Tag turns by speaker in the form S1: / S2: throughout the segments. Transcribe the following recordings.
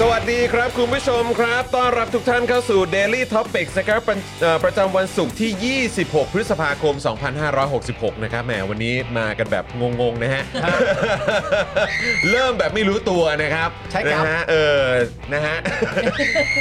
S1: สวัสดีครับคุณผู้ชมครับ ต้อนรับทุกท่านเข้าสู่ Daily Topics นะครับประเอ่อประจำวันศุกร์ที่ 26 พฤษภาคม 2566 นะครับแหมวันนี้มากันแบบงง ๆ นะฮะ เริ่มแบบไม่รู้ตัวนะครับ
S2: ใช่ครับ
S1: นะฮะเออนะฮะ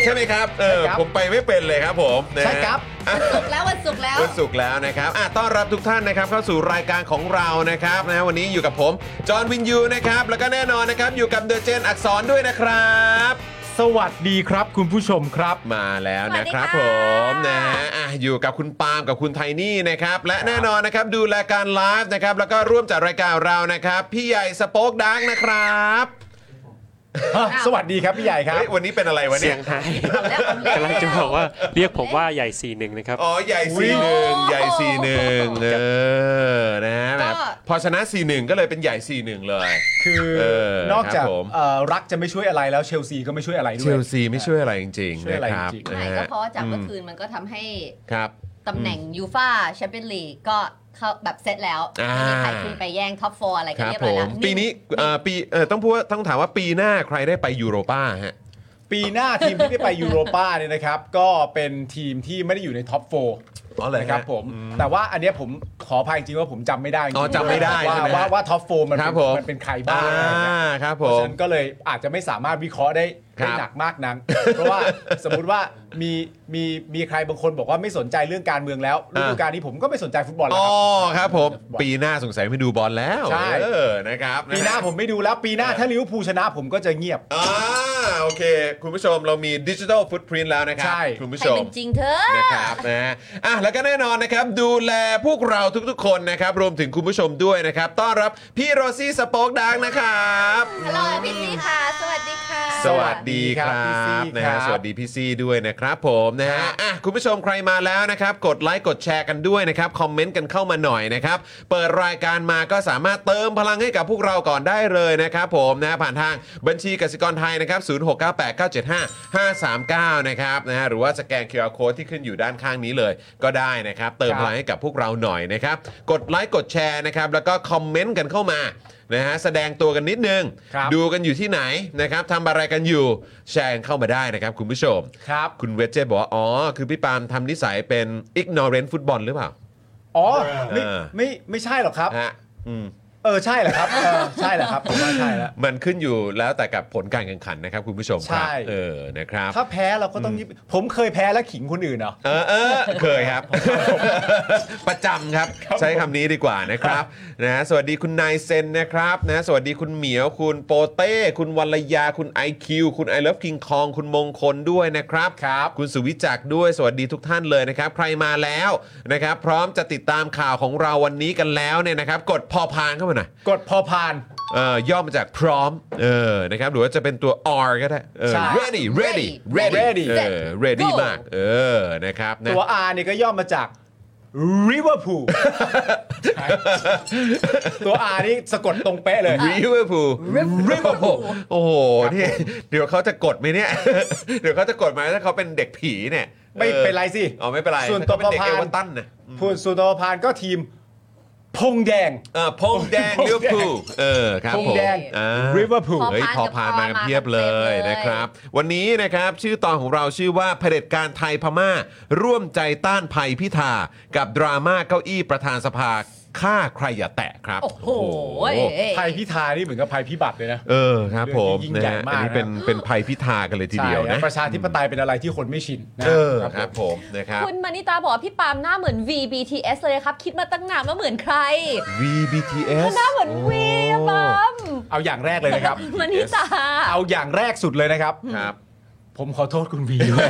S1: ใช่ไหมครับเออ
S2: ใช่ครับ
S1: ผมไปไม่เป็นเลยครับผมนะฮะ
S2: ใช่ครับ
S3: วันศุกร์แล้ววันศุกร์แล้ว
S1: วันศุกร์แล้วนะครับอ่ะต้อนรับทุกท่านนะครับเข้าสู่รายการของเรานะครับนะวันนี้อยู่กับผม จอห์นวินยูนะครับ แล้วก็แน่นอนนะครับ อยู่กับเดอะเจนอักษรด้วยนะครับ
S2: สวัสดีครับคุณผู้ชมครับ
S1: มาแล้วนะครับ
S3: ส
S1: ผ
S3: วัสดีค่ะ
S1: มนะฮะอ่ะอยู่กับคุณปาล์มกับคุณไทนี่นะครับ และแน่นอนนะครับดูรายการไลฟ์นะครับแล้วก็ร่วมจัดรายการเรานะครับ พี่ใหญ่สป็อกดังนะครับ
S2: สวัสดีครับพี่ใหญ่ครับ
S1: เฮ้ยวันนี้เป็นอะไรวะ
S4: เสี
S1: เนี่ย ย
S4: งหาย
S3: แล้วเอาแล้ว
S4: กำลังจะบอกว่าเรียกผมว่าใหญ่สี่หนึ่งนะครับ
S1: อ๋อใหญ่สีหนึ่งใหญ่สีหนึ่งเออนะฮะแบบ
S3: ก็
S1: พอชนะสีหนึ่งก็เลยเป็นใหญ่สีหนึ่งเลย
S2: คือ
S1: เออน
S2: อกจาก
S1: ครับผม
S2: เอ่อรักจะไม่ช่วยอะไรแล้วเชลซีก็ไม่ช่วยอะไรด้
S1: เช
S2: วย
S1: ลซีไม่ช่วยอะไรจริง
S2: ช่
S1: ๆ
S2: วย
S1: นะ
S2: อะไร
S1: ครับ
S2: จริง
S1: นะ
S3: ไม่
S1: ฮะ
S3: ก็เพราะว่าจากเมื่อคืนมันก็ทำให้
S1: ครับ
S3: ตำแหน่งยูฟาแชมเปี้ยนลีกก็เข้าแบบเซตแล้ว
S1: อ่า
S3: ไม่มีใครขึ้นไปแย่งท็อปโฟอะไร
S1: ค
S3: กัน
S1: รับ
S3: เรียบ
S1: ผ
S3: ร้อย
S1: ม
S3: แล้ว
S1: ปีนี้เอ่อปีเอ่อต้องพูดว่าต้องถามว่าปีหน้าใครได้ไปยูโรป้าฮะ
S2: ปีหน้าทีมที่ได้ไปยูโรป้าเนี่ยนะครับ ก็เป็นทีมที่ไม่ได้อยู่ในท็อปโฟร์
S1: อ๋อเหรอฮะ
S2: นะครับผม แต่ว่าอันเนี้ยผมขออภัยจริงๆว่าผมจำไม่ได้ริงๆ
S1: อ๋อจำไม่ได้
S2: ว่า
S1: ใช่ไหม
S2: ว่าว่าท็อปโฟร์มัน
S1: ครั
S2: เป็น
S1: บผม
S2: มันเป็นใครบ้า
S1: อ่าง
S2: อะไรเงี้ย
S1: ครับ
S2: เพ
S1: ผ
S2: ราะ
S1: ม
S2: ฉะนั้นก็เลยอาจจะไม่สามารถวิเคราะห์ได้
S1: ครับ
S2: ได้หนักมากนั้น เพราะว่าสมมุติว่ามีมีมีใครบางคนบอกว่าไม่สนใจเรื่องการเมืองแล้วฤ
S1: อ่า
S2: ดูกาลนี้ผมก็ไม่สนใจฟุตบอลแล้ว
S1: อ๋อ
S2: ครับ
S1: ครับผม ปีหน้าสงสัยไม่ดูบอลแล้ว
S2: ใช่
S1: เออนะครับ
S2: ปีหน้าผมไม่ดูแล้วปีหน้าถ้าลิเวอร์พูลชนะผมก็จะเงียบ
S1: อ่าโอเค คุณผู้ชมเรามีดิจิทัลฟุตพิ้นแล้วนะครั
S2: ใช่
S1: คุณผู้ช
S3: ให้
S1: ม
S3: เป็นจริงเถอะ
S1: นะครับนะฮะอ่ะแล้วก็แน่นอนนะครับดูแลพวกเราทุกๆคนนะครับรวมถึงคุณผู้ชมด้วยนะครับ ต้อนรับพี่โรซี่สป็อกดังนะครับ
S3: ฮัลโหลพี่ซีค่ะ สวัสดีค่ะ
S1: สวัสดีครับนะฮะสวัสดีพี่ซี่ด้วยนะครับผมนะฮะอ่ะคุณผู้ชมใครมาแล้วนะครับ กดไลค์กดแชร์กันด้วยนะครับ คอมเมนต์กันเข้ามาหน่อยนะครับ เปิดรายการมาก็สามารถเติมพลังให้กับพวกเราก่อนได้เลยนะครับผมนะผ่านทางบัญชีกสิกรไทยนะครับ 0698975539 นะครับนะฮะหรือว่าสแกน QR Code ที่ขึ้นอยู่ด้านข้างนี้เลยก็ได้นะครับ เติมพลังให้กับพวกเราหน่อยนะครับ กดไลค์กดแชร์นะครับแล้วก็คอมเมนต์กันเข้ามานะฮะแสดงตัวกันนิดนึง
S2: ครับ
S1: ดูกันอยู่ที่ไหนนะครับทำอะไรกันอยู่แชร์กันเข้ามาได้นะครับ คุณผู้ชม
S2: ครับ
S1: คุณเวจเจบอกว่า อ๋อ คือพี่ปาล์มทำนิสัยเป็น ignorant ฟุตบอลหรือเปล่า
S2: อ๋อไม่
S1: เออ
S2: ไม่ไม่ใช่หรอกครับ
S1: ฮะอืม
S2: เออใช่แหละครับเออใช่แหละครับผมว่าใช่แล้ว
S1: มันขึ้นอยู่แล้วแต่กับผลการแข่งขันนะครับคุณผู้ชมครับ
S2: ใช่
S1: เออนะครับ
S2: ถ้าแพ้เราก็ต้องยิบผมเคยแพ้แล้วขิงคนอื่นเหรอ
S1: เออเออเคยครับ ประจำครับ ใช้คำนี้ดีกว่านะครับนะฮะสวัสดีคุณนายเซนนะครับนะสวัสดีคุณเหมียวคุณโปเต้ คุณวัลยาคุณ IQ คุณ I Love King Kong คุณมงคลด้วยนะครับ
S2: ครับ
S1: คุณสุวิจักรด้วยสวัสดีทุกท่านเลยนะครับ ใครมาแล้วนะครับ พร้อมจะติดตามข่าวของเราวันนี้กันแล้วเนี่ยนะครับ กดพอพานเข้ามาหน่อย
S2: กดพอพาน
S1: เอ่อย่อมาจากพร้อมเออนะครับหรือว่าจะเป็นตัว R ก็ได้เออ
S2: ใช่
S1: ready ready
S3: Ready
S1: ready
S2: Ready
S1: เออ ready
S3: Go
S1: มากเออนะครับนะ
S2: ตัว R เนี่ยก็ย่อมาจาก ริเวอร์พู ลตัว R นี่สะกดตรงเป๊ะเลย
S1: ริเวอร์พูล
S3: Liverpool
S1: โอ้โหนี่เดี๋ยวเขาจะกดไหมเนี่ย เดี๋ยวเขาจะกดไหมถ้าเขาเป็นเด็กผีเนี่ย
S2: ไม่
S1: ออ
S2: เป็นไรสิ
S1: อ๋อไม่เป็นไร
S2: ส่วนตัว
S1: ถ้าเป็นเด็ก
S2: พา
S1: เอ
S2: พาน
S1: เวอร์ตันนะ
S2: พูนสุนทรพานก็ทีม พงแดง
S1: เออพงแดง
S2: พงแดง
S1: ลิเวอร์ พูลเออครับ
S2: พง
S1: ผม
S2: แดง
S1: อ่า
S2: Liverpool
S1: เฮ้ยพ
S3: พ
S1: อ
S3: อ
S1: พา
S3: พาน น
S1: มา
S3: กับ
S1: กั
S3: พ
S1: น
S3: อมา
S1: เพียบ
S3: กัน
S1: เล
S3: เต็ม
S1: ย
S3: เลย
S1: นะครับ วันนี้นะครับชื่อตอนของเราชื่อว่าเผด็จการไทยพม่า ร่วมใจต้านภัยพิธากับดราม่าเก้าอี้ประธานสภาฆ่าใครอย่าแตะครับ
S3: โอ้โห
S1: โอ้โห
S2: ภัยพิธานี่เหมือนกับภัยพิบัติเลยนะ
S1: เออครับผม
S2: เรื่องที่ยิ่ง
S1: นะ
S2: ใหญ่
S1: ฮะ
S2: มาก
S1: อันนี้
S2: นะ
S1: เป็นเป็นภัยพิธากันเลยทีเดียว
S2: ใช่
S1: นะ
S2: ประชาธิปไตยเป็นอะไรที่คนไม่ชินนะ
S1: เออ
S2: ครับ
S1: ครับ
S2: ผม
S1: ผมนะครับ
S3: คุณมานิตาบอกว่าพี่ปาล์มหน้าเหมือน VBTS เลยครับ คิดมาตั้งนานว่าเหมือนใคร
S1: VBTS
S3: หน้าเหมือนวีอะปาล์ม
S2: เอาอย่างแรกเลยนะครับ
S3: มานิตา
S2: เอาอย่างแรกสุดเลยนะครับ
S1: ครับ
S2: ผมขอโทษคุณบี ด้วย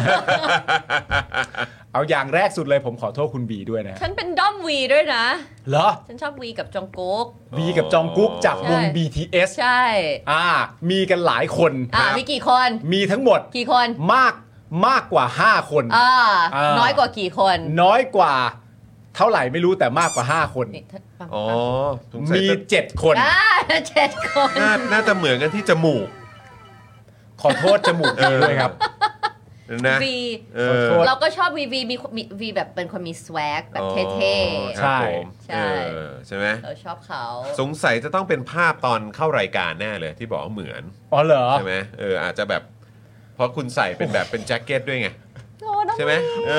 S2: เอาอย่างแรกสุดเลยผมขอโทษคุณบีด้วยนะฮะ
S3: ฉันเป็นด้อมวีด้วยนะ
S2: เหรอ
S3: ฉันชอบวีกับจองกุ๊ก
S2: บีกับจองกุ๊กจากวง
S3: ใช่
S2: BTS
S3: ใช่
S2: อ่า มีกันหลายคน
S3: อ่า
S2: ครับ
S3: มีกี่คน
S2: มีทั้งหมด
S3: กี่คน
S2: มากมากกว่า 5 คน
S3: อ่า
S2: อ่า
S3: น้อยกว่ากี่คน
S2: น้อยกว่า เท่าไหร่ไม่รู้แต่มากกว่า 5 คน
S3: นี่ถ้าปาล์ม
S1: อ๋อสงสัย
S2: มี
S1: จะ
S2: เจ็ดคน
S3: อ่า เจ็ดคน
S1: น่าน่าจะเหมือนกันที่จมูก
S2: ขอโทษจมูกบีด้วยครับ
S1: นะ
S3: วี
S1: เออ
S2: โทษ
S3: เราก็ชอบวีวีมีมีวีแบบเป็นคนมีสแวกแบบเท่
S1: อ๋อ
S2: ใช่
S1: ครับผม
S3: ใช่
S1: เออใช่ไหม
S3: ๆ เราชอบเขา
S1: สงสัยจะต้องเป็นภาพตอนเข้ารายการแน่เลยที่บอกว่าเหมือน
S2: อ๋อเหรอ
S1: ใช่ไหมเอออาจจะแบบ เพราะคุณใส่เป็นแบบเป็นแจ็คเก็ตด้วยไงใช่ไหมเอ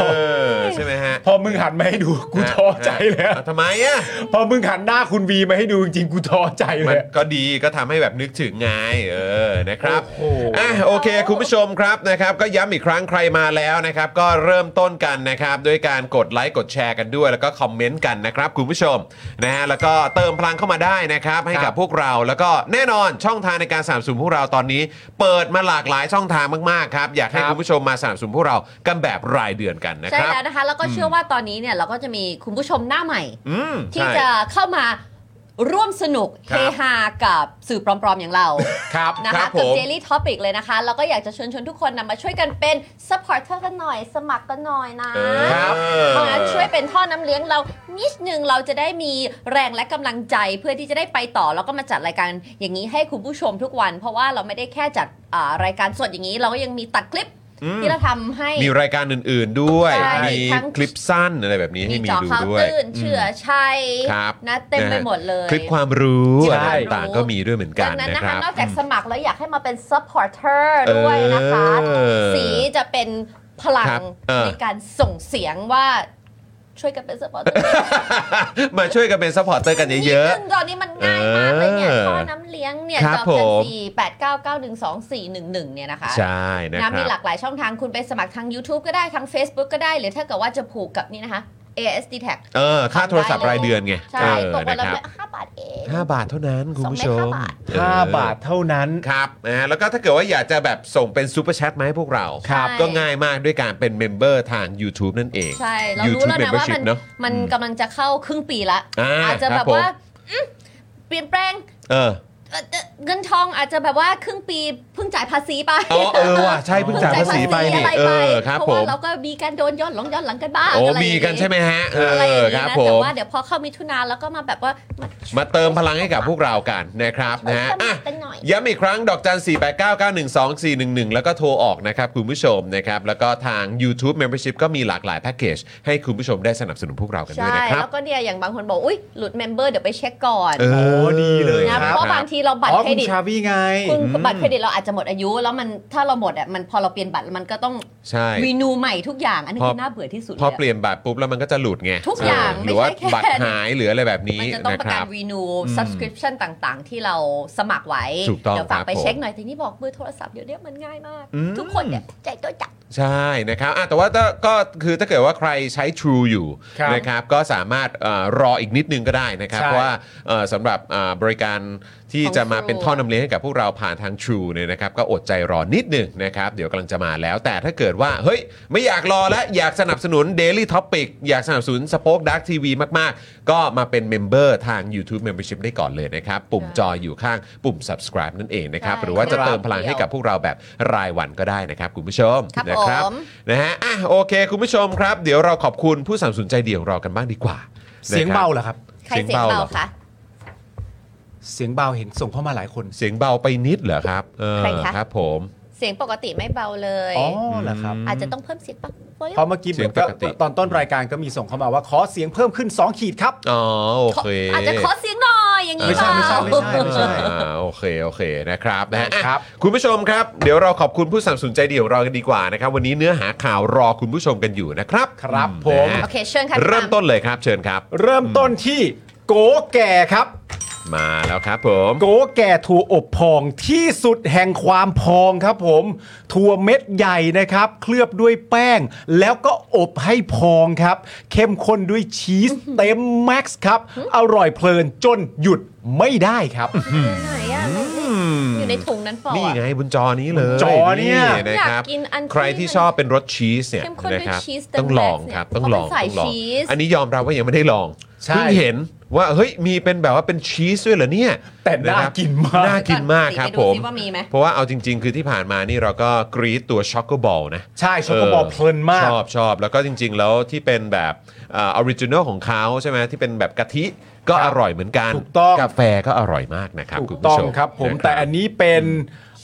S1: อใช่ไหมฮะ
S2: พอมึงหันมาให้ดูกูท้อใจเลย
S1: อ่ะทำไมอ่ะ
S2: พอมึงหันหน้าคุณวีมาให้ดูจริงๆกูท้อใจเล
S1: มัน
S2: ย
S1: ก็ดีก็ทำให้แบบนึกถึงไงเออนะครับ
S2: โอ้โห
S1: อ่ะโอเค คุณผู้ชมครับนะครับก็ย้ำอีกครั้งใครมาแล้วนะครับ ก็เริ่มต้นกันนะครับด้วยการกดไลค์กดแชร์กันด้วย แล้วก็คอมเมนต์กันนะครับ คุณผู้ชมนะฮะแล้วก็เติมพลังเข้ามาได้นะครับ ให้กับพวกเราแล้วก็แน่นอนช่องทางในการสนับสนุนพวกเราตอนนี้ เปิดมาหลากหลายช่องทางมากๆครับอยากให้คุณผู้ชมมาสนับสนุนพวกเรากันแบบรายเดือนกันนะ
S3: ใช่
S1: ครับ
S3: แล้วนะคะ แล้วก็เชื่อว่าตอนนี้เนี่ยเราก็จะมีคุณผู้ชมหน้าใหม่
S1: อืม
S3: ที่
S1: ใช่
S3: จะเข้ามาร่วมสนุก
S1: ค
S3: เฮ
S1: รับ
S3: ฮากับสื่อปลอมๆ อย่างเรา
S1: ครับ
S3: นะ
S1: ครั
S3: คะ
S1: บ
S3: กับ
S1: ผม
S3: Daily Topic เลยนะคะ แล้วก็อยากจะเชิญชวนทุกคนนำมาช่วยกันเป็น supporter กันหน่อย สมัครกันหน่อยนะ
S1: เออ
S3: มาช่วยเป็นท่อน้ำเลี้ยงเรานิดนึงเราจะได้มีแรงและกำลังใจเพื่อที่จะได้ไปต่อ แล้วก็มาจัดรายการอย่างนี้ให้คุณผู้ชมทุกวัน เพราะว่าเราไม่ได้แค่จัดอ่ารายการสดอย่างนี้ เราก็ยังมีตัดคลิป
S1: อืม
S3: ที่เราทำให้
S1: มีรายการอื่นๆด้วย
S3: ใช่
S1: มี
S3: ทั้ง
S1: คลิปสั้นอะไรแบบนี้ให้
S3: มี
S1: มี
S3: จอ
S1: ดู
S3: ข่าว
S1: ด้วย
S3: ตื่นเชื่อใชัย
S1: ครับ
S3: นะเต็มไป
S1: นะฮะ
S3: หมดเลย
S1: คลิปความรู้
S2: ใช่
S1: อะไรต่างๆก็มีด้วยเหมือนกั
S3: ดั
S1: น
S3: งนั้น
S1: นะ
S3: นะ
S1: ค
S3: คะ
S1: รับ
S3: นอกจากสมัครแล้วอยากให้มาเป็น supporter ด้วยนะคะ
S1: เออ
S3: สีจะเป็นพลั
S1: ครั
S3: ง
S1: บเออ
S3: ในการส่งเสียงว่าช่วยกันเป็น supporter
S1: มาช่วยกันเป็นซัพพอร์ตเตอร์กันเยอะ
S3: นิดนึงตอนนี้มันง่ายมากเลยเนี่ย
S1: เออ
S3: ท่อน้ำเลี้ยงเนี่ย
S1: ครับ
S3: จองกัน
S1: ผม
S3: สี่แปดเก้าเก้าหนึ่งสองสี่หนึ่งหนึ่งเนี่ยนะคะ
S1: ๆ ใช่นะค
S3: น้ำมีห
S1: รั
S3: ลา
S1: บ
S3: กหลายช่องทางคุณไปสมัครทาง YouTube ก็ได้ทาง Facebook ก็ได้ หรือถ้าเกิดว่าจะผูกกับนี่นะคะ ASD tag
S1: เออ ค่าโทรศัพท์รายเดือนไง
S3: ใช่
S1: เออ
S3: ตกวัน
S1: นะ
S3: ละ
S1: ครับ
S3: ห้าบาทเอง
S1: ห้าบาทเท่านั้นคุณผู้
S3: ส
S1: ชม
S3: องเม็ดห้าบาท
S2: ห้าบา
S1: เออ
S2: ทเท่านั้น
S1: ครับนะฮะแล้วก็ถ้าเกิดว่าอยากจะแบบส่งเป็นซูเปอร์แชทมาให้พวกเรา
S3: ครับ
S1: ก็ง่ายมากด้วยการเป็นเมมเบอร์ทาง YouTube นั่นเอง
S3: ใช่ เรารู้
S1: YouTube
S3: แล้วนะว่ามัน
S1: membership เนอะ
S3: มันกำลังจะเข้าครึ่งปีละ
S1: อ่า
S3: จจะ
S1: ครับ
S3: แบบว่า
S1: ผม
S3: อืมเปลี่ยนแปลง
S1: เออ
S3: เอ่อเอ่อเงินทองอาจจะแบบว่าครึ่งปีเพิ่งจ่ายภาษีไป
S1: อ๋อเออว่ะใช่เพิ่งจ่ายภาษีไปนี่
S3: อะไร
S1: เอ
S3: ไป
S1: อครับ
S3: เพ
S1: ผ
S3: ราะ
S1: ม
S3: ว่าเราก็มีการโดนย้อนหลงย้อนหลังกันบ้า
S1: โอ้
S3: งะร
S1: มีกันใช่ไหมฮะเอ
S3: อะไรอ
S1: อย่าง ค
S3: นี้
S1: รับ
S3: นะ
S1: ผ
S3: แต่
S1: ม
S3: ว่าเดี๋ยวพอเข้ามิถุนาแล้วก็มาแบบว่ามา
S1: มาเติมพลังให้กับพวกเรากันนะครับนะฮะ
S3: สมั
S1: อ่ะ
S3: ครกันหน่อย
S1: ย้ำอีกครั้งดอกจัน 4 8 9 9 1 2 4 1 1 แล้วก็โทรออกนะครับคุณผู้ชมนะครับ แล้วก็ทาง YouTube Membership ก็มีหลากหลายแพ็กเกจให้คุณผู้ชมได้สนับสนุนพวกเรากันด้วย
S3: ใช่
S1: นะครับ
S3: แล้วก็เนี่ยอย่างบางคนบอก อุ้ยหลุดเมมเบอร์เดี๋ยวไปเช็คก่อน
S1: เออ
S2: ดีเลย
S3: นะ
S1: ค
S3: เพ
S1: บ
S3: ราะว่าบางทีเราบัต
S2: อ๋
S3: ร
S2: อ
S3: เคร
S2: คุณ
S3: ดิต
S2: ชาวี่ไง
S3: คุณบัตรเครดิตเราอาจจะหมดอายุ แล้วมันถ้าเราหมดอ่ะมันพอเราเปลี่ยนบัตรมันก็ต้อง
S1: ใช่
S3: รีนูใหม่ทุกอย่าง อันนี้
S1: พอ
S3: คือน่าเบื่อที่สุด
S1: พอ
S3: เลย
S1: เปลี่ยนบัตรปุ๊บแล้วมันก็จะหลุดไง
S3: ทุกอย่าง
S1: เออหรื
S3: ไม่
S1: อว่า
S3: ใช่แค่
S1: บัตรหายหรืออะไรแบบนี้
S3: มันจะต้อง
S1: นะ
S3: ประการ
S1: คั
S3: ร
S1: บ
S3: รีนู subscription ต่างๆ ที่เราสมัครไว้
S1: ถูกต้อง
S3: เดี๋ยวฝาก
S1: ครับ
S3: ไป
S1: ผม
S3: เช็คหน่อยทีนี้บอกเบอร์โทรศัพท์เดี๋ยวเนี้ยมันง่ายมาก ทุกคนเนี่ยใจตัวจับ
S1: ใช่นะครับอ่ะแต่ว่าถ้าก็คือถ้าเกิดว่าใครใช้ True อยู่
S2: ครับ
S1: นะครับก็สามารถเออรออีกนิดนึงก็ได้นะครับ
S2: ใช่
S1: เพราะว่าเอ่อสำหรับอ่าบริการ ที่
S3: ของ
S1: จะมา
S3: True
S1: เป็นท่อนำเลี้ยงให้กับพวกเราผ่านทาง True เนี่ยนะครับก็อดใจรอนิดหนึ่งนะครับ เดี๋ยวกำลังจะมาแล้ว แต่ถ้าเกิดว่า เฮ้ย ไม่อยากรอและอยากสนับสนุน Daily Topic อยากสนับสนุนสป็อคดักทีวีมาก ๆ ก็มาเป็นเมมเบอร์ทาง YouTube Membership ได้ก่อนเลยนะครับ ปุ่มจออยู่ข้างปุ่ม subscribe นั่นเองนะครับ
S3: ใช่
S1: หรือว่าจะเติมพลัง
S3: เดี๋ยว
S1: ให้กับพวกเราแบบรายวันก็ได้นะครับคุณผู้ชม
S3: ครับ
S1: นะ
S3: ผม
S1: นะฮะอ่ะโอเค คุณผู้ชมครับ เดี๋ยวเราขอบคุณผู้สนัมสนุนใจเดียวของเรากันบ้างดีกว่า
S2: เสียง
S1: นะครั
S2: เบาเหรอครับ
S3: ใครเสียงเบาคะ
S2: เสียงเบาเห็นส่งเข้ามาหลายคน
S1: เสียงเบาไปนิดเหรอครับเออ
S3: ใครคะ
S1: ครับผม
S3: เสียงปกติไม่เบาเลย
S2: อ๋อเหรอครับ
S3: อาจจะต้องเพิ่มเสียงปะโว้ย
S2: เพราะเมื่อกี้ตอนต้นรายการก็มีส่งเข้ามาว่า ขอเสียงเพิ่มขึ้น 2 ขีดครับ
S1: อ๋อโอเค
S3: อาจจะขอเสียงหน่อยอย่างนี้
S2: ไม่ใช่
S3: เปล่า
S2: ไม่ใช่ไม่ใช่ไม่ใช่
S1: อ่าโอเคโอเคนะครับนะฮะอ่ะ
S2: ครับ
S1: คุณผู้ชมครับ เดี๋ยวเราขอบคุณผู้สนัมสนุนใจเดียวของเรากันดีกว่านะครับ วันนี้เนื้อหาข่าวรอคุณผู้ชมกันอยู่นะครับ
S2: ครับผม
S1: นะ
S3: โอ
S1: ฮะ
S3: เค เชิญค่ะพี่
S1: เริ่ม
S3: ปา
S1: ต้นเลยครับเชิญครับ
S2: เริ่มต้นที่โกแก่ครับ
S1: มาแล้วครับผม
S2: โกแก่ถั่วอบพองที่สุดแห่งความพองครับผม ถั่วเม็ดใหญ่นะครับ เคลือบด้วยแป้ง แล้วก็อบให้พองครับ เข้มข้นด้วยชีสเต็มแม็กซ์ครับ อร่อยเพลินจนหยุดไม่ได้ครับ
S3: ไหนอะอยู่ในถุงนั้นเปล่า
S1: นี่
S3: อะ
S1: ไงบนจอนี้เลย
S2: จอเนี่ย
S1: นะครับ
S3: อยากกินอันที่
S1: ใครที่ชอบเป็นรสชีสเนี่ย
S3: เข้มข้นด้วย
S1: นะครับ
S3: ชีสเต็ม
S1: ต้องลอง
S3: แม็กซ์เนี่ย
S1: ครับต้องลอง
S3: เพราะเป็นสาย
S1: ต้องลอง
S3: ชีส
S1: อันนี้ยอมรับว่ายังไม่ได้ลอง
S2: ใช่
S1: เพิ่งเห็นว่าเฮ้ยมีเป็นแบบว่าเป็นชีสด้วยเหรอเนี่ย
S2: แต่น่า
S1: ะครับ
S2: กินมาก
S1: น่ากินมากครับ
S3: ไป
S1: ผ
S3: ดู
S1: ม
S3: ซิว่ามีไหม
S1: เพราะว่าเอาจริง ๆ คือที่ผ่านมานี่เราก็กรีดตัวช็อกโกบอลนะ
S2: ใช่ช็อกโกบอลเพลินมาก
S1: ชอบชอบแล้วก็จริง ๆ แล้วที่เป็นแบบออริจินอลของเขาใช่ไหมที่เป็นแบบกะทิก็
S2: ครับ
S1: อร่อยเหมือนกัน
S2: ถูกต้อง
S1: กาแฟก็อร่อยมากนะครับ
S2: ถู
S1: คุณ
S2: ก
S1: ผู้
S2: ต้อง
S1: ชม
S2: ครับผม
S1: ะค
S2: แต่
S1: รับ
S2: อันนี้เป็น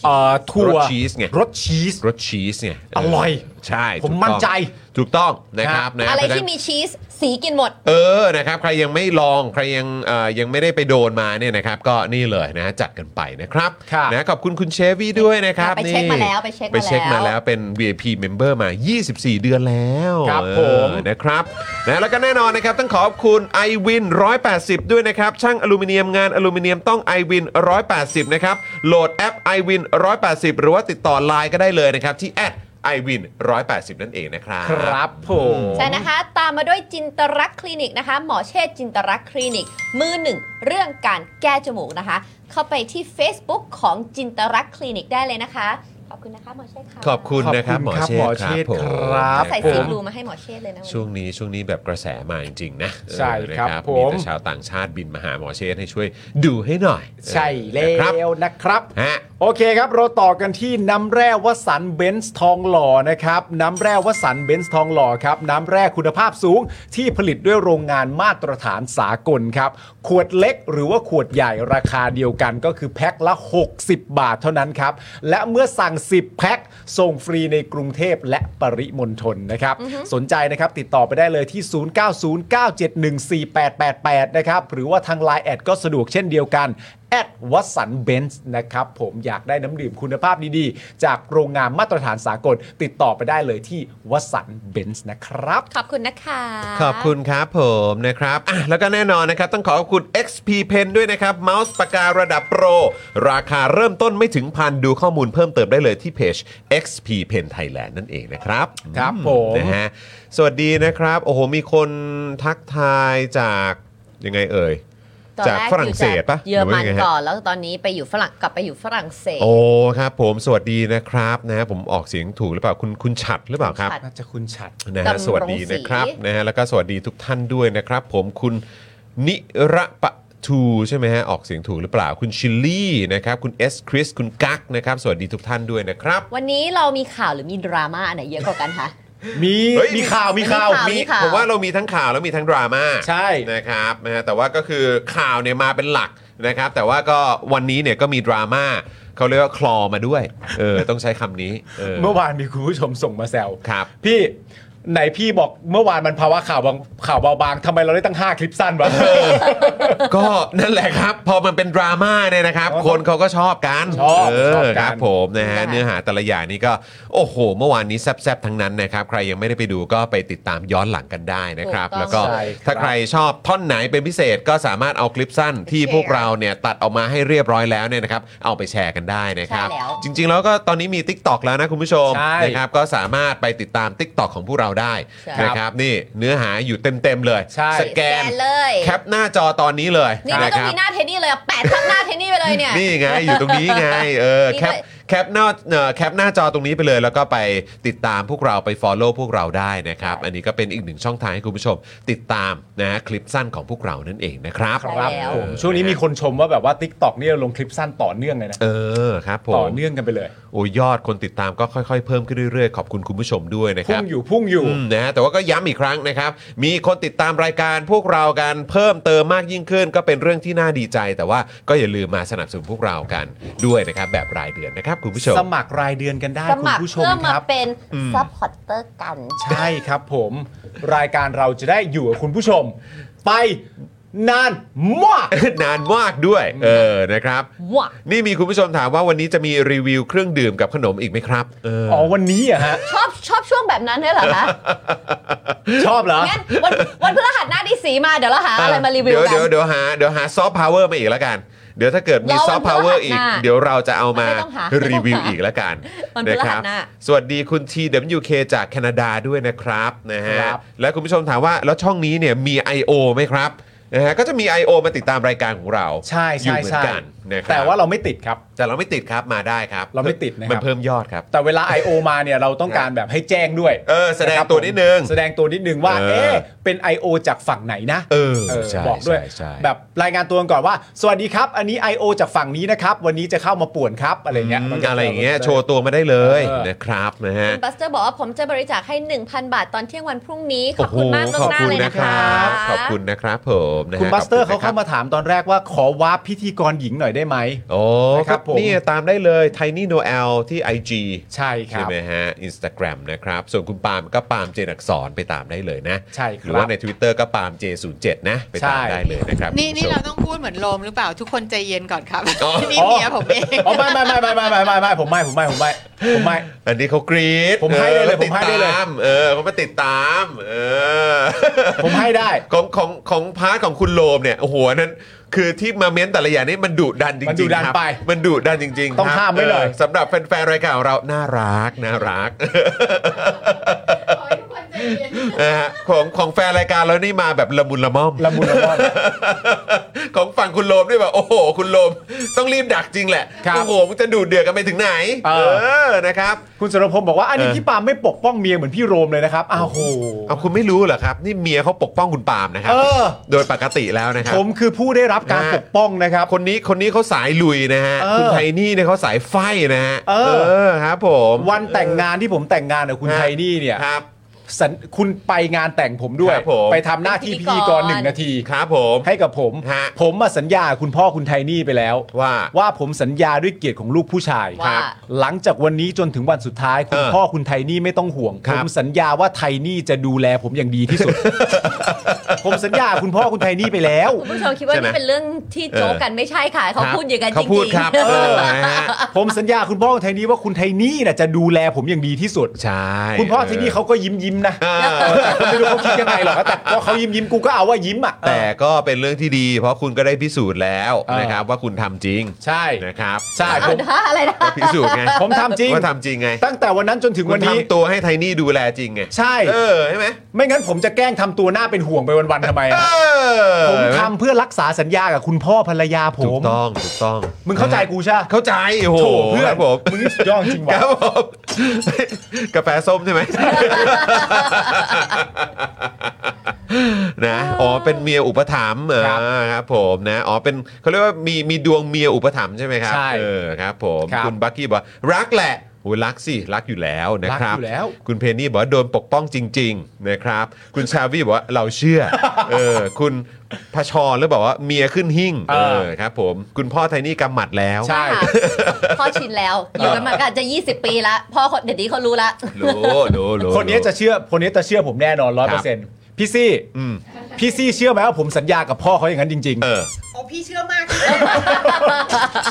S2: เอ่อถั่ว
S1: รสชีสไง
S2: รสชีส
S1: รสชีสเนี่ย
S2: อร่อย
S1: ใช่
S2: ผม
S1: ถูกต้อง
S2: มั่นใจ
S1: ถูกต้องนะครับนะ
S3: อะไร
S1: เพาฉ
S3: ที่มีชีสสีกินหมด
S1: เออนะครับใครยังไม่ลองใครยังเอ่อยังไม่ได้ไปโดนมาเนี่ยนะครับ ก็นี่เลยนะจัดกันไปนะครับ
S2: ครับ
S1: นะขอบคุณคุณเชฟวี่ด้วยนะครับ
S3: ไปเช็ค
S1: นี่
S3: มาแล้วไปเช็คมาแล้ว
S1: ไปเช็คมาแล้วเป็น VIP member มา 24 เดือนแล้ว
S2: ครับ
S1: เออ
S2: ผม
S1: นะครับนะแล้วก็แน่นอนนะครับต้องขอบคุณ i w วิน180 ด้วยนะครับ ช่างอลูมิเนียมงานอลูมิเนียมต้อง i w วิน180 นะครับ โหลดแอป i w วิน180 หรือว่าติดต่อไลน์ก็ได้เลยนะครับ ที่แอด i w วิน180 นั่นเองนะครับ
S2: ครับผม
S3: ใช่นะคะ ตามมาด้วยจินตรักษณ์คลินิกนะคะ หมอเชษจินตรักษณ์คลินิก มือหนึ่งเรื่องการแก้จมูกนะคะ เข้าไปที่ Facebook ของจินตรักษณ์คลินิกได้เลยนะคะ ขอบคุณนะคะหมอเชษค่ะ
S1: ขอบคุณนะครับหม
S2: ข
S1: อ
S2: อบ
S1: เช
S2: คุณครับหมอเชษฐ์ครั
S1: ษฐ์ครับผม
S2: บ
S3: ใส่
S2: ผ
S3: สี
S2: ม
S3: บลูมาให้หมอเชษเลยนะวัน
S1: ช่ว
S3: นี้
S1: งนี้ช่วงนี้แบบกระแสมาจริงๆนะ
S2: ใช่
S1: เออนะครับ
S2: ผม
S1: มีแต่ชาวต่างชาติบินมาหาหมอเชษฐ์ให้ช่วยดูให้หน่อย
S2: ใช่แล้
S1: นะครับ
S2: วนะครับ
S1: ฮะ
S2: โอเคครับ เราต่อกันที่น้ำแร่วสันเบนซ์ทองหล่อนะครับน้ำแร่วสันเบนซ์ทองหล่อครับน้ำแร่คุณภาพสูงที่ผลิตด้วยโรงงานมาตรฐานสากลครับ ขวดเล็กหรือว่าขวดใหญ่ราคาเดียวกันก็คือแพ็คละ 60 บาทเท่านั้นครับ และเมื่อสั่ง 10 แพ็คส่งฟรีในกรุงเทพและปริมณฑลนะครับ สนใจนะครับติดต่อไปได้เลยที่ 0909714888 นะครับหรือว่าทาง Line แอดก็สะดวกเช่นเดียวกัน แอดวัสันเบนซ์นะครับ ผมอยากได้น้ำดื่มคุณภาพดีๆ จากโรงงานมาตรฐานสากล ติดต่อไปได้เลยที่วัสันเบนซ์นะครับ
S3: ขอบคุณนะคะ
S1: ขอบคุณครับผมนะครับอ่ะแล้วก็แน่นอนนะครับ ต้องขอขอบคุณ XP Pen ด้วยนะครับเมาส์ปากการะดับโปร ราคาเริ่มต้นไม่ถึงพันดูข้อมูลเพิ่มเติมได้เลยที่เพจ XP Pen Thailand นั่นเองนะครับ
S2: ครับ
S1: อื
S2: ผม
S1: นะฮะสวัสดีนะครับ โอ้โห มีคนทักทายจากยังไงเอ่ย
S3: ตอน
S1: จาก
S3: แก
S1: ฝรั่งเศสปะ
S3: อยู่จากเยอร
S1: หว่า
S3: มัน
S1: ยังไงฮะ
S3: ก่อนแล้วตอนนี้ไปอยู่ฝรั่งกลับไปอยู่ฝรั่งเศส
S1: โอ้ครับผมสวัสดีนะครับนะฮะผมออกเสียงถูกหรือเปล่าคุณคุณฉัดหรือเปล่าครับ
S3: ฉัด
S2: น่าจะคุณชัด
S1: นะฮะ
S3: ดำรง
S1: สวัสดีนะครับ
S3: ศรี
S1: นะฮะแล้วก็สวัสดีทุกท่านด้วยนะครับ ผมคุณนิระปะทูใช่ไหมฮะออกเสียงถูกหรือเปล่า คุณชิลลี่นะครับคุณเอสคริสคุณกั๊กนะครับสวัสดีทุกท่านด้วยนะครับ
S3: วันนี้เรามีข่าวหรือมีดราม่าอันไหนเยอะกว่ากันคะ
S2: มี
S1: เฮ้ย
S2: มีข่าวมีข่าว
S3: มีข่าว
S1: ผมว่าเรามีทั้งข่าวแล้วมีทั้งดราม่า
S2: ใช่
S1: นะครับนะฮะแต่ว่าก็คือข่าวเนี่ยมาเป็นหลักนะครับ แต่ว่าก็วันนี้เนี่ยก็มีดราม่าเขาเรียกว่าคลอมาด้วยเออต้องใช้คำนี้เออ
S2: เมื่อวานมีคุณผู้ชมส่งมาแซว
S1: ครับ
S2: พี่ไหนพี่บอกเมื่อวานมันภาวะข่าวบางข่าวเบาบางทำไมเราได้ตั้ง 5 คลิปสั้นวะ
S1: ก็นั่นแหละครับ พอมันเป็นดราม่าเนี่ยนะครับ
S2: อ๋อ
S1: คนเขาก็ชอบกัน
S2: ชอบ
S1: เอ
S2: ชอบ
S1: อ
S2: กัน
S1: ครับผมนะฮะ
S3: ค่ะ
S1: เนื้อหาแต่ละอย่างนี่ก็ โอ้โห เมื่อวานนี้แซบๆทั้งนั้นนะครับ ใครยังไม่ได้ไปดูก็ไปติดตามย้อนหลังกันได้นะครับ แล้วก็
S2: ใช่ครับ
S1: ถ้าใครชอบท่อนไหนเป็นพิเศษก็สามารถเอาคลิปสั้นที่พวกเราเนี่ยตัดออกมาให้เรียบร้อยแล้วเนี่ยนะครับ เอาไปแชร์กันได้นะครับ จริงๆแล้วก็ตอนนี้มี Tik t o อกแล้วนะคุณผู้ชม
S2: ใช่
S1: นะครับก็สามารถไปติดตาม Tik t o อกของพวกเรา ได้
S3: ใช่
S1: นะครับนี่เนื้อหาอยู่เต็ม ๆ เลย
S2: ใช่
S1: ส แกน
S3: เลย
S1: แคปหน้าจอตอนนี้เลย
S3: นี่ไม่ต้อง
S1: ะครับ
S3: มีหน้าเทนนี่เลยอะแปะทับหน้าเทนนี่ไปเลยเนี่ย
S1: นี่ไง อยู่ตรงนี้ไงเออ
S3: นี่
S1: แคป
S3: เลย
S1: แคปหน้าเอ่อแคปหน้าจอตรงนี้ไปเลย แล้วก็ไปติดตามพวกเราไป Follow พวกเราได้นะครับ อันนี้ก็เป็นอีกหนึ่งช่องทางให้คุณผู้ชม ติดตามนะฮะคลิปสั้นของพวกเรานั่นเองนะครับ
S2: ครับ
S3: ใช่แล้ว
S2: ผมช่วงนี้มีคนชมว่าแบบว่า t ิ k t o k เนี่ยลงคลิปสั้นต่อเนื่องเลยนะ
S1: เออครับผม
S2: ต่อเนื่องกันไปเลย
S1: โอ้ยยอดคนติดตามก็ค่อยๆ เพิ่มขึ้นเรื่อยๆ ขอบคุณคุณผู้ชมด้วยนะค
S2: พุ่
S1: รั
S2: ง
S1: บ
S2: อยู่พุ่งอยู่
S1: อืมนะฮะแต่ว่าก็ย้ำอีกครั้งนะครับ มีคนติดตามรายการพวกเรากันเพิ่มเติมมากยิ่งขึ้น ก็เป็นเรื่องที่น่าดีใจ แต่ว่าก็อย่าลืมมาสนับสนุนพวกเรากันด้วยนะครับ แบบรายเดือนนะครับคุณผู้ชม
S2: สมัครรายเดือนกันได้
S3: ส
S2: คุณ
S3: มัคร
S2: ผู้ชม
S3: เพื่อ
S2: ค
S3: มา
S2: รับ
S3: เป็น
S1: อืม
S3: ซัพพอร์ตเตอร์กัน
S2: ใช่ครับผม รายการเราจะได้อยู่กับคุณผู้ชม ไปนานมาก
S1: นานมากด้วย เออนะครับ
S3: ว้า
S1: นี่มีคุณผู้ชมถามว่าวันนี้จะมีรีวิวเครื่องดื่มกับขนมอีกไหมครับเออ
S2: อ๋อวันนี้อะฮะ
S3: ชอบชอบช่วงแบบนั้นด้วยเหรอคะ
S2: ชอบเหรอ
S3: งั้นวันวันพฤหัสหน้าดีสีมาเดี๋ยวเราหาอะไรมารีวิว
S1: เดี๋ยว
S3: กัน
S1: เดี๋ยวเดี๋ยวหาเดี๋ยวหาซอฟต์พาวเวอร์มาอีกแล้วกัน เดี๋ยวถ้าเกิดมี
S3: รอวัน
S1: ซอฟต์พาวเวอร์อีก
S3: พฤหัสหน้า
S1: เดี๋ยวเราจะเอามา
S3: ไม่ต้องหา
S1: รีวิว
S3: ไม่ต้องหา
S1: อีกแล้วกัน
S3: วันพฤหัส
S1: นะครับ
S3: หน้า
S1: สวัสดีคุณ TWK จากแคนาดาด้วยนะครับนะฮะ
S2: ครับ
S1: และคุณผู้ชมถามว่าแล้วช่องนี้เนี่ยมี I.O. ไหมครับนะฮะก็จะมี I.O. มาติดตามรายการของเรา
S2: ใช่
S1: อยู่
S2: ใช่
S1: เหมือน
S2: ใช่
S1: กันนะครับ
S2: แต่ว่าเราไม่ติดครับ
S1: แต่เราไม่ติดครับมาได้ครับ
S2: เราไม่ติดนะครับ
S1: มันเพิ่มยอดครับ
S2: แต่เวลา I.O. มาเนี่ยเราต้องการแบบให้แจ้งด้วย
S1: เออแสดง
S2: ะครับ
S1: ตัวนิดนึง
S2: แสดงตัวนิดนึงว่า
S1: เออ
S2: เอ๊ะเป็น I.O. จากฝั่งไหนนะ
S1: เออใช่
S2: บอกด้วย
S1: ใช่ใช่
S2: แบบรายงานตัวกันก่อนว่า สวัสดีครับ อันนี้ I.O. จากฝั่งนี้นะครับ วันนี้จะเข้ามาป่วนครับอะไรเงี้ยมันก็
S1: อะไรอย่างเงี้ยโชว์ตัวมาได้เลย
S2: เออ
S1: นะครับนะฮะ
S3: คุณบัสเตอร์บอกว่าผมจะบริจาคให้ 1,000 บาทตอนเที่ยงวันพรุ่งนี้ ขอบคุณ
S1: โโห
S3: มากล่วงหน้าเลยนะคะ
S1: ขอบคุณนะครับผมนะฮะ
S2: คุณบัสเตอร์
S1: ข
S2: เขา
S1: บ
S2: เข้า
S1: ณะ
S2: มาถามตอนแรกว่าขอวาร์ปพิธีกรหญิงหน่อยได้ไหม
S1: โอ้
S2: นะ
S1: ค
S2: ครั
S1: รับบ
S2: ผม
S1: นี่ตามได้เลย Tiny Noel ที่ IG
S2: ใช่ค
S1: ใช่
S2: รับ
S1: ไหมฮะ Instagram นะครับ ส่วนคุณปาล์มก็ปาล์มเจนอักสอนไปตามได้เลยนะ
S2: ใช่ครับ
S1: หรือว่าใน Twitter ก็ปาล์ม J07 นะ ไปตาม
S2: ใช่
S1: ได้เลยนะครับ
S5: นี่นี่
S1: คุณผู้ชม
S5: เราต้องพูดเหมือนโลมหรือเปล่าทุกคนใจเย็นก่อนครับ
S1: อ๋อ
S5: นี่เมียผมเอง
S2: อ๋อไม่ไม่ไม่ไม่ไม่ไม่ไม่ไม่ผมไม่ผมไม่ผมไม่ผมไม่
S1: อันนี้เขากรี๊ด
S2: ผมให้ได้เลย
S1: ออ
S2: ผ
S1: ขา
S2: มให้ได้เลย
S1: ติตามเออเขามาติดตามเออ
S2: ผมให้ได้
S1: ของของของพาร์ทของคุณโลมเนี่ยโอ้โหอันนั้นคือที่มาเม้นแต่ละอย่างนี่มันดุดันจริงๆ
S2: มันดุดัน
S1: ครับ
S2: ไป
S1: มันดุดันจริงๆ
S2: ต้อง
S1: ครับ
S2: ห้ามไว้เลย
S1: ออสำหรับแฟนๆรายการของเราน่ารักน่ารักนะฮะของของแฟนรายการเรานี่มาแบบละมุนละม่อม
S2: ละมุนละม่อม
S1: ของฝั่งคุณโลมด้วยแบบโอ้โห คุณโลมต้องรีบดักจริงแหละ
S2: ครับ
S1: โอ้โหมันจะดูดเดือดกันไปถึงไหน
S2: เออ
S1: อนะครับ
S2: คุณสรพงศ์บอกว่าอันนี้
S1: เออ
S2: พี่ปาล์มไม่ปกป้องเมียเหมือนพี่โรมเลยนะครับ อ้าวโห
S1: เอาคุณไม่รู้เหรอครับ นี่เมียเขาปกป้องคุณปาล์มนะครั
S2: เออ
S1: โดยปกติแล้วนะครับ
S2: ผมคือผู้ได้รับการ
S1: นะ
S2: ปกป้องนะครับ
S1: คนนี้คนนี้เขาสายลุยนะฮะ
S2: เออ
S1: คุณไทนี่เนี่ยเขาสายไฟนะฮะ
S2: เออ
S1: ครับผม
S2: วันแต่งงานที่ผมแต่งงานกับคุณ
S1: ฮะ
S2: ไทนี่เนี่ย
S1: ครับ
S2: สัญคุณไปงานแต่งผมด้วย
S1: ครับผม
S2: ไปทำหน้าที่พิธีกร
S3: เป็นพิธีกร
S2: หนึ่งนาที
S1: ครับผม
S2: ให้กับผม
S1: ฮะ
S2: ผมมาสัญญาคุณพ่อคุณไทนี่ไปแล้ว
S1: ว่า
S2: ว่าผมสัญญาด้วยเกียรติของลูกผู้ชาย
S3: ว่า
S2: หลังจากวันนี้จนถึงวันสุดท้าย คุณ
S1: เออ
S2: พ่อคุณไทนี่ไม่ต้องห่วง
S1: ครั
S2: ผ
S1: บ
S2: มสัญญาว่าไทนี่จะดูแลผมอย่างดี ที่สุด ผมสัญญาคุณพ่อคุณไทนี่ไปแล้ว
S3: คุณผู้ชมคิดว่า
S1: ใช่ไหม
S3: นี่เป็นเรื่องที่โจ๊กกันไม่ใช่ค่ะเขา
S1: ครับ
S3: พูดอย่างกันจ
S1: เขา
S3: ริงๆ
S1: พูดครับเออนะฮะ
S2: ผมสัญญาคุณพ่อคุณไทนี่ว่าคุณไทนี่น่ะจะดูแลผมอย่างดีที่สุด
S1: ใช่
S2: คุณพ่อไทนี่เขาก็ยิ้มยิ้มๆนะ
S1: เออ
S2: เออแต่ก็ไม่รู้เขาคิดยังไงหรอกแต่ก็เขายิ้มยิ้มๆกูก็เอาว่ายิ้มอ่ะ
S1: แต่ก็เป็นเรื่องที่ดี เพราะคุณก็ได้พิสูจน์แล้ว
S2: เออ
S1: นะครับ ว่าคุณทำจริง
S2: ใช่
S1: นะครับ
S2: ใช่ผม
S3: อะไร นะ
S1: ก็พิสูจน์ไง
S2: ผมทำจริง
S1: ว่าทำจริงไง
S2: ตั้งแต่วันนั้นจนถึง
S1: คุ
S2: วั
S1: ณ
S2: นนี้
S1: ทำตัวให้ไทนี่ดูแลจริงไง
S2: ใช่
S1: เออใช่ไหม
S2: ไม่งั้นผมจะแกล้งทำตัวหน้าเป็นห่วงไปวันๆทำไม
S1: เอ
S2: อะ
S1: อ
S2: ผมทำเพื่อรักษาสัญญากับคุณพ่อภรรยาผ
S1: ถูก
S2: ม
S1: ต้องถูกต้อง
S2: มึงเข้าใจ
S1: นะฮะ
S2: กูใช่ปะ
S1: เข้าใจโอ้โห
S2: โถเพื่อ
S1: คน รับผม
S2: มึงสุดย่อดจริ
S1: คว
S2: งะ
S1: รับผม กาแฟส้มใช่ไหม นะอ๋อเป็นเมียอุปถัมภ์เออครับผมนะอ๋อเป็นเขาเรียกว่ามีมีดวงเมียอุปถัมภ์ใช่ไหมครับ
S2: ใช่
S1: เออครับผม
S2: ครับ
S1: ณบักกี้บอกว่ารักแหละโอ้ยรักสิรักอยู่แล้วนะครับ
S2: รักอยู่แล้ว
S1: คุณเพนนี่บอกว่าโดนปกป้องจริง ๆ นะครับ คุณชาวี่บอกว่าเราเชื่อ เออคุณพชรแล้วบอกว่าเมียขึ้นหิ่ง
S2: เอ
S1: เอ
S2: อ
S1: อครับ ผมคุณพ่อไทนี่กำหมัดแล้ว
S2: ใช่
S3: พ่อชินแล้ว อยู่กันมาก็อาจจะ 20 ปีละพ่อคนเดี๋ยวนี้เขารู้ละ
S1: รู้รู้รู้
S2: คนนี้จะเชื่อคนนี้จะเชื่อผมแน่นอนร้อย
S1: ค
S2: เป
S1: รั
S2: อบ ร์เซ็นต์พี่ซี่
S1: อืม
S2: พี่ซี่เชื่อไหมว่าผมสัญญากับพ่อเขาอย่างนั้นจริง
S1: เออ
S5: โอ้พี่เชื่อมาก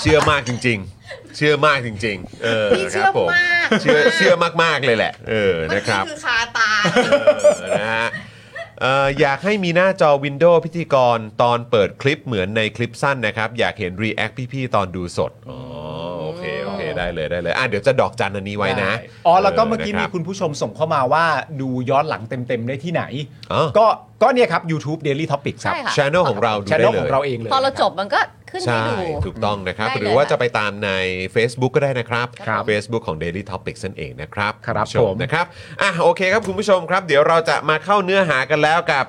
S1: เชื่อมากจริง ๆ เชื่อมากจริง ๆ เออ
S5: พี่
S1: ค
S5: เชื่
S1: รั
S5: อบ
S1: ผม
S5: มาก
S1: เชื่อเชื่อมากๆเลยแหละ เออ
S5: เมื่อ
S1: นะค
S5: กี้
S1: รับ
S5: คือคาตา
S1: เออ นะฮะเอ่ออยากให้มีหน้าจอ Windows พิธีกรตอนเปิดคลิปเหมือนในคลิปสั้นนะครับ อยากเห็นรีแอคพี่ ๆ ตอนดูสด อ๋อ โอเค โอเค ได้เลยได้เลยอ่ะเดี๋ยวจะดอกจันอันนี้ไว้นะ
S2: ใช่อ๋อแล้วก็เมื่อกี้
S1: นะ
S2: มี
S1: รับ
S2: คุณผู้ชมส่งเข้ามาว่าดูย้อนหลังเต็ม ๆ ได้ที่ไหน
S1: อ๋อ
S2: ก็ก็เนี่ยครับ YouTube Daily Topic ครับ
S3: ใช่ค่ะ
S1: channel ของเราดู
S2: ช่
S1: ได้
S2: อง
S1: เล
S2: ขอย งเราเองเลย
S3: พอเราจบมันก็ขึ้นให้
S1: ใช่
S3: ดู
S1: ถูกต้องนะครับ
S3: ได้เลย
S1: หรือว่า
S3: ค่ะ
S1: จะไปตามใน Facebook ก็ได้นะครับ
S2: ครับ
S1: Facebook ของ Daily Topics นั่นเองนะครับ
S2: ครับ
S1: ณช
S2: ผม
S1: นะครับอ่ะโอเคครับ คุณผู้ชมครับ เดี๋ยวเราจะมาเข้าเนื้อหากันแล้วกับ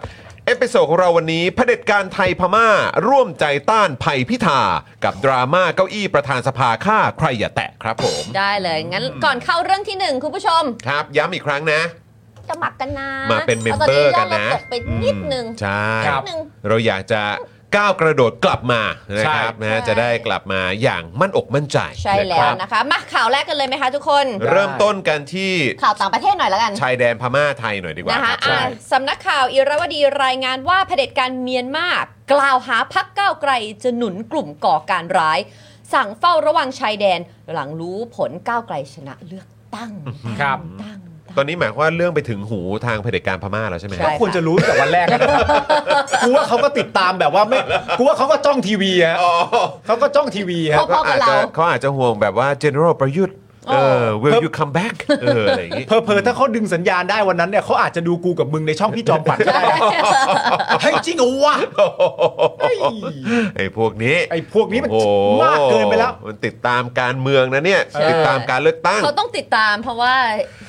S1: เอพิโซดของเราวันนี้เผด็จการไทยพม่า ร่วมใจต้านภัยพิธา กับดราม่าเก้าอี้ประธานสภาฆ่าใครอย่าแตะครับผม
S3: ได้เลย งั้นก่อนเข้าเรื่องที่หนึ่งคุณผู้ชม
S1: ครับ ย้ำอีกครั้งนะ
S3: สมัครกันนะ
S1: มาเป็นเมม
S3: ต
S1: เบอร์กัน
S3: ยด
S1: นะ
S3: เราตกไปนิดนึง
S1: ใช่
S3: นิดนึง
S1: เราอยากจะก้าวกระโดดกลับมานะครับ
S3: ใช่
S1: นะจะได้กลับมาอย่างมั่นอกมั่นใจ
S3: ใช่แล้
S1: นะคว รับ
S3: นะคะมาข่าวแรกกันเลยไหมคะทุกคน
S1: เริ่มต้นกันที่
S3: ข่าวต่างประเทศหน่อยแล้วกัน
S1: ชายแดนพม่าไทยหน่อยดีกว่า
S3: นะคะ
S1: ครับ
S3: อ่าสำนักข่าวอิรวดีรายงานว่าเผด็จการเมียนมากล่าวหาพักก้าวไกลจะหนุนกลุ่มก่อการร้าย สั่งเฝ้าระวังชายแดนหลังรู้ผลก้าวไกลชนะเลือกตั้ง
S2: ครับ
S3: ตั้ง
S1: ตอนนี้หมายความว่าเรื่องไปถึงหูทางเผด็จการพม่าแล้วใช่ไหมฮะ
S3: ใช่
S2: ควรจะรู้ตั้งแต่วันแรก แล้วนะกูว่าเขาก็ติดตามแบบว่าไม่กูว่าเขาก็จ้องทีวีอะ
S1: อ๋อ
S2: เขาก็จ้องทีวีอะ
S3: พอๆกับ
S1: จ
S3: เรา
S1: จะเขาอาจจะห่วงแบบว่า general ประยุทธ์เออ will you come back เอออะไรอย่างงี้
S2: เพอเพอๆถ้าเขาดึงสัญญาณได้วันนั้นเนี่ยเขาอาจจะดูกูกับมึงในช่องพี่จอมปัดก็ได้นะเฮ้ยจริงเหรอวะเฮ้ย
S1: ไอ้พวกนี้
S2: ไอ้พวกนี้มัน
S1: โอ้โห
S2: มากเกินไปแล้ว
S1: มันติดตามการเมืองนะเนี่ย
S2: ใช่
S1: ติดตามการเลือกตั้ง
S3: เขาต้องติดตามเพราะว่า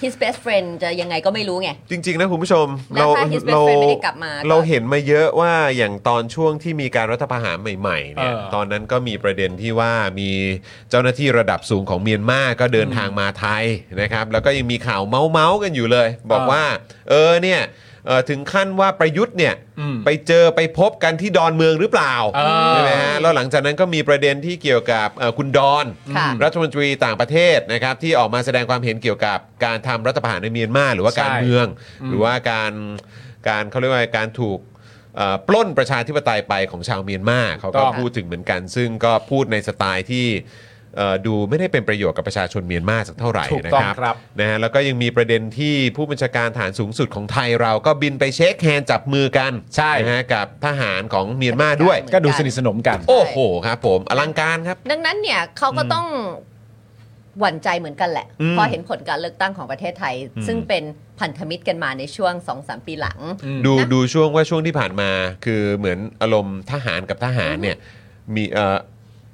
S3: his best friend จะยังไงก็ไม่รู้ไง
S1: จริง ๆ นะคุณผู้ชม
S3: แล้ว
S1: เรา
S3: ถ้า his best
S1: เรา
S3: friend ไม่ได้กลับมาก็
S1: เราเห็นมาเยอะว่าอย่างตอนช่วงที่มีการรัฐประหารใหม่ๆเนี่ย
S2: เออ
S1: ตอนนั้นก็มีประเด็นที่ว่ามีเจ้าหน้าที่ระดับสูงของเมียนมาก็เดินทางมาไทยนะครับ แล้วก็ยังมีข่าวเมาส์ๆกันอยู่เลย บอก
S2: เออ
S1: ว่า เออเนี่ยเอ่อถึงขั้นว่าประยุทธ์เนี่ย
S2: อืม
S1: ไปเจอไปพบกันที่ดอนเมืองหรือเปล่า
S2: เออ
S1: ใช่ไหมฮะแล้วหลังจากนั้นก็มีประเด็นที่เกี่ยวกับเอ่อคุณดอน
S3: ค่ะ
S1: รัฐมนตรีต่างประเทศนะครับที่ออกมาแสดงความเห็นเกี่ยวกับการทำรัฐประหารในเมียนมาหรือว่าการ
S2: ใช่
S1: เมือง หรือว่าการการเขาเรียกว่าการถูกเอ่อปล้นประชาธิปไตยไปของชาวเมียนมาเขาก็พูดถึงเหมือนกัน ซึ่งก็พูดในสไตล์ที่เอ่อดูไม่ได้เป็นประโยชน์กับประชาชนเมียนมาสักเท่าไหร่
S2: ถูก
S1: นะ
S2: ต้อ
S1: ค
S2: ง
S1: รับ
S2: ครับ
S1: นะฮะแล้วก็ยังมีประเด็นที่ผู้บัญชาการฐานสูงสุดของไทยเราก็บินไปเช็คแฮนด์จับมือกัน
S2: ใช่
S1: นะฮะกับทหารของเมียนมาด้วย
S2: ก็ดูสนิทสนมกัน
S1: โอ้โหครับผมอลังการครับ
S3: ดังนั้นเนี่ยเขาก็ต้องหวั่นใจเหมือนกันแหละ
S1: อืม
S3: พอเห็นผลการเลือกตั้งของประเทศไทย
S1: อืม
S3: ซึ่งเป็นพันธมิตรกันมาในช่วง2อสปีหลัง
S1: ดูดูช่วงว่าช่วงที่ผ่านมาคือเหมือนอารมณ์ทหารกับทหารเนี่ยมีเออ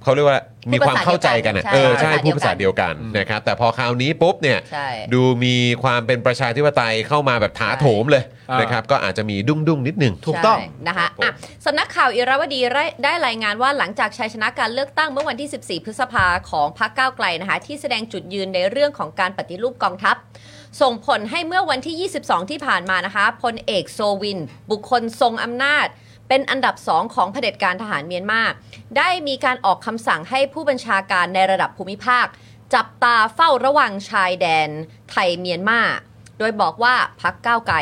S1: เขาเรียกว่ามีความเข้าใจกันอะ
S3: พู
S1: เอ
S3: ด
S1: อ
S3: ภาษาเดียวกัน
S1: ใช่
S3: ใช่
S1: พูดภาษาเดียวกันนะครับแต่พอคราวนี้ปุ๊บเนี่ย
S3: ใช่
S1: ดูมีความเป็นประชาธิปไตยเข้ามาแบบถาโถมเลย
S2: อ่าน
S1: นะครับก็อาจจะมีดุ้งดุ้งๆนิดหนึง
S2: ถูกต้อง
S3: ใช่นะคะ
S1: ครับผม
S3: อ่ะสำนักข่าวอิราวดีได้ได้รายงานว่าหลังจากชัยชนะการเลือกตั้งเมื่อวันที่ 14 พฤษภาของพรรคก้าวไกลนะคะ ที่แสดงจุดยืนในเรื่องของการปฏิรูปกองทัพ ส่งผลให้เมื่อวันที่ 22 ที่ผ่านมานะคะพลเอกโซวิน บุคคลทรงอำนาจ เป็นอันดับสองของเผด็จการทหารเมียนมาได้มีการออกคำสั่งให้ผู้บัญชาการในระดับภูมิภาค จับตาเฝ้าระวังชายแดนไทยเมียนมาโดยบอกว่าพักก้าวไกล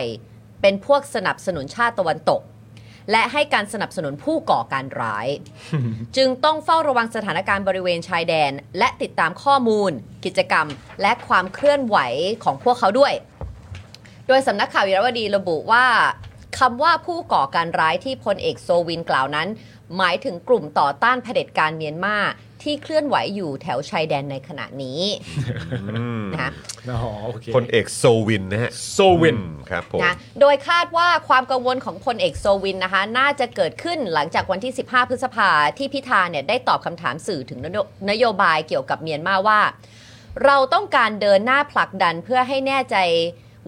S3: เป็นพวกสนับสนุนชาติตะวันตก และให้การสนับสนุนผู้ก่อการร้าย จึงต้องเฝ้าระวังสถานการณ์บริเวณชายแดน และติดตามข้อมูล กิจกรรม และความเคลื่อนไหวของพวกเขาด้วย โดยสำนักข่าวอิราวดีระบุว่าคำว่าผู้ก่อการร้ายที่พลเอกโซวินกล่าวนั้น หมายถึงกลุ่มต่อต้านเผด็จการเมียนมาที่เคลื่อนไหวอยู่แถวชายแดนในขณะนี้นะคะ
S1: พลเอกโซวินนะฮะ
S2: โซวิน
S1: อืมครับผม
S3: นะโดยคาดว่าความกังวลของพลเอกโซวินนะคะ น่าจะเกิดขึ้นหลังจากวันที่ 15 พฤษภาที่พิธาเนี่ยได้ตอบคำถามสื่อถึงนโยนโยบายเกี่ยวกับเมียนมาว่า เราต้องการเดินหน้าผลักดันเพื่อให้แน่ใจ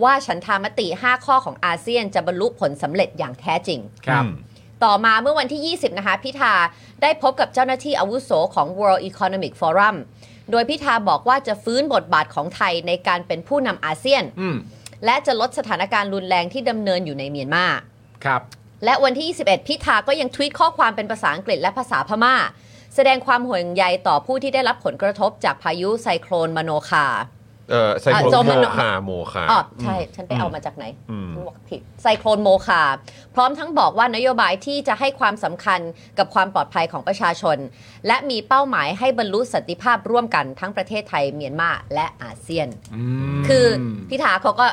S3: ว่าฉันทามติ 5 ข้อของอาเซียนจะบรรลุผลสำเร็จอย่างแท้จริง
S2: ครับ
S3: ต่อมาเมื่อวันที่ 20 นะคะพิธาได้พบกับเจ้าหน้าที่อาวุโสของ World Economic Forum โดยพิธาบอกว่าจะฟื้นบทบาทของไทยในการเป็นผู้นำอาเซียน
S2: อืม
S3: และจะลดสถานการณ์รุนแรงที่ดำเนินอยู่ในเมียนมา
S2: ครับ
S3: และวันที่ 21 พิธาก็ยังทวีตข้อความเป็นภาษาอังกฤษและภาษาพม่า แสดงความห่วงใยต่อผู้ที่ได้รับผลกระทบจากพายุไซโคลนมโนคา
S1: เอ่อไซโคล
S3: อ่ะโซ
S1: โม
S3: มัน
S1: คาโมคา
S3: อ๋อใช่ ฉันไปเอามาจากไหน
S1: อืม
S3: ฉันบอกผิดไซโคลนโมคา พร้อมทั้งบอกว่านโยบายที่จะให้ความสำคัญกับความปลอดภัยของประชาชน และมีเป้าหมายให้บรรลุสันติภาพร่วมกันทั้งประเทศไทยเมียนมาและอาเซียน คือพิธาเขาก็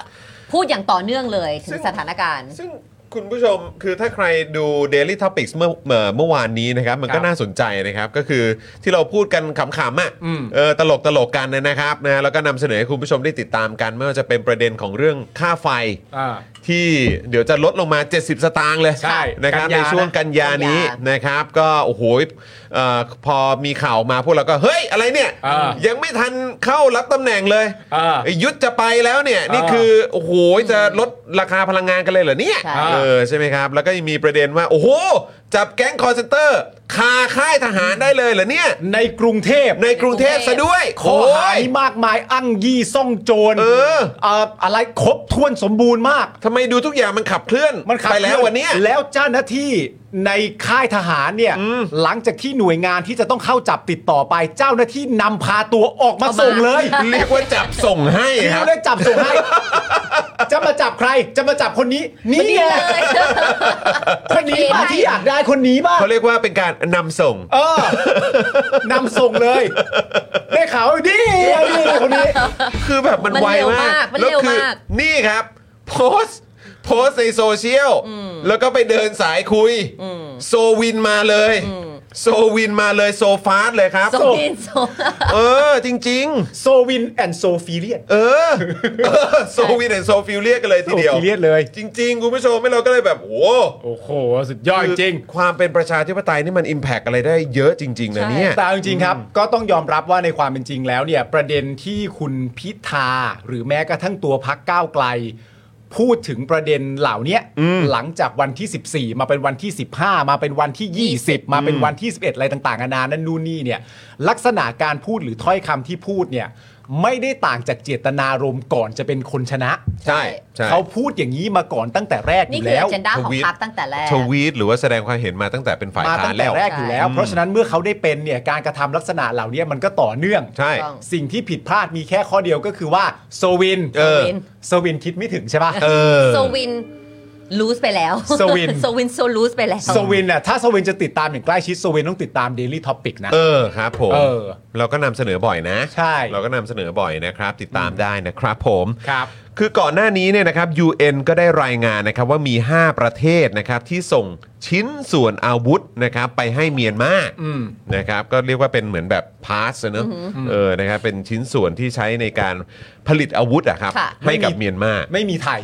S3: พูดอย่างต่อเนื่องเลยถึงสถานการณ์
S1: ซึ่ง คุณผู้ชมคือถ้าใครดู Daily Topics เมื่อเอ่อเมื่อวานนี้นะครับ มัน
S2: ครั
S1: ก็
S2: บ
S1: น่าสนใจนะครับ ก็คือที่เราพูดกันขำๆอ่ะ
S2: อืม
S1: เออตลกตลกๆกันนะครับนะแล้วก็นำเสนอให้คุณผู้ชมได้ติดตามกัน ไม่ว่าจะเป็นประเด็นของเรื่องค่าไฟ
S2: ่า
S1: ที่เดี๋ยวจะลดลงมา 70 สตางค์เลย
S2: ใช่
S1: นะครับ
S2: กัน
S1: ใน
S2: ยานะ
S1: ช่วงกันยานี้
S5: กันยาน
S1: นะครับ ก็โอ้โหเอ่อพอมีข่าวมาพวกเราก็เฮ้ยอะไรเนี่ย
S2: อ่า
S1: ยังไม่ทันเข้ารับตำแหน่งเลย
S2: อ่า
S1: ไอ้ยุทธจะไปแล้วเนี่ย
S2: อ่านี่
S1: นี่คือโอ้โหจะลดราคาพลังงานกันเลยเหรอเนี่ย
S5: ใช่
S1: เออใช่ไหมครับ แล้วก็ยังมีประเด็นว่า โอ้โห จับแก๊งคอร์เซนเตอร์คาค่ายทหารได้เลยเหรอเนี่ย
S2: ในกรุงเทพ
S1: ในกรุงเทพซะด้วย
S2: ข้อหา
S1: โอ้ย
S2: นี่มากมายอ้างยี่ซ่องโจร
S1: เออ
S2: าอะไรครบถ้วนสมบูรณ์มาก
S1: ทำไมดูทุกอย่างมันขับเคลื่อน
S2: มันขับ
S1: ไปแล้ว
S2: เคอ
S1: วันเนี้ย
S2: แล้วเจ้าหน้าที่ในค่ายทหารเนี่ย หลังจากที่หน่วยงานที่จะต้องเข้าจับติดต่อไป เจ้าหน้าที่นำพาตัวออกมาส่งเลย
S1: เรียกว่าจับส่งให้ครั
S2: เรียก
S1: บ
S2: ได้จับส่งให้ จะมาจับใคร จะมาจับคนนี้ นี่ไง
S3: เลย
S2: คนนี้บ้างที่อยากได้คนนี้บ้าง
S1: เขาเรียกว่าเป็นการนำส่ง
S2: เออนำส่งเลย ได้ข่าวดีเอาดีเลยคนนี้
S1: คือแบบมัน
S3: มัน
S1: ไว
S3: เร็ว
S1: มาม
S3: าก กมัน
S1: แล้ว
S3: เร็ว
S1: คื
S3: มาก
S1: นี่ครับ โพสต์ โพสต์ในโซเชียล แล้วก็ไปเดินสายคุย โซวินมาเลย โซวินมาเลยโซฟาสเลยครับ
S3: ส่งดินส่ง
S1: เออ จริง
S2: โซวินแอนโซฟิเลียน
S1: ๆ เออเออ โซวินแอนด์โซฟิลเลียกันเลยทีเดียว
S2: ฟิเลียนเลย
S1: จริง ๆ คุณผู้ชมไม่เราก็เลยแบบ โอ้โห
S2: โอ้โห สุดยอดจริง
S1: คือความเป็นประชาธิปไตยนี่มันอิมแพกอะไรได้เยอะจริง ๆ นะเนี่ย
S2: แต่เอาจริงๆครับก็ต้องยอมรับว่าในความเป็นจริงแล้วเนี่ยประเด็นที่คุณพิธาหรือแม้กระทั่งตัวพักก้าวไกล พูดถึงประเด็นเหล่าเนี้ยหลังจากวันที่ 14 มาเป็นวันที่ 15 มาเป็นวันที่ 20 มาเป็นวันที่ 11 อะไรต่างๆนานานั่นนู่นนี่เนี่ยลักษณะการพูดหรือถ้อยคำที่พูดเนี่ยไม่ได้ต่างจากเจตนารมณ์ก่อนจะเป็นคนชนะ
S1: ใช่ใช่
S2: เขาพูดอย่างนี้มาก่อนตั้งแต่แรกอ
S3: นี่
S2: ยู่
S3: คือ
S2: แล้ว
S3: เจนด้าของ
S1: ทวีต
S3: พรรคตั้งแต่แรก
S1: ทวีตหรือว่าแสดงความเห็นมาตั้งแต่เป็นฝ่าย
S2: มา
S1: ค้า
S2: ตั้
S1: น
S2: งแต่
S1: แล้ว
S2: แรกอยู่แล้ว
S3: ใช่
S2: เพราะฉะนั้นเมื่อเขาได้เป็นเนี่ยการกระทำลักษณะเหล่านี้มันก็ต่อเนื่อง
S1: ใช่
S2: สิ่งที่ผิดพลาดมีแค่ข้อเดียวก็คือว่าโซวิน
S1: เออ
S2: โซวินคิดไม่ถึงใช่ปะ
S1: เออ
S3: โซวินลูสไปแล้ว
S2: โซวิน
S3: โซวินโซ ลูสไปแล้ว
S2: โซวินน่ะถ้าโซวินจะติดตามอย่างใกล้ชิดโซวินต้องติดตาม Daily Topic นะ
S1: เออครับผม
S2: เออ
S1: เราก็นำเสนอบ่อยนะ
S2: ใช่
S1: เราก็นำเสนอบ่อยนะครับ ติดตามได้นะครับผม
S2: ครับ
S1: คือก่อนหน้านี้เนี่ยนะครับ UN ก็ได้รายงานนะครับว่ามี 5 ประเทศนะครับที่ส่งชิ้นส่วนอาวุธนะครับไปให้เมียนมา
S2: อืม
S1: นะครับก็เรียกว่าเป็นเหมือนแบบพาสเนอะเออนะครับเป็นชิ้นส่วนที่ใช้ในการผลิตอาวุธอะครับ
S3: ค่ะ
S1: ให้กับ
S2: ไม่มี
S1: เมียนมา
S2: ไม่มีไทย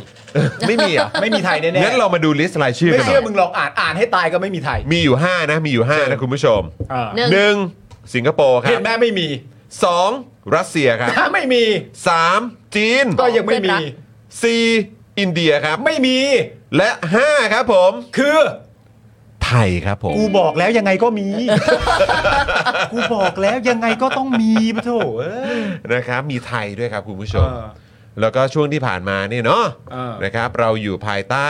S1: ไม่มีเหรอ่ะ
S2: ไม่มีไทยแน่ๆ
S1: งั้นเรามาดูลิสต์รายชื่อ
S2: ไม่
S1: กันหน่
S2: เชื่อ
S1: อย
S2: มึงลองอ่านอ่านให้ตายก็ไม่มีไทย
S1: มีอยู่ 5 นะมีอยู่ 5 นะคุณผู้ชม
S2: เออ
S3: หนึ่ง
S1: หนึ่งสิงคโปร์ครั
S2: เห็
S1: บ
S2: นแม่ไม่มี
S1: สองรัสเซียครับ
S2: ถ้าไม่มี
S1: สามจีน
S2: ก็ยังไม่มี
S1: สี่อินเดียครับ
S2: ไม่มี
S1: และห้าครับผม
S2: คือ
S1: ไทยครับผม
S2: กูบอกแล้วยังไงก็ มี กูบอกแล้วยังไงก็ต้องมีปะโถเอ้ย
S1: นะครับมีไทยด้วยครับคุณผู้ชม
S2: เออ
S1: แล้วก็ช่วงที่ผ่านมาเนี่ยเนาะ
S2: เออ
S1: นะครับ เราอยู่ภายใต้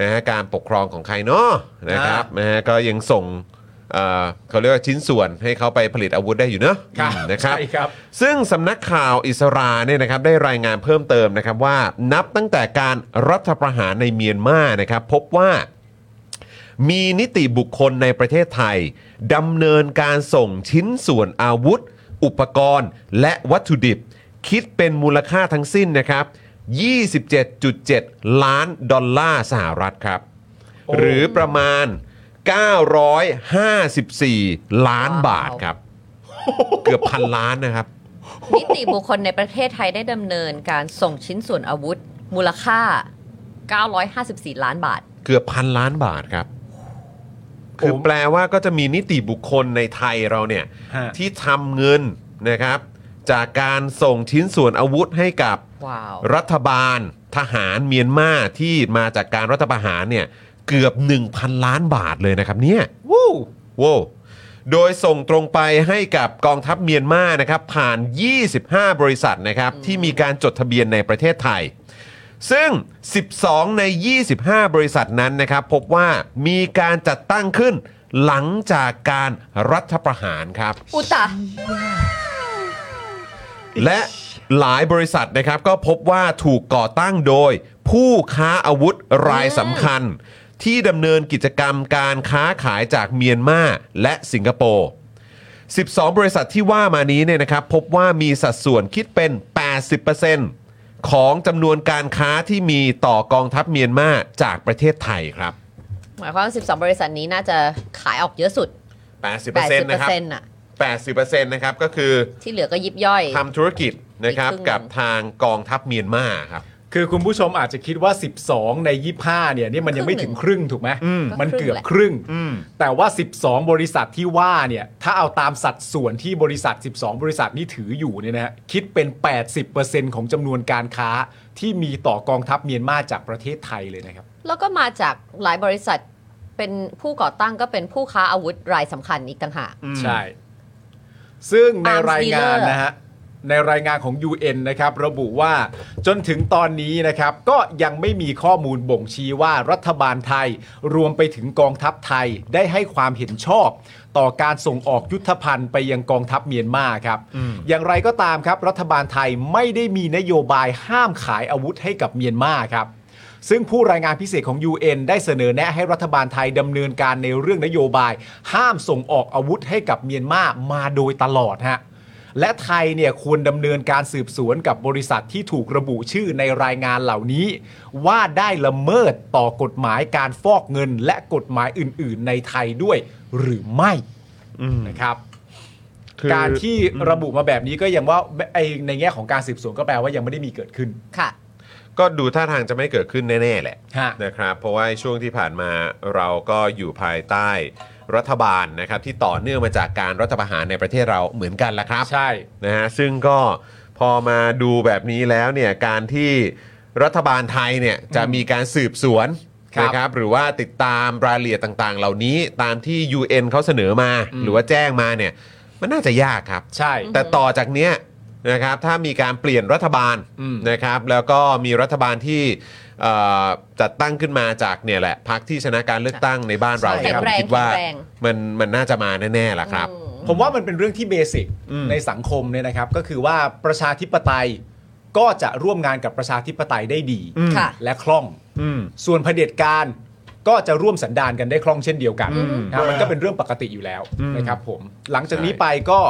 S1: นะฮะการปกครองของใครเนาะนะครับนะฮะก็ยังส่งเอ่อเขาเรียกว่าชิ้นส่วนให้เขาไปผลิตอาวุธได้อยู่เนาะ
S2: ครับ
S1: อืมนะครับ
S2: ใช่ครับ
S1: ซึ่งสำนักข่าวอิสราเนี่ยนะครับได้รายงานเพิ่มเติมนะครับว่านับตั้งแต่การรัฐประหารในเมียนมานะครับ พบว่า มีนิติบุคคลในประเทศไทยดำเนินการส่งชิ้นส่วนอาวุธ อุปกรณ์ และวัตถุดิบ คิดเป็นมูลค่าทั้งสิ้นนะครับ 27.7 ล้านดอลลาร์สหรัฐครับ
S2: โอ้
S1: หรือประมาณ 954 ล้านบาทครับ เกือบพันล้านนะครับ
S3: นิติบุคคลในประเทศไทยได้ดำเนินการส่งชิ้นส่วนอาวุธ มูลค่า 954 ล้านบาท
S1: เกือบพันล้านบาทครับ คือแปลว่าก็จะมีนิติบุคคลในไทยเราเนี่ย
S2: ฮะ
S1: ที่ทำเงินนะครับ จากการส่งชิ้นส่วนอาวุธให้กับ
S3: ว้าว
S1: รัฐบาลทหารเมียนมาที่มาจากการรัฐประหารเนี่ย เกือบ 1,000 ล้านบาทเลยนะครับเนี่ย
S2: วู้
S1: โว้วโดยส่งตรงไปให้กับกองทัพเมียนมานะครับ ผ่าน 25 บริษัทนะครับ ที่มีการจดทะเบียนในประเทศไทย ซึ่ง 12 ใน 25 บริษัทนั้นนะครับ พบว่ามีการจัดตั้งขึ้นหลังจากการรัฐประหารครับ
S3: อุตะ
S1: และหลายบริษัทนะครับก็พบว่าถูกก่อตั้งโดย ผู้ค้าอาวุธรายสำคัญ ที่ดำเนินกิจกรรมการค้าขายจากเมียนมาและสิงคโปร์ 12 บริษัทที่ว่ามานี้เนี่ยนะครับ พบว่ามีสัดส่วนคิดเป็น 80% ของจำนวนการค้าที่มีต่อกองทัพเมียนมาจากประเทศไทยครับ
S3: หมายความว่า12 บริษัทนี้น่าจะขายออกเยอะสุด
S1: 80%นะครั
S3: 80%น่ะ
S1: บ80%นะครับก็คือ
S3: ที่เหลือก็ยิบย่อย
S1: ทำธุรกิจนะครับ
S3: อีกครึ่ง
S1: กับทางกองทัพเมียนมาครับ
S2: คือคุณผู้ชมอาจจะคิดว่า 12 ใน 25 เนี่ยนี่มันยังไม่ถึงครึ่งถูกไหม
S1: อืม
S2: มันเกือบครึ่ง
S1: อืม
S2: แต่ว่า 12 บริษัทที่ว่าเนี่ยถ้าเอาตามสัดส่วนที่บริษัท 12 บริษัทนี้ถืออยู่เนี่ยนะฮะคิดเป็น 80%ของจำนวนการค้าที่มีต่อกองทัพเมียนมาจากประเทศไทยเลยนะครับ
S3: แล้วก็มาจากหลายบริษัทเป็นผู้ก่อตั้งก็เป็นผู้ค้าอาวุธรายสำคัญอีกต่างหาก
S2: ใช่ ซึ่งใน
S3: Arms
S2: รายงาน
S3: dealer
S2: นะฮะ ในรายงานของ UN นะครับ ระบุว่าจนถึงตอนนี้นะครับ ก็ยังไม่มีข้อมูลบ่งชี้ว่ารัฐบาลไทย รวมไปถึงกองทัพไทยได้ให้ความเห็นชอบ ต่อการส่งออกยุทธภัณฑ์ไปยังกองทัพเมียนมาครับ อย่างไรก็ตามครับ รัฐบาลไทยไม่ได้มีนโยบายห้ามขายอาวุธให้กับเมียนมาครับ ซึ่งผู้รายงานพิเศษของ UN ได้เสนอแนะให้รัฐบาลไทยดำเนินการในเรื่องนโยบาย ห้ามส่งออกอาวุธให้กับเมียนมามาโดยตลอดฮะและไทยเนี่ยควรดำเนินการสืบสวนกับบริษัทที่ถูกระบุชื่อในรายงานเหล่านี้ ว่าได้ละเมิดต่อกฎหมายการฟอกเงินและกฎหมายอื่น ๆ ในไทยด้วยหรือไม่นะครับ
S1: คือ
S2: การที่ระบุมาแบบนี้ก็ยังว่าไอในแง่ของการสืบสวนก็แปลว่ายังไม่ได้มีเกิดขึ้น
S3: ค่ะ
S1: ก็ดูท่าทางจะไม่เกิดขึ้นแน่ ๆ แหละ
S2: ฮะ
S1: นะครับเพราะว่าช่วงที่ผ่านมาเราก็อยู่ภายใต้รัฐบาลนะครับที่ต่อเนื่องมาจากการรัฐประหารในประเทศเราเหมือนกันละครับ
S2: ใช่
S1: นะฮะซึ่งก็พอมาดูแบบนี้แล้วเนี่ยการที่รัฐบาลไทยเนี่ยจะมีการสืบสวน
S2: ครับ
S1: นะครับหรือว่าติดตามรายละเอียดต่างๆ เหล่านี้ตามที่ UN เขาเสนอมา
S2: อืม
S1: หรือว่าแจ้งมาเนี่ยมันน่าจะยากครับ
S2: ใช่
S1: แต่ต่อจากเนี้ยนะครับถ้ามีการเปลี่ยนรัฐบาล
S2: อืม
S1: นะครับแล้วก็มีรัฐบาลที่เอ่อจัดตั้งขึ้นมาจากเนี่ยแหละพรรคที่ชนะการเลือกตั้งในบ้านเราเนี่ย
S3: ใช่
S1: ผมคิด
S3: แข็งแรง
S1: ว่า
S3: แข็งแรง
S1: มันมันน่าจะมาแน่ๆล่ะครับ
S3: อืม
S2: ผมว่ามันเป็นเรื่องที่เบสิก
S1: อืม
S2: ในสังคมเนี่ยนะครับ ก็คือว่าประชาธิปไตยก็จะร่วมงานกับประชาธิปไตยได้ดี
S1: อืม
S3: ค่ะ
S2: และคล่อง
S1: อืม
S2: ส่วนเผด็จการก็จะร่วมสันดานกันได้คล่องเช่นเดียวกัน
S3: อืม
S2: นะครับมันก็เป็นเรื่องปกติอยู่แล้ว
S1: อืม
S2: นะครับผมหลังจากนี้ไปก็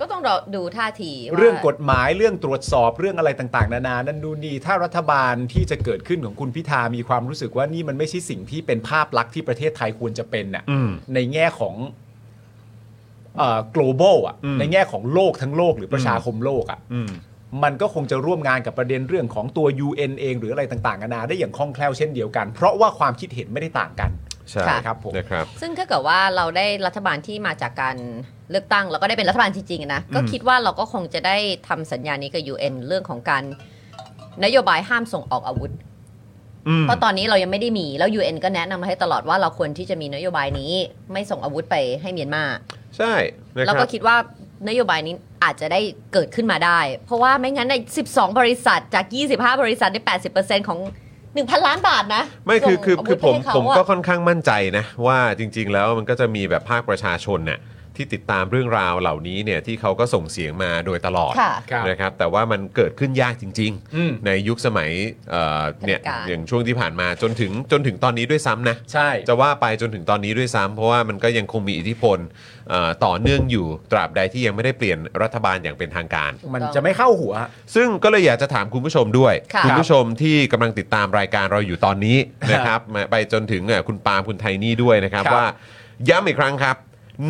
S3: ก็ต้องรอดูท่าทีว่า
S2: เรื่องกฎหมายเรื่องตรวจสอบเรื่องอะไรต่างๆ นานานั่นดูนนี่ถ้ารัฐบาลที่จะเกิดขึ้นของคุณพิธามีความรู้สึกว่านี่มันไม่ใช่สิ่งที่เป็นภาพลักษณ์ที่ประเทศไทยควรจะเป็นน่ะ
S1: อืม
S2: ในแง่ของเอ่อ global อ่ะ
S1: อืม
S2: ในแง่ของโลกทั้งโลกหรือประชาคมโลกอ่ะ
S1: อืม
S2: มันก็คงจะร่วมงานกับประเด็นเรื่องของตัว UN เองหรืออะไรต่างๆนานาได้อย่างคล่องแคล่วเช่นเดียวกัน เพราะว่าความคิดเห็นไม่ได้ต่างกัน
S1: ใช่
S2: ค่ะครับผม
S1: นะครับ
S3: ซึ่งถ้าเกิดว่าเราได้รัฐบาลที่มาจากการเลือกตั้ง แล้วก็ได้เป็นรัฐบาลจริงๆนะ ก็คิดว่าเราก็คงจะได้ทำสัญญานี้กับ UN เรื่องของการนโยบายห้ามส่งออกอาวุธ
S1: อืม
S3: เพราะตอนนี้เรายังไม่ได้มีแล้ว UN ก็แนะนำมาให้ตลอดว่าเราควรที่จะมีนโยบายนี้ ไม่ส่งอาวุธไปให้เมียนมา
S1: ใช่นะค
S3: แล้
S1: รั
S3: ว
S1: บ
S3: ก็คิดว่านโยบายนี้อาจจะได้เกิดขึ้นมาได้ เพราะว่าไม่งั้นใน 12 บริษัทจาก 25 บริษัทใน 80%ของ 1,000 ล้านบาทนะ
S1: ไม่คือคือคือผม
S3: ส่งาวุธไปให้เขา
S1: ผม
S3: อะ
S1: ก็ค่อนข้างมั่นใจนะว่าจริง ๆ แล้วมันก็จะมีแบบภาคประชาชนเนี่ยที่ติดตามเรื่องราวเหล่านี้เนี่ยที่เขาก็ส่งเสียงมาโดยตลอด
S3: ค่ะ
S1: นะครับแต่ว่ามันเกิดขึ้นยากจริง
S2: อืม
S1: ๆ ในยุคสมัยเอ่อเนี่ย
S3: เผด็จการ
S1: อย่างช่วงที่ผ่านมาจนถึงจนถึงตอนนี้ด้วยซ้ำนะ
S2: ใช่
S1: จะว่าไปจนถึงตอนนี้ด้วยซ้ำเพราะว่ามันก็ยังคงมีอิทธิพลเอ่อต่อเนื่องอยู่ตราบใดที่ยังไม่ได้เปลี่ยนรัฐบาลอย่างเป็นทางการ
S2: มันจะไม่เข้าหัว
S1: ซึ่งก็เลยอยากจะถามคุณผู้ชมด้วย
S3: ค่ะ
S1: คุณผู้ชมที่กำลังติดตามรายการเราอยู่ตอนนี้ นะครับมาไปจนถึงเอ่อคุณปาล์มคุณไทนี่ด้วยนะครับ
S2: ครับ
S1: ว่าย้ำอีกครั้งครับ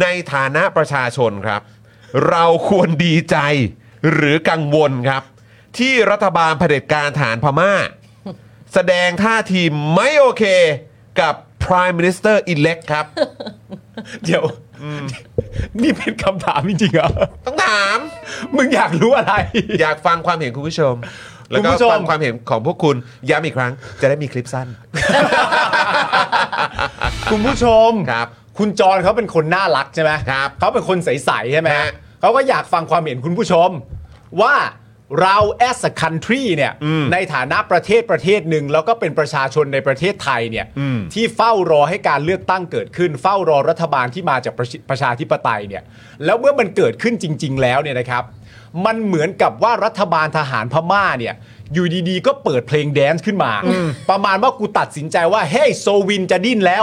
S1: ในฐานะประชาชนครับ เราควรดีใจหรือกังวลครับ ที่รัฐบาลเผด็จการฐานพม่า แสดงท่าทีไม่โอเคกับ Prime Minister elect ครับ
S2: เดี๋ยวนี่เป็นคำถามจริงๆเหรอ
S1: ต้องถาม
S2: มึงอยากรู้อะไร
S1: อยากฟังความเห็นคุณผู้ชม แล้ว
S2: คุณ
S1: ก็
S2: ผู้ชม
S1: ฟังความเห็นของพวกคุณย้ำอีกครั้ง จะได้มีคลิปสั้น
S2: คุณผู้ชม
S1: ครับ
S2: คุณจรเขาเป็นคนน่ารักใช่ไหม
S1: ครับ
S2: เขาเป็นคนใสๆใช่ไหม
S1: ฮะ
S2: เขาก็อยากฟังความเห็นคุณผู้ชม ว่าเรา as a country เนี่ย
S1: อืม
S2: ในฐานะประเทศประเทศหนึ่งแล้วก็เป็นประชาชนในประเทศไทยเนี่ย
S1: อืม
S2: ที่เฝ้ารอให้การเลือกตั้งเกิดขึ้น เฝ้ารอรัฐบาลที่มาจากประชประชาธิปไตยเนี่ยแล้วเมื่อมันเกิดขึ้นจริง ๆ แล้วเนี่ยนะครับ มันเหมือนกับว่ารัฐบาลทหารพม่าเนี่ย อยู่ดีๆ ก็เปิดเพลงแดนซ์ขึ้นมา ประมาณว่ากูตัดสินใจว่า เฮ้ยโซวินจะดิ้นแล้ว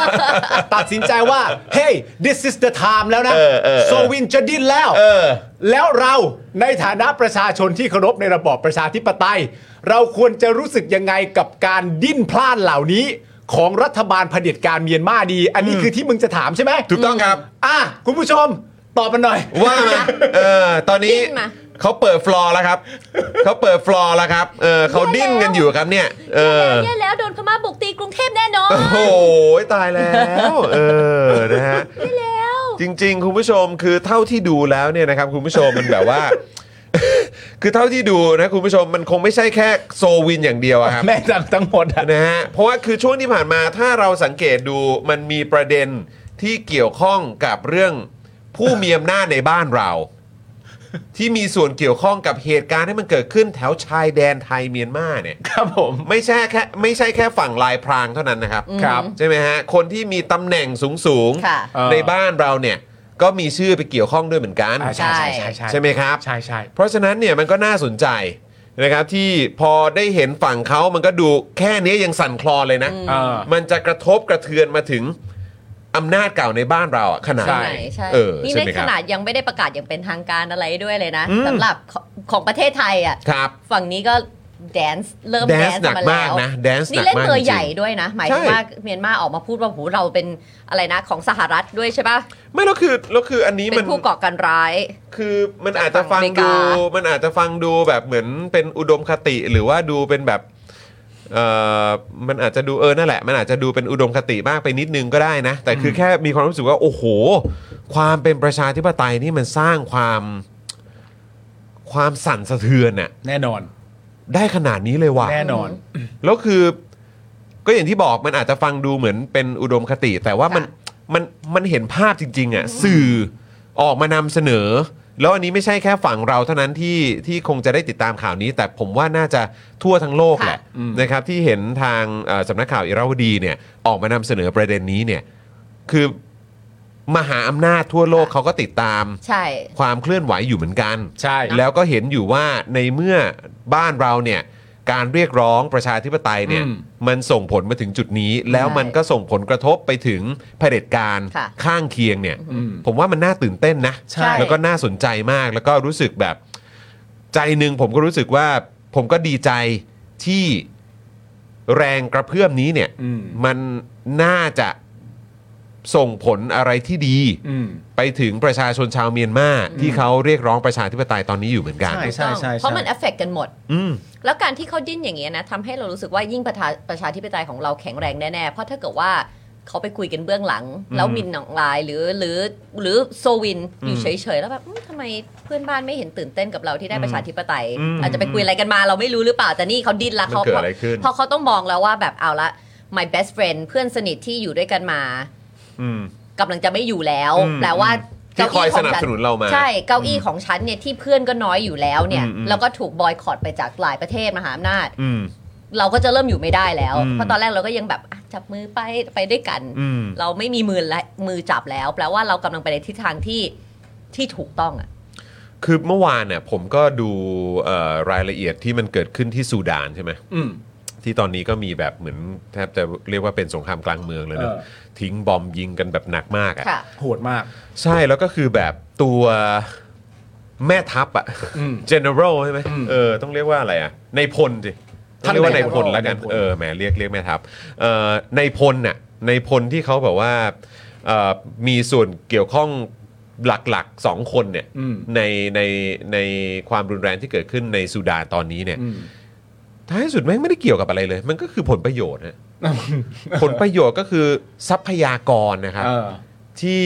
S2: ตัดสินใจว่า เฮ้ย this is the time แล้วนะ
S1: เออเออเออ
S2: โซวินจะดิ้นแล้ว
S1: เออ
S2: แล้วเราในฐานะประชาชนที่เคารพในระบอบประชาธิปไตย เราควรจะรู้สึกยังไงกับการดิ้นพลานเหล่านี้ ของรัฐบาลเผด็จการเมียนมาดี อันนี้คือที่มึงจะถามใช่ไหม
S1: ถูกต้องครับ
S2: อ่ะคุณผู้ชม ตอบมันหน่อย
S1: ว่ามาเออตอนนี้
S3: ดิ้นมา
S1: เขาเปิดฟลอร์แล้วครับ เขาเปิดฟลอร์แล้วครับเออเขาดิ้นกันอยู่ครับเนี่ย เออ
S3: แย่แล้วโดนพม่าบุกตีกรุงเทพแน่นอน
S1: โอ้โหตายแล้ว เออนะฮะ
S3: แล้ว
S1: จริง ๆ คุณผู้ชมคือเท่าที่ดูแล้วเนี่ยนะครับคุณผู้ชมมันแบบว่า คือเท่าที่ดูนะคุณผู้ชมมันคงไม่ใช่แค่โซวินอย่างเดียวอะครับ
S2: แม่จำทั้งหมดอะ
S1: นะฮะเพราะว่าคือช่วงที่ผ่านมาถ้าเราสังเกตดูมันมีประเด็นที่เกี่ยวข้องกับเรื่องผู้มีอำนาจในบ้านเรา ที่มีส่วนเกี่ยวข้องกับเหตุการณ์ที่มันเกิดขึ้นแถวชายแดนไทยเมียนมาเนี่ย
S2: ครับผม
S1: ไม่ใช่แค่ไม่ใช่แค่ฝั่งลายพรางเท่านั้นนะครับ
S2: ครับ
S1: ใช่ไหมฮะคนที่มีตำแหน่งสูง
S3: ค่ะ
S1: ๆในบ้านเราเนี่ยก็มีชื่อไปเกี่ยวข้องด้วยเหมือนกัน
S2: อ่าใช่ใช่ใช่ใช่
S1: ไหมครับ
S2: ใช่ใช่
S1: เพราะฉะนั้นเนี่ยมันก็น่าสนใจนะครับที่พอได้เห็นฝั่งเขามันก็ดูแค่นี้ยังสั่นคลอนเลยนะ
S2: เออ
S1: มันจะกระทบกระเทือนมาถึงอำนาจเก่าในบ้านเราอะขนาด
S3: ใช่
S1: ไหน
S3: ใช่
S1: เออ
S3: นี่
S1: ใช่
S3: ใน
S1: ไหมค
S3: ข
S1: รับ
S3: นาดยังไม่ได้ประกาศอย่างเป็นทางการอะไรด้วยเลยนะ
S1: อืม
S3: สำหรับของของประเทศไทยอ่ะ
S1: ครับ
S3: ฝั่งนี้ก็แดนซ์เริ่ม
S1: แด
S3: แด
S1: น
S3: น
S1: ซ์
S3: ซ์
S1: หนัก
S3: มา
S1: มา
S3: แล้
S1: ก
S3: ว
S1: นะแดนซ์ห
S3: นี่
S1: นัก
S3: เล่น
S1: มาก
S3: เบอ
S1: จ
S3: ร์
S1: งๆ
S3: ใหญ่ด้วยนะ หมายถึง
S1: ใช่
S3: ว่าเมียนมาออกมาพูดว่าหูเราเป็นอะไรนะของสหรัฐด้วยใช่ปะ
S1: ไม่แล้วคือแล้วคืออันนี้
S3: เป็
S1: มัน น
S3: ผู้ก่อการร้าย
S1: คือมันอาจจะฟัง
S3: ฝั่งอเมริกา
S1: ดูมันอาจจะฟังดูแบบเหมือนเป็นอุดมคติหรือว่าดูเป็นแบบเออมันอาจจะดูเออนั่นแหละ มันอาจจะดูเป็นอุดมคติมากไปนิดนึงก็ได้นะ แต่คือแค่มีความรู้สึกว่าโอ้โห ความเป็นประชาธิปไตยนี่มันสร้างความความสั่นสะเทือนน่ะ
S2: แน่นอน
S1: ได้ขนาดนี้เลยว่ะ
S2: แน่นอน
S1: แล้วคือก็อย่างที่บอกมันอาจจะฟังดูเหมือนเป็นอุดมคติ แต่ว่ามัน
S3: ค่ะ
S1: มันมันเห็นภาพจริงๆอ่ะสื่อออกมานำเสนอ แล้วอันนี้ไม่ใช่แค่ฝั่งเราเท่านั้นที่ที่คงจะได้ติดตามข่าวนี้ แต่ผมว่าน่าจะทั่วทั้งโลกแหละนะครับ ที่เห็นทางเอ่อสำนักข่าวอิราวดีเนี่ยออกมานำเสนอประเด็นนี้เนี่ยคือมหาอำนาจทั่วโลกเขาก็ติดตาม
S3: ใช่
S1: ความเคลื่อนไหวอยู่เหมือนกัน
S2: ใช่
S1: แล้วก็เห็นอยู่ว่าในเมื่อบ้านเราเนี่ยการเรียกร้องประชาธิปไตยเนี่ย
S2: อืม
S1: มันส่งผลมาถึงจุดนี้ แล้วมันก็ส่งผลกระทบไปถึงเผด็จการ
S3: ค่ะ
S1: ข้างเคียงเนี่ยผมว่ามันน่าตื่นเต้นนะ
S3: ใช่
S1: แล้วก็น่าสนใจมากแล้วก็รู้สึกแบบใจหนึ่งผมก็รู้สึกว่าผมก็ดีใจที่แรงกระเพื่อมนี้เนี่ย
S2: อืม
S1: มันน่าจะส่งผลอะไรที่ดี
S2: อืม
S1: ไปถึงประชาชนชาวเมียนมาที่เขาเรียกร้องประชาธิปไตยตอนนี้อยู่เหมือนกัน
S2: ใช่
S3: ถูกต้องเพราะมันเอฟเฟกกันหมด
S1: อืม
S3: แล้วการที่เขาดิ้นอย่างเงี้ยนะทำให้เรารู้สึกว่ายิ่งประชาประชาธิปไตยของเราแข็งแรงแน่ๆ เพราะถ้าเกิดว่าเขาไปคุยกันเบื้องหลัง แล้วมินหนองลายหรือหรือหรือโซวินอยู่เฉยๆ แล้วแบบอืมทำไมเพื่อนบ้านไม่เห็นตื่นเต้นกับเราที่ได้ประชาธิปไตย
S1: อืม
S3: อาจจะไปคุยอะไรกันมาเราไม่รู้หรือเปล่า แต่นี่เขาดิ้นละ
S1: มันเกิดอะไรขึ้น
S3: เพราะเขาต้องมองแล้วว่าแบบเอาละ my best friend เพื่อนสนิทที่อยู่ด้วยกันมา
S1: อืม
S3: กำลังจะไม่อยู่แล้ว
S1: อืม
S3: แปลว่า
S1: ที่คอย
S3: เก้าข
S1: ส
S3: ง
S1: นับ
S3: ฉั
S1: สนุนเรามา
S3: ใช่เก้าอี้ของฉันเนี่ยที่เพื่อนก็น้อยอยู่แล้วเนี่ย
S1: อืมอืม
S3: แล้วก็ถูกบอยคอตไปจากหลายประเทศมหาอำนาจ
S1: อืม
S3: เราก็จะเริ่มอยู่ไม่ได้แล้ว
S1: อืม
S3: เพราะตอนแรกเราก็ยังแบบอ่ะจับมือไปไปด้วยกัน
S1: อืม
S3: เราไม่มีมือและมือจับแล้ว แปลว่าเรากำลังไปในทิศทางที่ที่ถูกต้องอ่ะ
S1: คือเมื่อวานเนี่ยผมก็ดูเอ่อรายละเอียดที่มันเกิดขึ้นที่ซูดานใช่ไหม
S2: อืม
S1: ที่ตอนนี้ก็มีแบบเหมือนแทบจะเรียกว่าเป็นสงครามกลางเมืองเลยเนอะ
S2: เออ
S1: ทิ้งบอมยิงกันแบบหนักมากอ่ะ
S3: ค่ะ
S2: โหดมาก
S1: ใช่แล้วก็คือแบบตัวแม่ทัพอะ
S2: อืม
S1: general ใช่ไหม
S2: อืม
S1: เออต้องเรียกว่าอะไรอะในายพลสิต้องเรียกว่านายพลแล้วกัน
S2: ท่านนายพล
S1: เออแหมเรียกเรียกแม่ทัพเอ่อในายพลน่ะในายพลที่เขาแบบว่าเอ่อมีส่วนเกี่ยวข้องหลักๆสองคนเนี่ย
S2: อืม
S1: ในในในความรุนแรงที่เกิดขึ้นในสุดานตอนนี้เนี่ย
S2: อืม
S1: ท้ายสุดแม่งไม่ได้เกี่ยวกับอะไรเลย มันก็คือผลประโยชน์นะ ผลประโยชน์ก็คือทรัพยากรนะครับ
S2: เออ
S1: ที่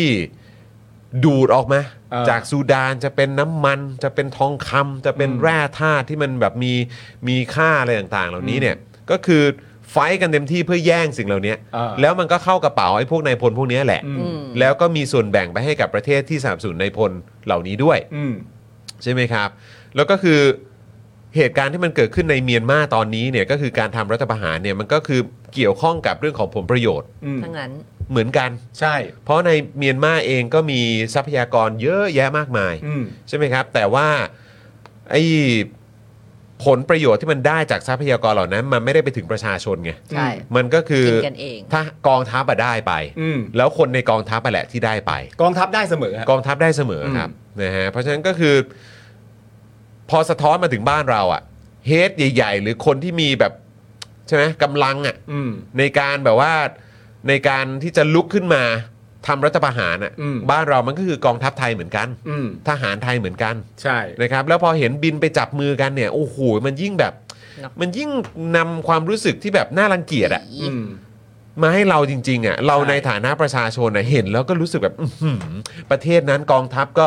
S1: ดูดออกมา
S2: เออ
S1: จากซูดานจะเป็นน้ำมันจะเป็นทองคำจะเป็น
S2: อืม
S1: แร่ธาตุที่มันแบบมีมีค่าอะไรต่างๆ เหล่านี้เนี่ยก็คือไฟท์กันเต็มที่เพื่อแย่งสิ่งเหล่านี้
S2: เออ
S1: แล้วมันก็เข้ากระเป๋าไอ้พวกนายพลพวกเนี้ยแหละ
S2: อื
S3: ม
S1: แล้วก็มีส่วนแบ่งไปให้กับประเทศที่สนับสนุนนายพลเหล่านี้ด้วย
S2: อืม
S1: ใช่ไหมครับ แล้วก็คือเหตุการณ์ที่มันเกิดขึ้นในเมียนมาตอนนี้เนี่ยก็คือการทำรัฐประหารเนี่ยมันก็คือเกี่ยวข้องกับเรื่องของผลประโยชน์
S2: อืม
S3: ทั้งนั้น
S1: เหมือนกัน
S2: ใช่
S1: เพราะในเมียนมาเองก็มีทรัพยากรเยอะแยะมากมาย
S2: อืม
S1: ใช่ไหมครับ แต่ว่าไอ้ ผลประโยชน์ที่มันได้จากทรัพยากรเหล่านั้น มันไม่ได้ไปถึงประชาชนไง
S3: ใช่
S1: มันก็คือ
S3: กินกันเอง
S1: ถ้ากองทัพอะได้ไป
S2: อืม
S1: แล้วคนในกองทัพไปแหละที่ได้ไป
S2: กองทัพได้เสมอฮะ
S1: กองทัพได้เสมอครับนะฮะเพราะฉะนั้นก็คือ พอสะท้อนมาถึงบ้านเราอะเฮดใหญ่ ๆ หรือคนที่มีแบบใช่ไหมกำลังอะ
S2: อืม
S1: ในการแบบว่าในการที่จะลุกขึ้นมาทำรัฐประหารอะ
S2: อืม
S1: บ้านเรามันก็คือกองทัพไทยเหมือนกัน
S2: อืม
S1: ทหารไทยเหมือนกัน
S2: ใช่
S1: นะครับ แล้วพอเห็นบินไปจับมือกันเนี่ยโอ้โหมันยิ่งแบบ
S3: เนอะ
S1: มันยิ่งนำความรู้สึกที่แบบน่ารังเกียจอะ
S3: อี
S2: อืม
S1: มาให้เราจริงๆอ่ะเรา
S2: ใช่
S1: ในฐานะประชาชนอ่ะเห็นแล้วก็รู้สึกแบบอื้อหือประเทศนั้นกองทัพก็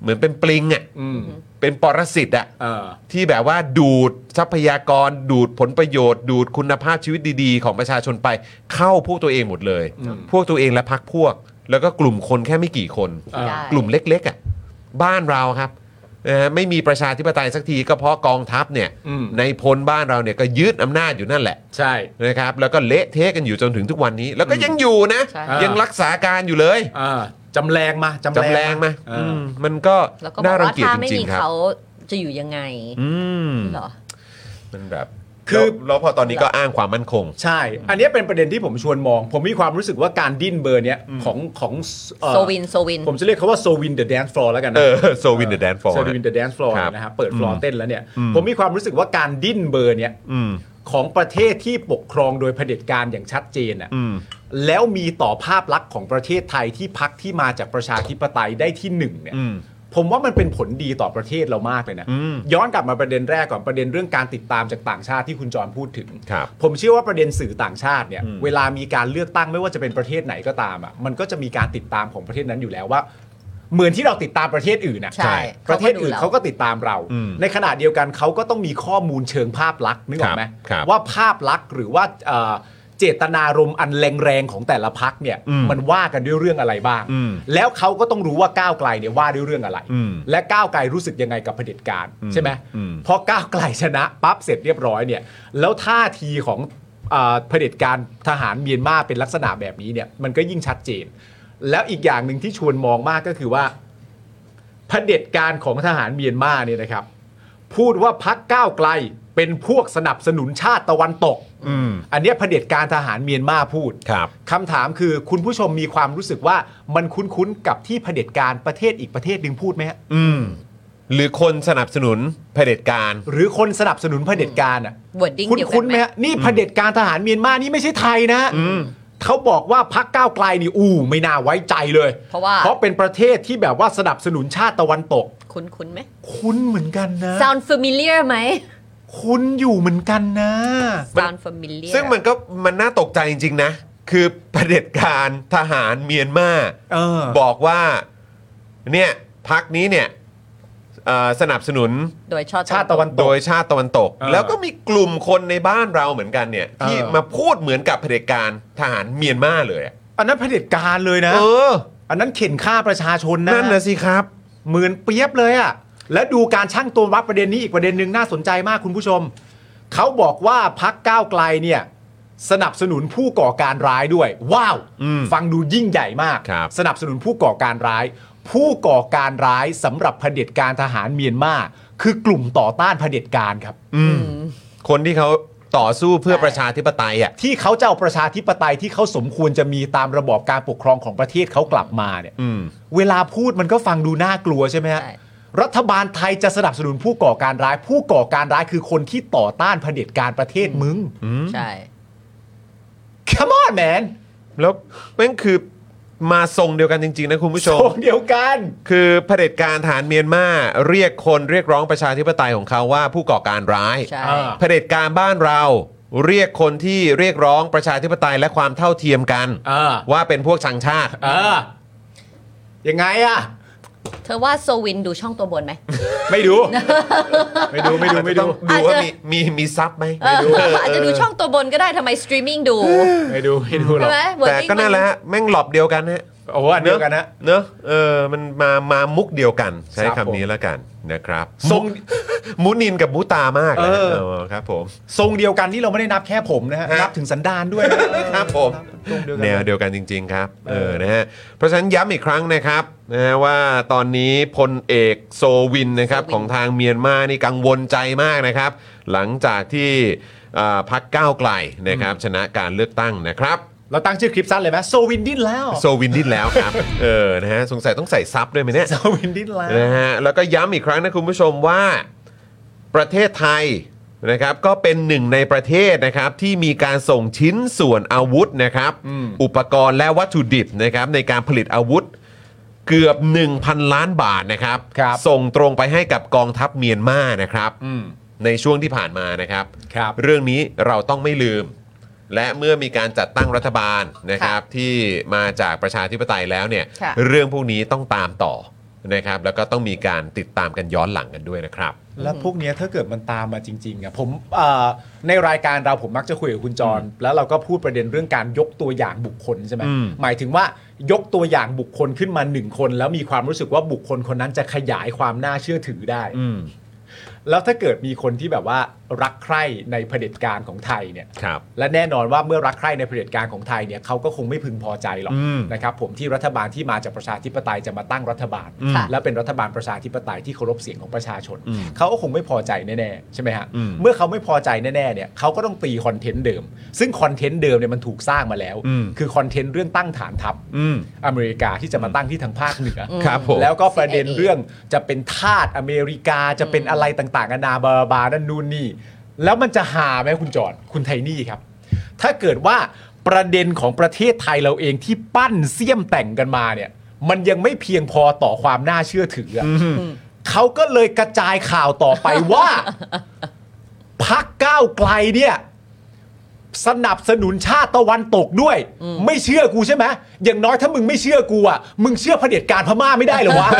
S1: เหมือนเป็นปลิงอ่ะ
S2: อืม
S1: เป็นปรสิตอ่ะ
S2: เออ
S1: ที่แบบว่าดูดทรัพยากร ดูดผลประโยชน์ ดูดคุณภาพชีวิตดีๆ ของประชาชนไปเข้าพวกตัวเองหมดเลย
S2: อืม
S1: พวกตัวเองและพักพวก แล้วก็กลุ่มคนแค่ไม่กี่คน
S2: เออ
S3: ได้
S1: กลุ่มเล็กๆอ่ะบ้านเราครับนะฮะไม่มีประชาธิปไตยสักทีก็เพราะกองทัพเนี่ย
S2: อืม
S1: ในพลบ้านเราเนี่ยก็ยึดอำนาจอยู่นั่นแหละ
S2: ใช่
S1: นะครับแล้วก็เละเทะกันอยู่จนถึงทุกวันนี้ แล้วก็ยังอยู่นะ
S3: ใช่
S1: ยังรักษาการอยู่เลย
S2: เออจำแรงมาจำแรง
S1: จำแรงมา
S2: เอ
S1: อื
S2: อ
S1: มมันก็
S3: แล้วก็บ
S1: น่า
S3: อก
S1: รั
S3: ว่า
S1: งเกียจ
S3: ถ้า
S1: จ
S3: ไม่
S1: ริง
S3: มี
S1: ๆครับ
S3: เขาจะอยู่ยังไง
S1: อืม
S3: เหรอ
S1: มันแบบ
S2: คือ
S1: แล้วแล้วพอตอนนี้ก็อ้างความมั่นคง
S2: ใช่ อันเนี้ยเป็นประเด็นที่ผมชวนมอง ผมมีความรู้สึกว่าการดิ้นเบอร์เนี้ยของของเอ่อ
S3: โซวิน โซวิน
S2: ผมจะเรียกเขาว่าโซวินเดอะแดนฟลอร์แล้วกันนะ
S1: เออโซวินเดอะแดนฟอร์
S2: โซวินเดอะแดนฟลอร์
S1: ครับ
S2: นะครับเปิดฟลอ
S1: อื
S2: ร์
S1: ม
S2: เต้นแล้วเนี่ย
S1: อืม
S2: ผมมีความรู้สึกว่าการดิ้นเบอร์เนี่ย
S1: อืม
S2: ของประเทศที่ปกครองโดยเผด็จการอย่างชัดเจนอ่ะ
S1: อืม
S2: แล้วมีต่อภาพลักษณ์ของประเทศไทยที่พักที่มาจากประชาธิปไตยได้ที่หนึ่งเนี่ย
S1: อืม
S2: ผมว่ามันเป็นผลดีต่อประเทศเรามากเลยนะ
S1: อืม
S2: ย้อนกลับมาประเด็นแรกก่อนประเด็นเรื่องการติดตามจากต่างชาติที่คุณจรพูดถึง
S1: ครับ
S2: ผมเชื่อว่าประเด็นสื่อต่างชาติเนี่ย
S1: อืม
S2: เวลามีการเลือกตั้งไม่ว่าจะเป็นประเทศไหนก็ตามอ่ะมันก็จะมีการติดตามของประเทศนั้นอยู่แล้วว่า เหมือนที่เราติดตามประเทศอื่นนะ
S3: ใช่
S2: ประเทศอื่น
S3: เขาก็ดูเรา
S2: เขาก็ติดตามเรา
S1: อืม
S2: ในขณะเดียวกันเขาก็ต้องมีข้อมูลเชิงภาพลักษณ์นึกออกไหม
S1: ครับครับ
S2: ว่าภาพลักษณ์หรือว่าเอ่อเจตนารมณ์อันแรงๆของแต่ละพักเนี่ย
S1: อืม
S2: มันว่ากันด้วยเรื่องอะไรบ้าง
S1: อืม
S2: แล้วเขาก็ต้องรู้ว่าก้าวไกลเนี่ยว่าด้วยเรื่องอะไร
S1: อืม
S2: และก้าวไกลรู้สึกยังไงกับเผด็จการ
S1: อืม
S2: ใช่ไหม
S1: อืม
S2: พอก้าวไกลชนะปั๊บเสร็จเรียบร้อยเนี่ยแล้วท่าทีของอ่าเผด็จการทหารเมียนมาเป็นลักษณะแบบนี้เนี่ยมันก็ยิ่งชัดเจน แล้วอีกอย่างหนึ่งที่ชวนมองมากก็คือว่าเผด็จการของทหารเมียนมาเนี่ยนะครับ พูดว่าพักก้าวไกลเป็นพวกสนับสนุนชาติตะวันตก
S1: อืม
S2: อันเนี้ยเผด็จการทหารเมียนมาพูด
S1: ครับ
S2: คำถามคือคุณผู้ชมมีความรู้สึกว่ามันคุ้นๆกับที่เผด็จการประเทศอีกประเทศหนึ่งพูดไหมฮะ
S1: อืมหรือคนสนับสนุนเผด็จการ
S2: หรือคนสนับสนุนเผด็จการอ่ะ
S3: wording เดียวกั
S2: คุ้น
S3: น
S2: ๆ
S3: ไห
S2: ไห
S3: ม
S2: มฮะนี่เผด็จการทหารเมียนมานี่ไม่ใช่ไทยนะ
S1: อืม
S2: เขาบอกว่าพักก้าวไกลนี่อู้ไม่น่าไว้ใจเลย
S3: เพราะว่า
S2: เพราะเป็นประเทศที่แบบว่าสนับสนุนชาติตะวันตก
S3: คุ้นคุ้นๆไหม
S2: คุ้นเหมือนกันนะ
S3: sound familiar ไหม
S2: คุ้นอยู่เหมือนกันนะ
S3: sound familiar
S1: ซึ่งมันก็มันน่าตกใจจริงๆนะ คือเผด็จการทหารเมียนมา
S2: เออ
S1: บอกว่าเนี่ยพักนี้เนี่ยเอ่อสนับสนุน
S3: โดยชอบ
S2: ชาติตะวันต
S1: โด
S2: ก
S1: ยชาติตะวันตก
S2: เออ
S1: แล้วก็มีกลุ่มคนในบ้านเราเหมือนกันเนี่ย ที่
S2: เออ
S1: มาพูดเหมือนกับเผด็จการทหารเมียนมาเลยอะ
S2: อันนั้นเผด็จการเลยนะ
S1: เออ
S2: อันนั้นเข็นฆ่าประชาชนนะ
S1: นั่นนะสิครับ
S2: หมื่นเปียบเลยอะและดูการช่างตัววัดประเด็นนี้อีกประเด็นหนึ่งน่าสนใจมากคุณผู้ชม เขาบอกว่าพักก้าวไกลเนี่ยสนับสนุนผู้ก่อการร้ายด้วย ว้าว
S1: อืม
S2: ฟังดูยิ่งใหญ่มาก
S1: ครับ
S2: สนับสนุนผู้ก่อการร้าย ผู้ก่อการร้ายสำหรับเผด็จการทหารเมียนมาคือกลุ่มต่อต้านเผด็จการครับ
S1: อืมคนที่เขาต่อสู้เพื่อ
S3: ใช่
S1: ประชาธิปไตยอ่ะ
S2: ที่เขาจะเอาประชาธิปไตยที่เขาสมควรจะมีตามระบอบการปกครองของประเทศเขากลับมาเนี่ย
S1: อืม
S2: เวลาพูดมันก็ฟังดูน่ากลัวใช่ไหมฮะ
S3: ใช่
S2: รัฐบาลไทยจะสนับสนุนผู้ก่อการร้าย ผู้ก่อการร้ายคือคนที่ต่อต้านเผด็จการประเทศมึง
S3: ใช่
S2: Come on man
S1: แล้วแม่งคือมาทรงเดียวกันจริงๆนะคุณผู้ชม
S2: โชงเดียวกัน
S1: คือเผด็จการทหารเมียนมาเรียกคนเรียกร้องประชาธิปไตยของเขาว่าผู้ก่อการร้าย
S3: ใช่
S2: อ่า
S1: เผด็จการบ้านเรา เรียกคนที่เรียกร้องประชาธิปไตยและความเท่าเทียมกัน
S2: เออ
S1: ว่าเป็นพวกชังชาติ
S2: เออยังไงอะ
S3: เธอว่าโซวินดูช่องตัวบนไหม
S2: ไม่ดู ไม่ดูไม่ดูไม่ดู
S1: ดูว่า
S3: อาจจะ
S1: มีมีมีซับไหม
S3: เอออาจจะดูช่องตัวบนก็ได้ทำไมสตรีมมิ่งดู
S2: ไม่ดูไม่ดูหร
S3: ใช่
S2: อก
S3: ไหม
S1: แต่
S3: wording
S1: ก็นั่นแหละฮะแม่งหลอบเดียวกันฮะ
S2: โอ้โหอันเดียวกันนะ
S1: เนอะเออมันมามามุกเดียวกัน ใช้
S2: ครับผม
S1: คำนี้แล้วกันนะครับ
S2: ทรง
S1: มุนินกับมุตามากเลย
S2: เออ
S1: เออครับผม
S2: ทรงเดียวกันที่เราไม่ได้นับแค่ผมนะฮะ
S1: ฮะ
S2: นับถึงสันดานด้วยนะครับ
S1: ผม
S2: ทรงเดียวกั
S1: แนวน เดียวกันจริง ๆ ครับ เอ
S2: เอ
S1: อ
S2: อ
S1: นะฮะ เพราะฉะนั้นย้ำอีกครั้งนะครับนะฮะว่าตอนนี้พลเอกโซวินนะครับ
S5: โซวิน
S1: ของทางเมียนมานี่กังวลใจมากนะครับ หลังจากที่อ่าพักก้าวไกลนะครับ ชนะการเลือกตั้งนะครับ
S2: เราตั้งชื่อคลิปสั้นเลยไหมโซวินดิ้นแล้ว
S1: โซวินดิ้นแล้วครับ เออ นะฮะ สงสัยต้องใส่ซับด้วยไหมเนี่ย
S2: โซวินดิ้นแล้ว
S1: นะฮะแล้วก็ย้ำอีกครั้งนะคุณผู้ชมว่าประเทศไทยนะครับก็เป็นหนึ่งในประเทศนะครับที่มีการส่งชิ้นส่วนอาวุธนะครับ
S2: อืม
S1: อุปกรณ์และวัตถุดิบนะครับในการผลิตอาวุธเกือบ 1,000 ล้านบาทนะครับ
S2: ครับ
S1: ส่งตรงไปให้กับกองทัพเมียนมานะครับ
S2: อืม
S1: ในช่วงที่ผ่านมานะครับ
S2: ครับ
S1: เรื่องนี้เราต้องไม่ลืม และเมื่อมีการจัดตั้งรัฐบาลนะครับที่มาจากประชาธิปไตยแล้วเนี่ย
S6: ค่ะ
S1: เรื่องพวกนี้ต้องตามต่อนะครับ แล้วก็ต้องมีการติดตามกันย้อนหลังกันด้วยนะครับ
S2: แล้วพวกเนี้ยถ้าเกิดมันตามมาจริงๆอะผมเอ่อในรายการเราผมมักจะคุยกับคุณจร แล้วเราก็พูดประเด็นเรื่องการยกตัวอย่างบุคคลใช่ไหม
S1: อืม
S2: หมายถึงว่ายกตัวอย่างบุคคลขึ้นมาหนึ่งคน แล้วมีความรู้สึกว่าบุคคลคนนั้นจะขยายความน่าเชื่อถือได้ แล้วถ้าเกิดมีคนที่แบบว่ารักใคร่ในเผด็จการของไทยเนี่ย
S1: ครับ
S2: และแน่นอนว่าเมื่อรักใคร่ในเผด็จการของไทยเนี่ยเขาก็คงไม่พึงพอใจหรอก
S1: อืม
S2: นะครับผมที่รัฐบาลที่มาจากประชาธิปไตยจะมาตั้งรัฐบาล
S1: อืม
S2: และเป็นรัฐบาลประชาธิปไตยที่เคารพเสียงของประชาชน
S1: อืม
S2: เขาก็คงไม่พอใจแน่ๆใช่ไหมฮะ
S1: อืม
S2: เมื่อเขาไม่พอใจแน่ๆเนี่ยเขาก็ต้องตีคอนเทนต์เดิม ซึ่งคอนเทนต์เดิมเนี่ยมันถูกสร้างมาแล้ว
S1: อืม
S2: คือคอนเทนต์เรื่องตั้งฐานทัพ
S1: อืม
S2: อเมริกาที่จะมาตั้งที่ทางภาคเหนือ
S1: ครับผม
S2: แล้วก็ประเด็น
S5: CIA
S2: เรื่องจะเป็นทาสอเมริกาจะเป็นอะไรต่างๆนานาบาบานั่นนู่นนี่ แล้วมันจะหาไหมคุณจอดคุณไทนี่ครับ ถ้าเกิดว่าประเด็นของประเทศไทยเราเองที่ปั้นเสี่ยมแต่งกันมาเนี่ย มันยังไม่เพียงพอต่อความน่าเชื่อถืออะเขาก็เลยกระจายข่าวต่อไปว่า พักก้าวไกลเนี่ย สนับสนุนชาติตะวันตกด้วย ไม่เชื่อกูใช่ไหมอย่างน้อยถ้ามึงไม่เชื่อกูอ่ะมึงเชื่อเผด็จการพม่าไม่ได้เหรอวะ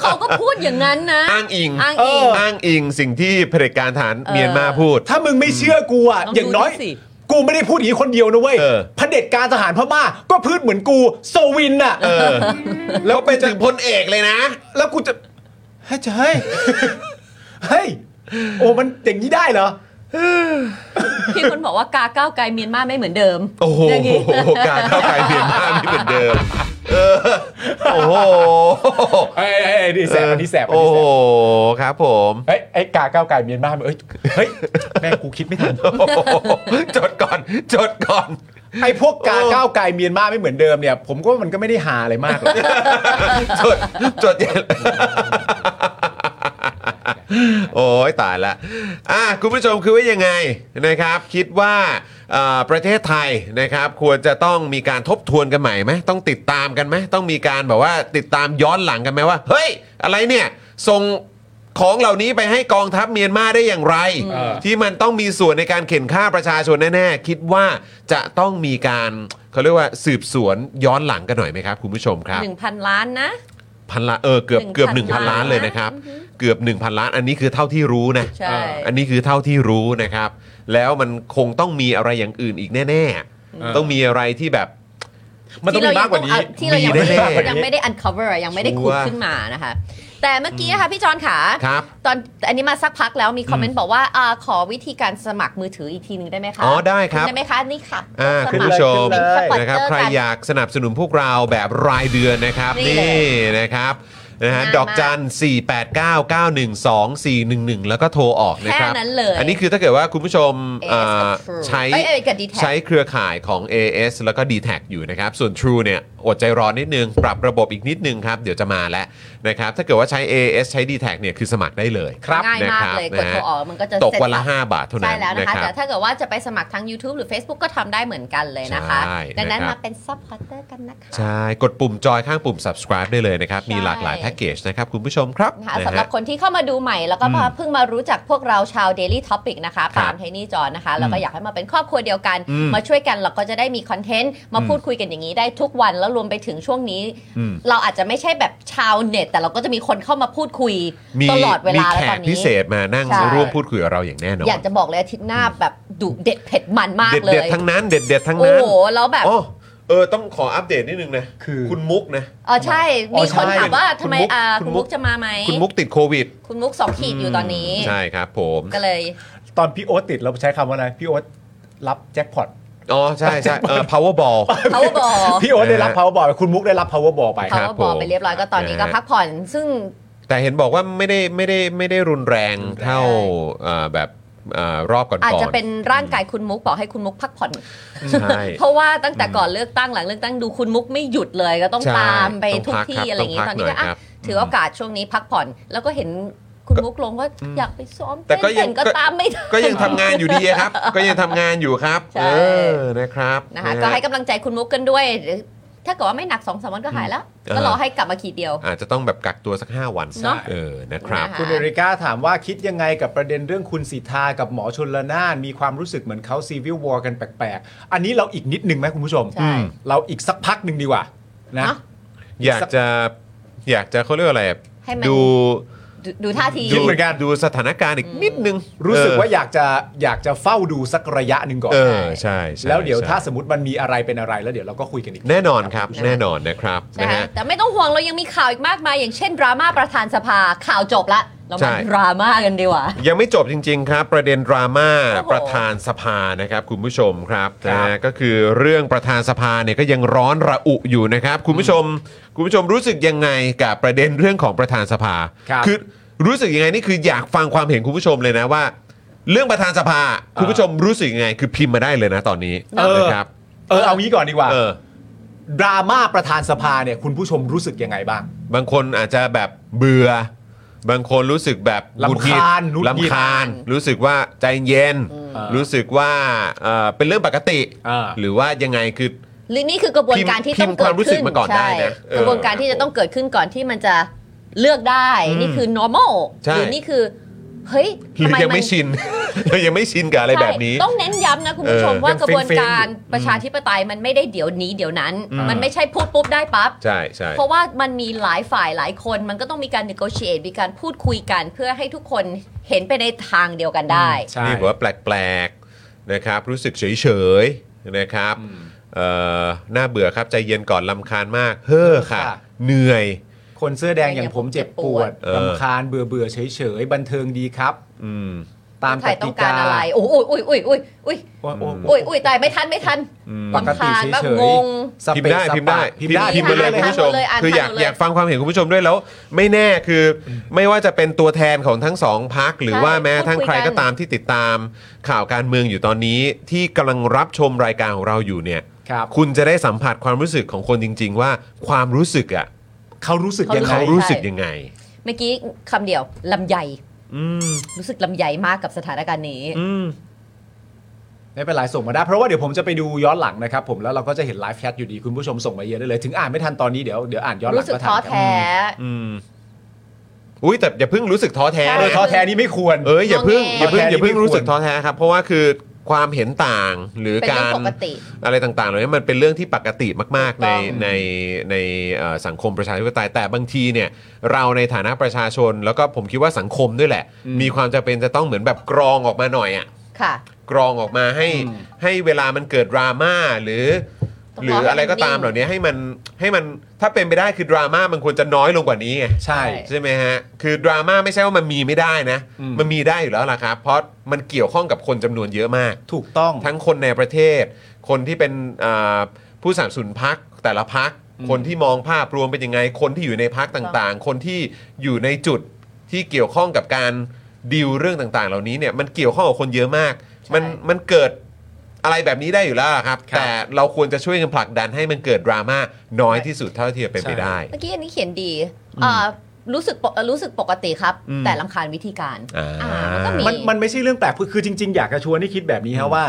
S3: เขาก็พูดอย่างนั้นนะ
S1: อ้างอิง
S3: อ้างอิง
S1: อ้างอิงสิ่งที่เผด็จการฐาน
S3: เออ
S1: เมียนมาพูด
S2: ถ้ามึงไม่เชื่อกูอ่ะ
S3: ลองดู
S2: อย่างน้อย
S3: ดิสิ
S2: กูไม่ได้พูดอย่างนี้คนเดียวนะเว้ย
S1: เออ
S2: เผด็จการทหารพม่า ก็พืชเหมือนกูโซวินน่ะ
S1: เออแล้วไปถึงพลเอกเลยนะ
S2: แล้วกูจะเฮ้ยเฮ้ยเฮ้ยโอ้มันอย่างนี้ได้เหรอ
S3: ที่คนบอกว่ากาก้าวไกลเมียนมาไม่เหมือนเดิม
S1: โอ้โห
S3: อย่างนี้
S1: การเข้าไปเมียนมาไม่เหมือนเดิมเออโอ้โห
S2: เอ้ยเอ้ยเอ้ยนี่แสบอันนี้แสบอัน
S1: โอ้
S2: นี้
S1: โห
S2: แสบ
S1: ครับผม
S2: เฮ้ยไอ้กาก้าวไก่เมียนมาเอ้ยเฮ้ยแม่งกูคิดไม่ทัน
S1: โอ้โหจดก่อน จดก่อน
S2: ไอ้พวกกาก้าวไกลเมียนมาไม่เหมือนเดิมเนี่ย ผมก็ว่ามันก็ไม่ได้หาอะไรมากหรอก
S1: จด จดอย่างโอ้ยตายละอ่ะคุณผู้ชมคือว่ายังไงนะครับ คิดว่าเอ่อประเทศไทยนะครับ ควรจะต้องมีการทบทวนกันใหม่ไหมต้องติดตามกันไหมต้องมีการแบบว่าติดตามย้อนหลังกันไหมว่า เฮ้ย อะไรเนี่ยส่งของเหล่านี้ไปให้กองทัพเมียนมาได้อย่างไร
S2: เออ
S1: ที่มันต้องมีส่วนในการเข็นฆ่าประชาชนแน่ๆ คิดว่าจะต้องมีการเขาเรียกว่าสืบสวนย้อนหลังกันหน่อยไหมครับ คุณผู้ชมครับ
S3: หนึ่งพันล้านนะ
S1: พันล้านเออเกือบเกือบ1,000
S3: 1,000
S1: ล้านเลย
S3: ล้าน
S1: นะครับ เกือบ 1,000 ล้านอันนี้คือเท่าที่รู้นะ
S3: ใช่
S1: เอออันนี้คือเท่าที่รู้นะครับ แล้วมันคงต้องมีอะไรอย่างอื่นอีกแน่ๆ ต้องมีอะไรที่แบบ
S2: มันต้องมีมากกว่านี้
S3: ที่เรายัง
S1: มี
S3: ไม่
S1: แน่ๆ
S3: ยังไม่ได้ uncover อะยังไม่ได้ขุดขึ้นมานะคะ แต่เมื่อกี้ค่ะพี่จอนขา
S1: ครับ
S3: ตอนอันนี้มาสักพักแล้วมีคอมเมนต์บอกว่าอาขอวิธีการสมัครมือถืออีกทีหนึ่งได้ไหมคะ
S1: อ๋อได้ครับ
S3: ได้ไหมคะนี่ค่ะ
S1: อ่า
S3: สมัร
S1: คุณผู้ชม
S3: เป็นสปอนเซอ
S1: นะครับ
S3: กั
S1: ใครอยากสนับสนุนพวกเราแบบรายเดือนนะครับ
S3: นี่
S1: นี่
S3: เลย
S1: นะครับนะฮะ
S3: ง่ายมาก
S1: ดอกจัน 4 8 9 9 1 2 4 1 1 แล้วก็โทรออกนะครับ
S3: แค่นั้นเลย
S1: อันนี้คือถ้าเกิดว่าคุณผู้ชม
S3: AS
S1: อ่า
S3: กับ True
S1: ใช้
S3: เอ้ยเอ้ยกับ D-Tag
S1: ใช้เครือข่ายของ AS แล้วก็ d t แทอยู่นะครับ ส่วน True เนี่ยอดใจรอนิดนึง ปรับระบบอีกนิดนึงครับ เดี๋ยวจะมาแล้วนะครับถ้าเกิดว่าใช้ AS ใช้ d t แทเนี่ยคือสมัครได้เลย
S3: ง่ายมาก
S1: นะครับ
S3: เลยกด
S1: นะ
S3: โทร
S1: ฮะ
S3: ออกมันก็จะ
S1: ตกวันละ
S3: เสร็จ
S1: 5 บาทเท่านั้
S3: ใช่
S1: น
S3: แล้วนะ
S1: นะ
S3: คะ
S1: ครับ
S3: แต่ถ้าเกิดว่าจะไปสมัครทั้ง YouTube หรือ Facebook ก็ทำได้เหมือนกันเลยนะคะ
S1: ใช่
S3: ดังนั้น
S1: นะครับ
S3: มาเป็นซัพพอร์เตอร์กันนะคะ
S1: ใช่ กดปุ่มจอยข้างปุ่ม subscribe ได้เลยนะครับ
S3: ใช่
S1: มีหลากหลายแพ็กเกจนะครับ คุณผู้ชมครับ
S3: นะคะ
S1: นะ
S3: สำหรั
S1: ฮะ
S3: บคนที่เข้ามาดูใหม่ แล้วก็มาเพิ่งมารู้จักพวกเราชาว Daily Topic นะคะ
S1: ครั
S3: ปา
S1: บ
S3: ล์มไทนี่จอนนะคะ แล้วก็อยากให้มาเป็นครอบครัวเดียวกัน
S1: อืม
S3: มาช่วยกันเราก็จะได้มีคอนเทนต์ มาพูดคุยกันอย่างนี้ได้ทุกวันแล้วรวมไปถึงช่วงนี้
S1: อืม
S3: เราอาจจะไม่ใช่แบบชาวเน็ต แต่เราก็จะมีคนเข้ามาพูดคุย
S1: มี
S3: ตลอดเว
S1: มี
S3: ลาแล้ว
S1: แข
S3: ตอก น
S1: พิ
S3: นี้
S1: เศษมานั่ง
S3: ใช่
S1: ร่วมพูดคุยกับเราอย่างแน่นอน
S3: อยากจะบอกเลยอาทิตย์หน้าแบบดุเด็ดเผ็ดมันมาก
S1: เด็ด
S3: เล
S1: เด็ด
S3: ย
S1: ๆทั้งนั้น เด็ดเด็ดๆทั้ง
S3: โอ้
S1: นั้น
S3: โหแล้วแบบ
S1: โอ้ เออต้องขออัปเดตนิดนึงนะ
S2: คือ
S1: คุณมุกนะ
S3: อ๋อใช่
S1: อ๋อ
S3: มีคน
S1: ใช่
S3: ถามว่าทำไม
S1: คุณมุก
S3: อ่า
S1: คุ
S3: คุณณ
S1: มุ
S3: มุ
S1: ก
S3: กจะมาไหม
S1: คุณมุกติดโควิด
S3: คุณมุกสองขีดอยู่ตอนนี้
S1: ใช่ครับผม
S3: ก็เลย
S2: ตอนพี่โอ๊ตติดเราใช้คำว่าอะไร พี่โอ๊ตรับแจ็คพอต
S1: อ๋อใช่ใช่ เออ powerball
S3: powerball
S2: พี่โอ๊ตได้รับ powerball ไปคุณมุกได้รับ powerball ไป
S1: ครับ
S3: powerball
S1: ผม
S3: ไปเรียบร้อยก็ตอนนี้ก็
S1: นะฮะ
S3: พักผ่อน ซึ่ง
S1: แต่เห็นบอกว่าไม่ได้ไม่ได้ไม่ได้รุนแรงเท่าเอ่อแบบเอ่อรอบก่อนๆ
S3: อาจจะเป็นร่างกายคุณมุกบอกให้คุณมุกพักผ่อน
S1: ใช่
S3: เพราะว่าตั้งแต่ก่อนเลือกตั้งหลังเลือกตั้งดูคุณมุกไม่หยุดเลยก็ต้อง
S1: ใช่
S3: ตามไป
S1: ต้อง
S3: ทุก
S1: พักครั
S3: ที่
S1: บ
S3: อะไรอย่างงี้
S1: ต้
S3: ต
S1: อ
S3: อง น
S1: พัก
S3: นี้ก็
S1: หน่อยครั
S3: อ่ะ
S1: บ
S3: ถือโอกาสช่วงนี้พักผ่อน แล้วก็เห็นคุณมุกลงว่าอยากไปซ้อม
S1: แต่
S3: เต้น
S1: ก็ยัง
S3: เต้นก็ตามไม่ได้
S1: ก็ยังทำงานอยู่ดีอะ ครับ ก็ยังทำงานอยู่ครับ
S3: ใช่
S1: เออนะครับ
S3: นะคะ
S1: ฮ
S3: ก็ให้กำลังใจคุณมุกกันด้วยหรือถ้าเกิดว่าไม่หนักสองสามวันก็หายแล้ว
S1: อืม
S3: ก็รอให้กลับมาขีดเดียว
S1: อาจจะต้องแบบกักตัวสัก 5 วัน
S3: เนอะ
S1: เออนะครับ
S3: นะะ
S2: คุณเอริก้าถามว่าคิดยังไงกับประเด็นเรื่องคุณสิทธากับหมอชนละนาน มีความรู้สึกเหมือนเขาซีวิ l วอร์กันแปลกๆ อันนี้เราอีกนิดนึงไหมคุณผู้ชม
S3: ใช่
S2: เราอีกสักพักหนึ่งดีกว่านะ
S3: เนอะ
S1: อยากจะอยากจะเขาเรียกว่าอะไรอะ
S3: ให้มัน
S1: ดู
S3: ดูดูท่าที
S2: คิดเหมือนกัน
S1: ดูสถานการณ์อีกนิดนึง
S2: รู้สึก
S1: เออ
S2: ว่าอยากจะอยากจะเฝ้าดูสักระยะหนึ่งก่อน
S1: เออใช่ใช่
S2: แล้วเดี๋ยว
S1: ใช่
S2: ถ้าสมมติมันมีอะไรเป็นอะไรแล้วเดี๋ยวเราก็คุยกันอีก
S1: แน่นอนครับ
S3: ใช่ไหม
S1: แน่นอนนะครับ
S3: ใช่
S1: นะ
S3: ไหม
S1: ฮะ
S3: แต่ไม่ต้องห่วงเรายังมีข่าวอีกมากมาย อย่างเช่นดราม่าประธานสภาข่าวจบละเรา
S1: ใช่
S3: มาดราม่ากันดีกว่า
S1: ยังไม่จบจริง ๆ ครับ ประเด็นดราม่า
S3: โอ้โห
S1: ประธานสภานะครับ คุณผู้ชมครับนะฮะก็คือเรื่องประธานสภาเนี่ยก็ยังร้อนระอุอยู่นะครับ คุณผู้ชม คุณผู้ชมรู้สึกยังไงกับประเด็นเรื่องของประธานสภา
S2: ครับ
S1: อรู้สึกยังไงนี่คืออยากฟังความเห็นคุณผู้ชมเลยนะว่า เรื่องประธานสภา คุณผู้ชมรู้สึกยังไง คือพิมพ์มาได้เลยนะตอนนี้
S2: เออ
S1: นะครับ
S2: เออเอางี้ก่อนดีกว่า
S1: เออ
S2: ดราม่าประธานสภาเนี่ยคุณผู้ชมรู้สึกยังไงบ้าง
S1: บางคนอาจจะแบบเบื่อ บางคนรู้สึกแบบ
S2: รำคาญ
S1: หงุดหงิ
S2: หงุด
S1: ด
S2: หงิด
S1: รำคาญ รู้สึกว่าใจเย็น
S2: ม
S1: รู้สึกว่าเอ่อเป็นเรื่องปกติ
S2: อ่า
S1: หรือว่ายังไงคือ
S3: หรือนี่คือกระบวนการที่
S1: พิ
S3: ต้อ
S1: มพ์
S3: งเกิ
S1: ความ
S3: ด
S1: รู้สึ
S3: ขึ้
S1: ก
S3: น
S1: มาก่อนได้นะเออก
S3: ระบวนการที่จะต้องเกิดขึ้นก่อนที่มันจะเลือกได้
S1: อืม
S3: นี่คือ normal
S1: ใช่
S3: หรือนี่คือ เฮ้ย
S1: หรือ
S3: ทำไม
S1: ยั
S3: มั
S1: ง
S3: น
S1: ไม่ชิน เรายังไม่ชินกับอะไรแบบนี้
S3: ใช่ต้องเน้นย้ำนะคุณผู้ชม
S1: เออ
S3: ว่า
S2: ยัง
S3: กระบวน
S2: เฟ้นๆอยู่
S3: การประชาธิปไตยมันไม่ได้เดี๋ยวนี้เดี๋ยวนั้น
S1: อืม
S3: มันไม่ใช่พูดปุ๊บได้ปั๊บ
S1: ใช่ใช่
S3: เพราะว่ามันมีหลายฝ่ายหลายคน มันก็ต้องมีการ negotiate มีการพูดคุยกัน เพื่อให้ทุกคนเห็นไปในทางเดียวกันได้
S2: ใช่
S1: นี่บอกว่าแปลกๆนะครับรู้สึกเฉยๆนะครับเอ่อน่าเบื่อครับใจเย็นก่อนลำคาญมาก เฮ้อค่ะ เหนื่อย
S2: คนเสื้อแดงอย่างผมเจ็บปวด
S1: เออ
S2: รำคาญเบื่อเบื่อเฉยเฉยๆบันเทิงดีครับ
S1: อืม
S2: ตาม
S3: ใค
S2: ก
S3: รต้อ
S2: ติ
S3: งการ
S2: กา
S3: อะไร โอ้ยอุ้ยอุ้ยอุ้ยอุ้ย
S2: โอ้โห
S3: อุ้ยอุ้ยตายไม่ทันไม่ทัน
S2: ปก
S3: รำ
S2: ติ
S3: คาญ
S2: เฉ
S3: บ้างง
S2: ย
S3: ง
S2: ๆส
S1: พิม
S2: เปซ
S1: พ์ได้
S2: ส
S1: พิมพ์ได้
S2: ปะพิมพ์ได้
S1: พิ
S2: พิ
S1: ม
S2: ม
S1: พ์
S2: พ์มาเล
S1: มาเล
S2: ย ย
S1: คุณผู้ชม
S3: อ่านหมดเลยอ่าน
S1: คืออยาก
S3: หมดเลย
S1: อยากฟังความเห็นคุณผู้ชมด้วยแล้ว ไม่แน่คือไม่ว่าจะเป็นตัวแทนของทั้งสองพักหรือ
S3: ใช่
S1: ว่าแม้ทั้ง
S3: พูดคุ
S1: ใค
S3: ย
S1: รก็
S3: กัน
S1: ตามที่ติดตามข่าวการเมืองอยู่ตอนนี้ ที่กำลังรับชมรายการของเราอยู่เนี่ย
S2: ครับ
S1: คุณจะได้สัมผัสความรู้สึกของคนจริง ๆ ว่าความรู้สึกอ่ะ
S2: เขารู้สึกยังไง
S1: เขารู้สึกยังไง
S3: เมื่อกี้คำเดียวลำใหญ่
S1: อืม
S3: รู้สึกลำใหญ่มากกับสถานการณ์นี้
S1: อืม
S2: ไม่เป็นไรส่งมาได้ เพราะว่าเดี๋ยวผมจะไปดูย้อนหลังนะครับผมแล้วเราก็จะเห็นไลฟ์แชทอยู่ดีคุณผู้ชมส่งมาเยอะได้เลย ถึงอ่านไม่ทันตอนนี้เดี๋ยวเดี๋ยวอ่านย้อนหลั
S3: รู้
S2: ง
S3: สึก
S2: ก็ทั
S3: ท้อน แท้
S1: อืมอุ้ยแต่อย่าเพิ่งรู้สึกท้อแท้
S3: ใช่
S2: เออ
S1: นะ
S2: ท้อแท้นี่ไม่ควร
S1: เอ้ยอย่าเพิ่ง
S3: งอแง
S1: อย่าเพิ่งอย่าเพิ่ง
S2: ท้อแท้นี่ไม่ควร
S1: รู้สึกท้อแท้ครับ เพราะว่าคือความเห็นต่างหรือ
S3: เป็น
S1: กา
S3: เรื่อง
S1: ร
S3: ปกติ
S1: อะไรต่างๆเหล่านี้มันเป็นเรื่องที่ปกติมาก ๆ
S3: ถูก
S1: ใน
S3: ต้อง
S1: ในในเอ่อสังคมประชาธิปไตยแต่บางทีเนี่ยเราในฐานะประชาชน แล้วก็ผมคิดว่าสังคมด้วยแหละ มีความจำเป็นจะต้องเหมือนแบบกรองออกมาหน่อยอะ
S3: ค่ะ
S1: กรองออกมาให้ให้เวลามันเกิดดราม่าหรือ
S3: ต้อง
S1: หรื
S3: ร
S1: อ
S3: อให้
S1: อะไรก็ตาม
S3: มันนิ่ง
S1: เหล่านี้ให้มันให้มันถ้าเป็นไปได้คือดราม่ามันควรจะน้อยลงกว่านี้ไง
S2: ใช่
S1: ใช่ไหมฮะ คือดราม่าไม่ใช่ว่ามันมีไม่ได้นะ
S2: อืม
S1: มันมีได้อยู่แล้วล่ะครับ เพราะมันเกี่ยวข้องกับคนจำนวนเยอะมาก
S2: ถูกต้อง
S1: ทั้งคนในประเทศ คนที่เป็นอ่าผู้สนับสนุนพักแต่ละพัก คนที่มองภาพรวมเป็นยังไง คนที่อยู่ในพักต่างๆ คนที่อยู่ในจุดที่เกี่ยวข้องกับการดีลเรื่องต่างๆ เหล่านี้เนี่ยมันเกี่ยวข้องกับคนเยอะมาก มันมันเกิดอะไรแบบนี้ได้อยู่แล้วล่ะครับ
S2: ครับ
S1: แต่เราควรจะช่วยกันผลักดันให้มันเกิดดราม่าน้อยที่สุดเท่าที่จะเป็นไปได้
S3: เมื่อกี้อันนี้เขียนดีอ่ารู้สึกปกรู้สึกปกติครับ
S1: อืม
S3: แต่ลำคาญวิธีการ
S1: อ่า
S3: อ่ามันก็มี
S2: มันมันไม่ใช่เรื่องแปลกคือคือจริง ๆ อยากจะชวนให้คิดแบบนี้ฮะว่า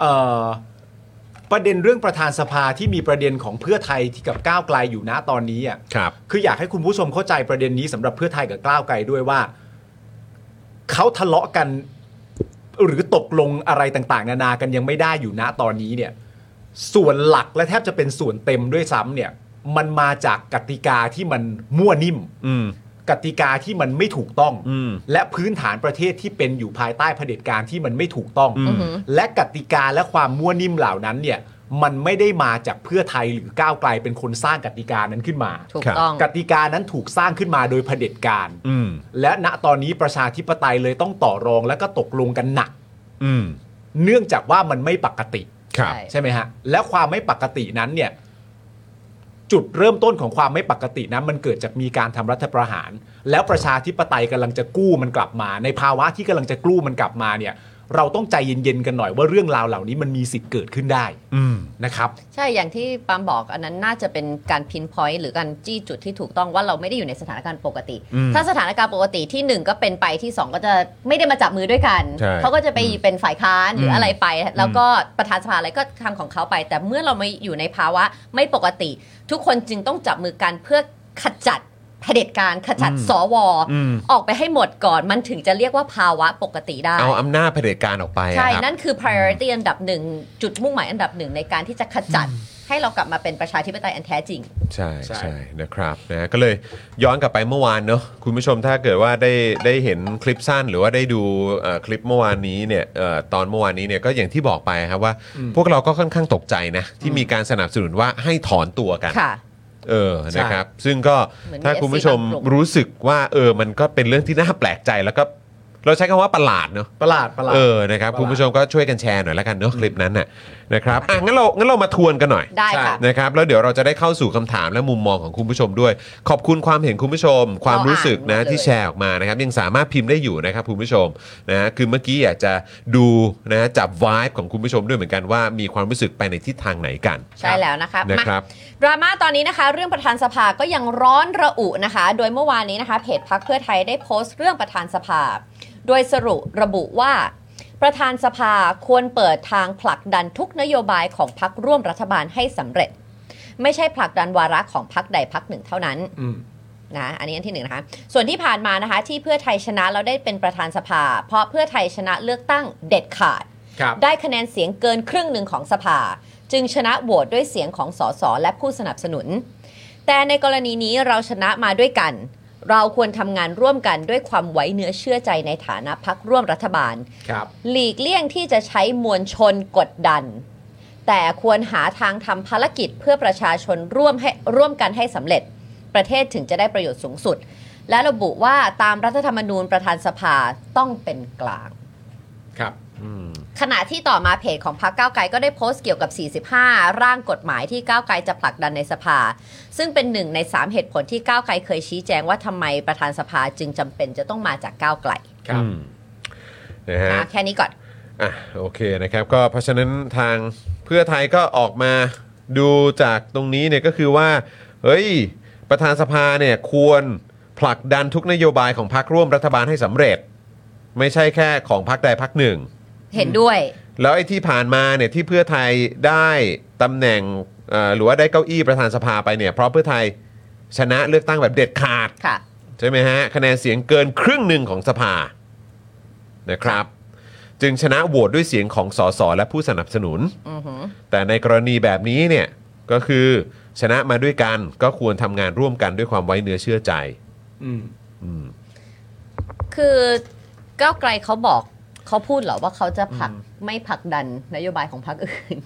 S2: เอ่อประเด็นเรื่องประธานสภาที่มีประเด็นของเพื่อไทยที่กับก้าวไกลอยู่นะตอนนี้อ่ะ
S1: ครับ
S2: คืออยากให้คุณผู้ชมเข้าใจประเด็นนี้สำหรับเพื่อไทยกับกล้าวไกลด้วยว่า เขาทะเลาะกัน หรือตกลงอะไรต่าง ๆ นานากันยังไม่ได้อยู่ณตอนนี้เนี่ย ส่วนหลักและแทบจะเป็นส่วนเต็มด้วยซ้ำเนี่ย มันมาจากกติกาที่มันมั่วนิ่ม
S1: อืม
S2: กติกาที่มันไม่ถูกต้อง
S1: อืม
S2: และพื้นฐานประเทศที่เป็นอยู่ภายใต้เผด็จการที่มันไม่ถูกต้อง
S1: อืม
S3: อือหือ
S2: และกติกาและความมั่วนิ่มเหล่านั้นเนี่ย มันไม่ได้มาจากเพื่อไทยหรือก้าวไกลเป็นคนสร้างกติกานั้นขึ้นมา
S3: ถูกต้อง
S2: กติกานั้นถูกสร้างขึ้นมาโดยเผด็จการ
S1: อืม
S2: และณตอนนี้ประชาธิปไตยเลยต้องต่อรองและก็ตกลงกันหนัก
S1: อืม
S2: เนื่องจากว่ามันไม่ปกติ
S1: ครับ
S3: ใช่
S2: ใช่ไหมฮะ แล้วความไม่ปกตินั้นเนี่ย จุดเริ่มต้นของความไม่ปกตินั้นมันเกิดจากมีการทำรัฐประหาร แล้วประชาธิปไตยกำลังจะกู้มันกลับมา ในภาวะที่กำลังจะกู้มันกลับมาเนี่ย เราต้องใจเย็นๆกันหน่อยว่าเรื่องราวเหล่านี้มันมีสิทธิ์เกิดขึ้นได้
S1: อืม
S2: นะครับ
S3: ใช่ อย่างที่ปาล์มบอกอันนั้นน่าจะเป็นการพินพอยต์หรือการจี้จุดที่ถูกต้องว่าเราไม่ได้อยู่ในสถานการณ์ปกติ
S1: อืม
S3: ถ้าสถานการณ์ปกติที่หนึ่งก็เป็นไปที่สองก็จะไม่ได้มาจับมือด้วยกัน
S1: ใช่
S3: เขาก็จะไป
S1: อืม
S3: เป็นฝ่ายค้านหรือ
S1: ม
S3: อะไรไป แล้วก็ประธานสภาอะไรก็ทำของเขาไป แต่เมื่อเรามาอยู่ในภาวะไม่ปกติ ทุกคนจึงต้องจับมือกันเพื่อขจัดเผด็จการขจัด
S1: อืม
S3: สว
S1: อืม
S3: ออกไปให้หมดก่อนมันถึงจะเรียกว่าภาวะปกติได้
S1: เอาอำนาจเผด็จการออกไปอะ
S3: ใช่
S1: ครับ
S3: นั่นคือ priority อันดับหนึ่ง จุดมุ่งหมายอันดับหนึ่งในการที่จะขจัด ให้เรากลับมาเป็นประชาธิปไตยอันแท้จริง
S1: ใช่ใช
S2: ใช่
S1: ่นะครับนะก็เลยย้อนกลับไปเมื่อวานเนอะคุณผู้ชมถ้าเกิดว่าได้ได้เห็นคลิปสั้น หรือว่าได้ดูเอ่อคลิปเมื่อวานนี้เนี่ยเออตอนเมื่อวานนี้เนี่ยก็อย่างที่บอกไปครับว่า พวกเราก็ค่อนข้างตกใจนะที่มีการสนับสนุนว่าให้ถอนตัวกัน
S3: ค่ะ
S1: เออนะครับซึ่งก็
S3: เหมือนมี
S1: ถ้าคุณผู้ชม
S3: FC บางกลุ่ม
S1: รู้สึกว่าเออมันก็เป็นเรื่องที่น่าแปลกใจแล้วก็เราใช้คำว่าประหลาดเนอะ
S2: ประหลาดประหลาด
S1: เออ นะครับ
S2: ประหลาด
S1: คุณผู้ชมก็ช่วยกันแชร์หน่อยละกันเนาะคลิปนั้นน่ะนะครับ อ่ะ งั้นเรา งั้นเรามาทวนกันหน่อย
S3: ได้ค่ะ
S1: นะครับ แล้วเดี๋ยวเราจะได้เข้าสู่คำถามและมุมมองของคุณผู้ชมด้วย ขอบคุณความเห็นคุณผู้ชม ความรู้สึกนะ
S3: เราอ่านหมดเลย
S1: ที่แชร์ออกมานะครับ ยังสามารถพิมพ์ได้อยู่นะครับคุณผู้ชมนะ คือเมื่อกี้อยากจะดูนะจับวายของคุณผู้ชมด้วยเหมือนกันว่ามีความรู้สึกไปในทิศทางไหนกัน
S3: ใช่แล้วนะคะ
S1: นะ
S3: มา
S1: ครับ
S3: ดราม่าตอนนี้นะคะ เรื่องประธานสภาก็ยังร้อนระอุนะคะ โดยเมื่อวานนี้นะคะ เพจพักเพื่อไทยได้โพสต์เรื่องประธานสภา โดยสรุประบุว่า ประธานสภาควรเปิดทางผลักดันทุกนโยบายของพักร่วมรัฐบาลให้สำเร็จ ไม่ใช่ผลักดันวาระของพักใดพักหนึ่งเท่านั้น
S2: อืม
S3: นะอันนี้อันที่หนึ่งนะคะ ส่วนที่ผ่านมานะคะ ที่เพื่อไทยชนะเราได้เป็นประธานสภา เพราะเพื่อไทยชนะเลือกตั้งเด็ดขาด
S2: ครับ
S3: ได้คะแนนเสียงเกินครึ่งหนึ่งของสภา จึงชนะโหวตด้วยเสียงของสสและผู้สนับสนุน แต่ในกรณีนี้เราชนะมาด้วยกัน เราควรทำงานร่วมกันด้วยความไว้เนื้อเชื่อใจในฐานะพักร่วมรัฐบาล
S2: ครับ
S3: หลีกเลี่ยงที่จะใช้มวลชนกดดัน แต่ควรหาทางทำภารกิจเพื่อประชาชนร่วมให้ร่วมกันให้สำเร็จ ประเทศถึงจะได้ประโยชน์สูงสุด และระบุว่าตามรัฐธรรมนูญประธานสภาต้องเป็นกลาง
S2: ครับ
S3: ขณะที่ต่อมาเพจของพรรคก้าวไกลก็ได้โพสต์เกี่ยวกับ 45 ร่างกฎหมายที่ก้าวไกลจะผลักดันในสภา ซึ่งเป็นหนึ่งใน 3 เหตุผลที่ก้าวไกลเคยชี้แจงว่าทำไมประธานสภาจึงจำเป็นจะต้องมาจากก้าวไกล
S2: ครับ
S1: อืมนะฮะ
S3: นะแค่นี้ก่อน
S1: อ่ะโอเคนะครับก็เพราะฉะนั้นทางเพื่อไทยก็ออกมาดูจากตรงนี้เนี่ยก็คือว่าเฮ้ยประธานสภาเนี่ยควรผลักดันทุกนโยบายของพรรคร่วมรัฐบาลให้สำเร็จ ไม่ใช่แค่ของพรรคใดพรรคหนึ่ง
S3: เห็นด้วย
S1: แล้วไอ้ที่ผ่านมาเนี่ยที่เพื่อไทยได้ตำแหน่งเอ่อหรือว่าได้เก้าอี้ประธานสภาไปเนี่ยเพราะเพื่อไทยชนะเลือกตั้งแบบเด็ดขาด
S3: ค่ะ
S1: ใช่ไหมฮะ คะแนนเสียงเกินครึ่งหนึ่งของสภานะครับ จึงชนะโหวตด้วยเสียงของสสและผู้สนับสนุน
S3: อือหือ
S1: แต่ในกรณีแบบนี้เนี่ยก็คือชนะมาด้วยกันก็ควรทำงานร่วมกันด้วยความไว้เนื้อเชื่อใจ
S2: อืม
S1: อืม
S3: คือก้าวไกลเขาบอกเขาพูดเหรอว่าเขาจะผลักไม่ผลักดันนโยบายของพรรคอื่น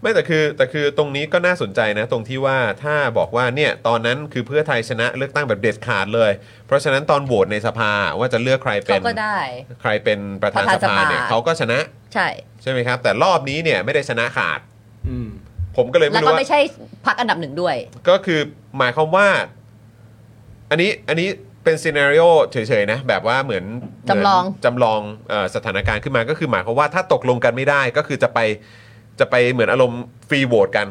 S1: ไม่แต่คือแต่คือตรงนี้ก็น่าสนใจนะ ตรงที่ว่าถ้าบอกว่าเนี่ยตอนนั้นคือเพื่อไทยชนะเลือกตั้งแบบเด็ดขาดเลย เพราะฉะนั้นตอนโหวตในสภาว่าจะเลือกใครเป็
S3: เขา
S1: น
S3: ก็ได้
S1: ใครเป็นประธาน
S3: ประธาน
S1: สภา
S3: สภา
S1: เนี่ยเขาก็ชนะ
S3: ใช่
S1: ใช่ไหมครับ แต่รอบนี้เนี่ยไม่ได้ชนะขาด
S2: อืม
S1: ผมก็เลย
S3: แล้ว
S1: ไม่รู้
S3: ก็
S1: ว่า
S3: ไม่ใช่พรรคอันดับหนึ่งด้วย
S1: ก็คือหมายความว่า อันนี้อันนี้เป็นซีนารีโอเฉยๆนะ แบบว่าเหมือน
S3: จำลอง
S1: เหมืนจำลองเออสถานการณ์ขึ้นมาก็คือหมายความว่าถ้าตกลงกันไม่ได้ก็คือจะไปจะไปเหมือนอารมณ์ฟรีโหวตกัน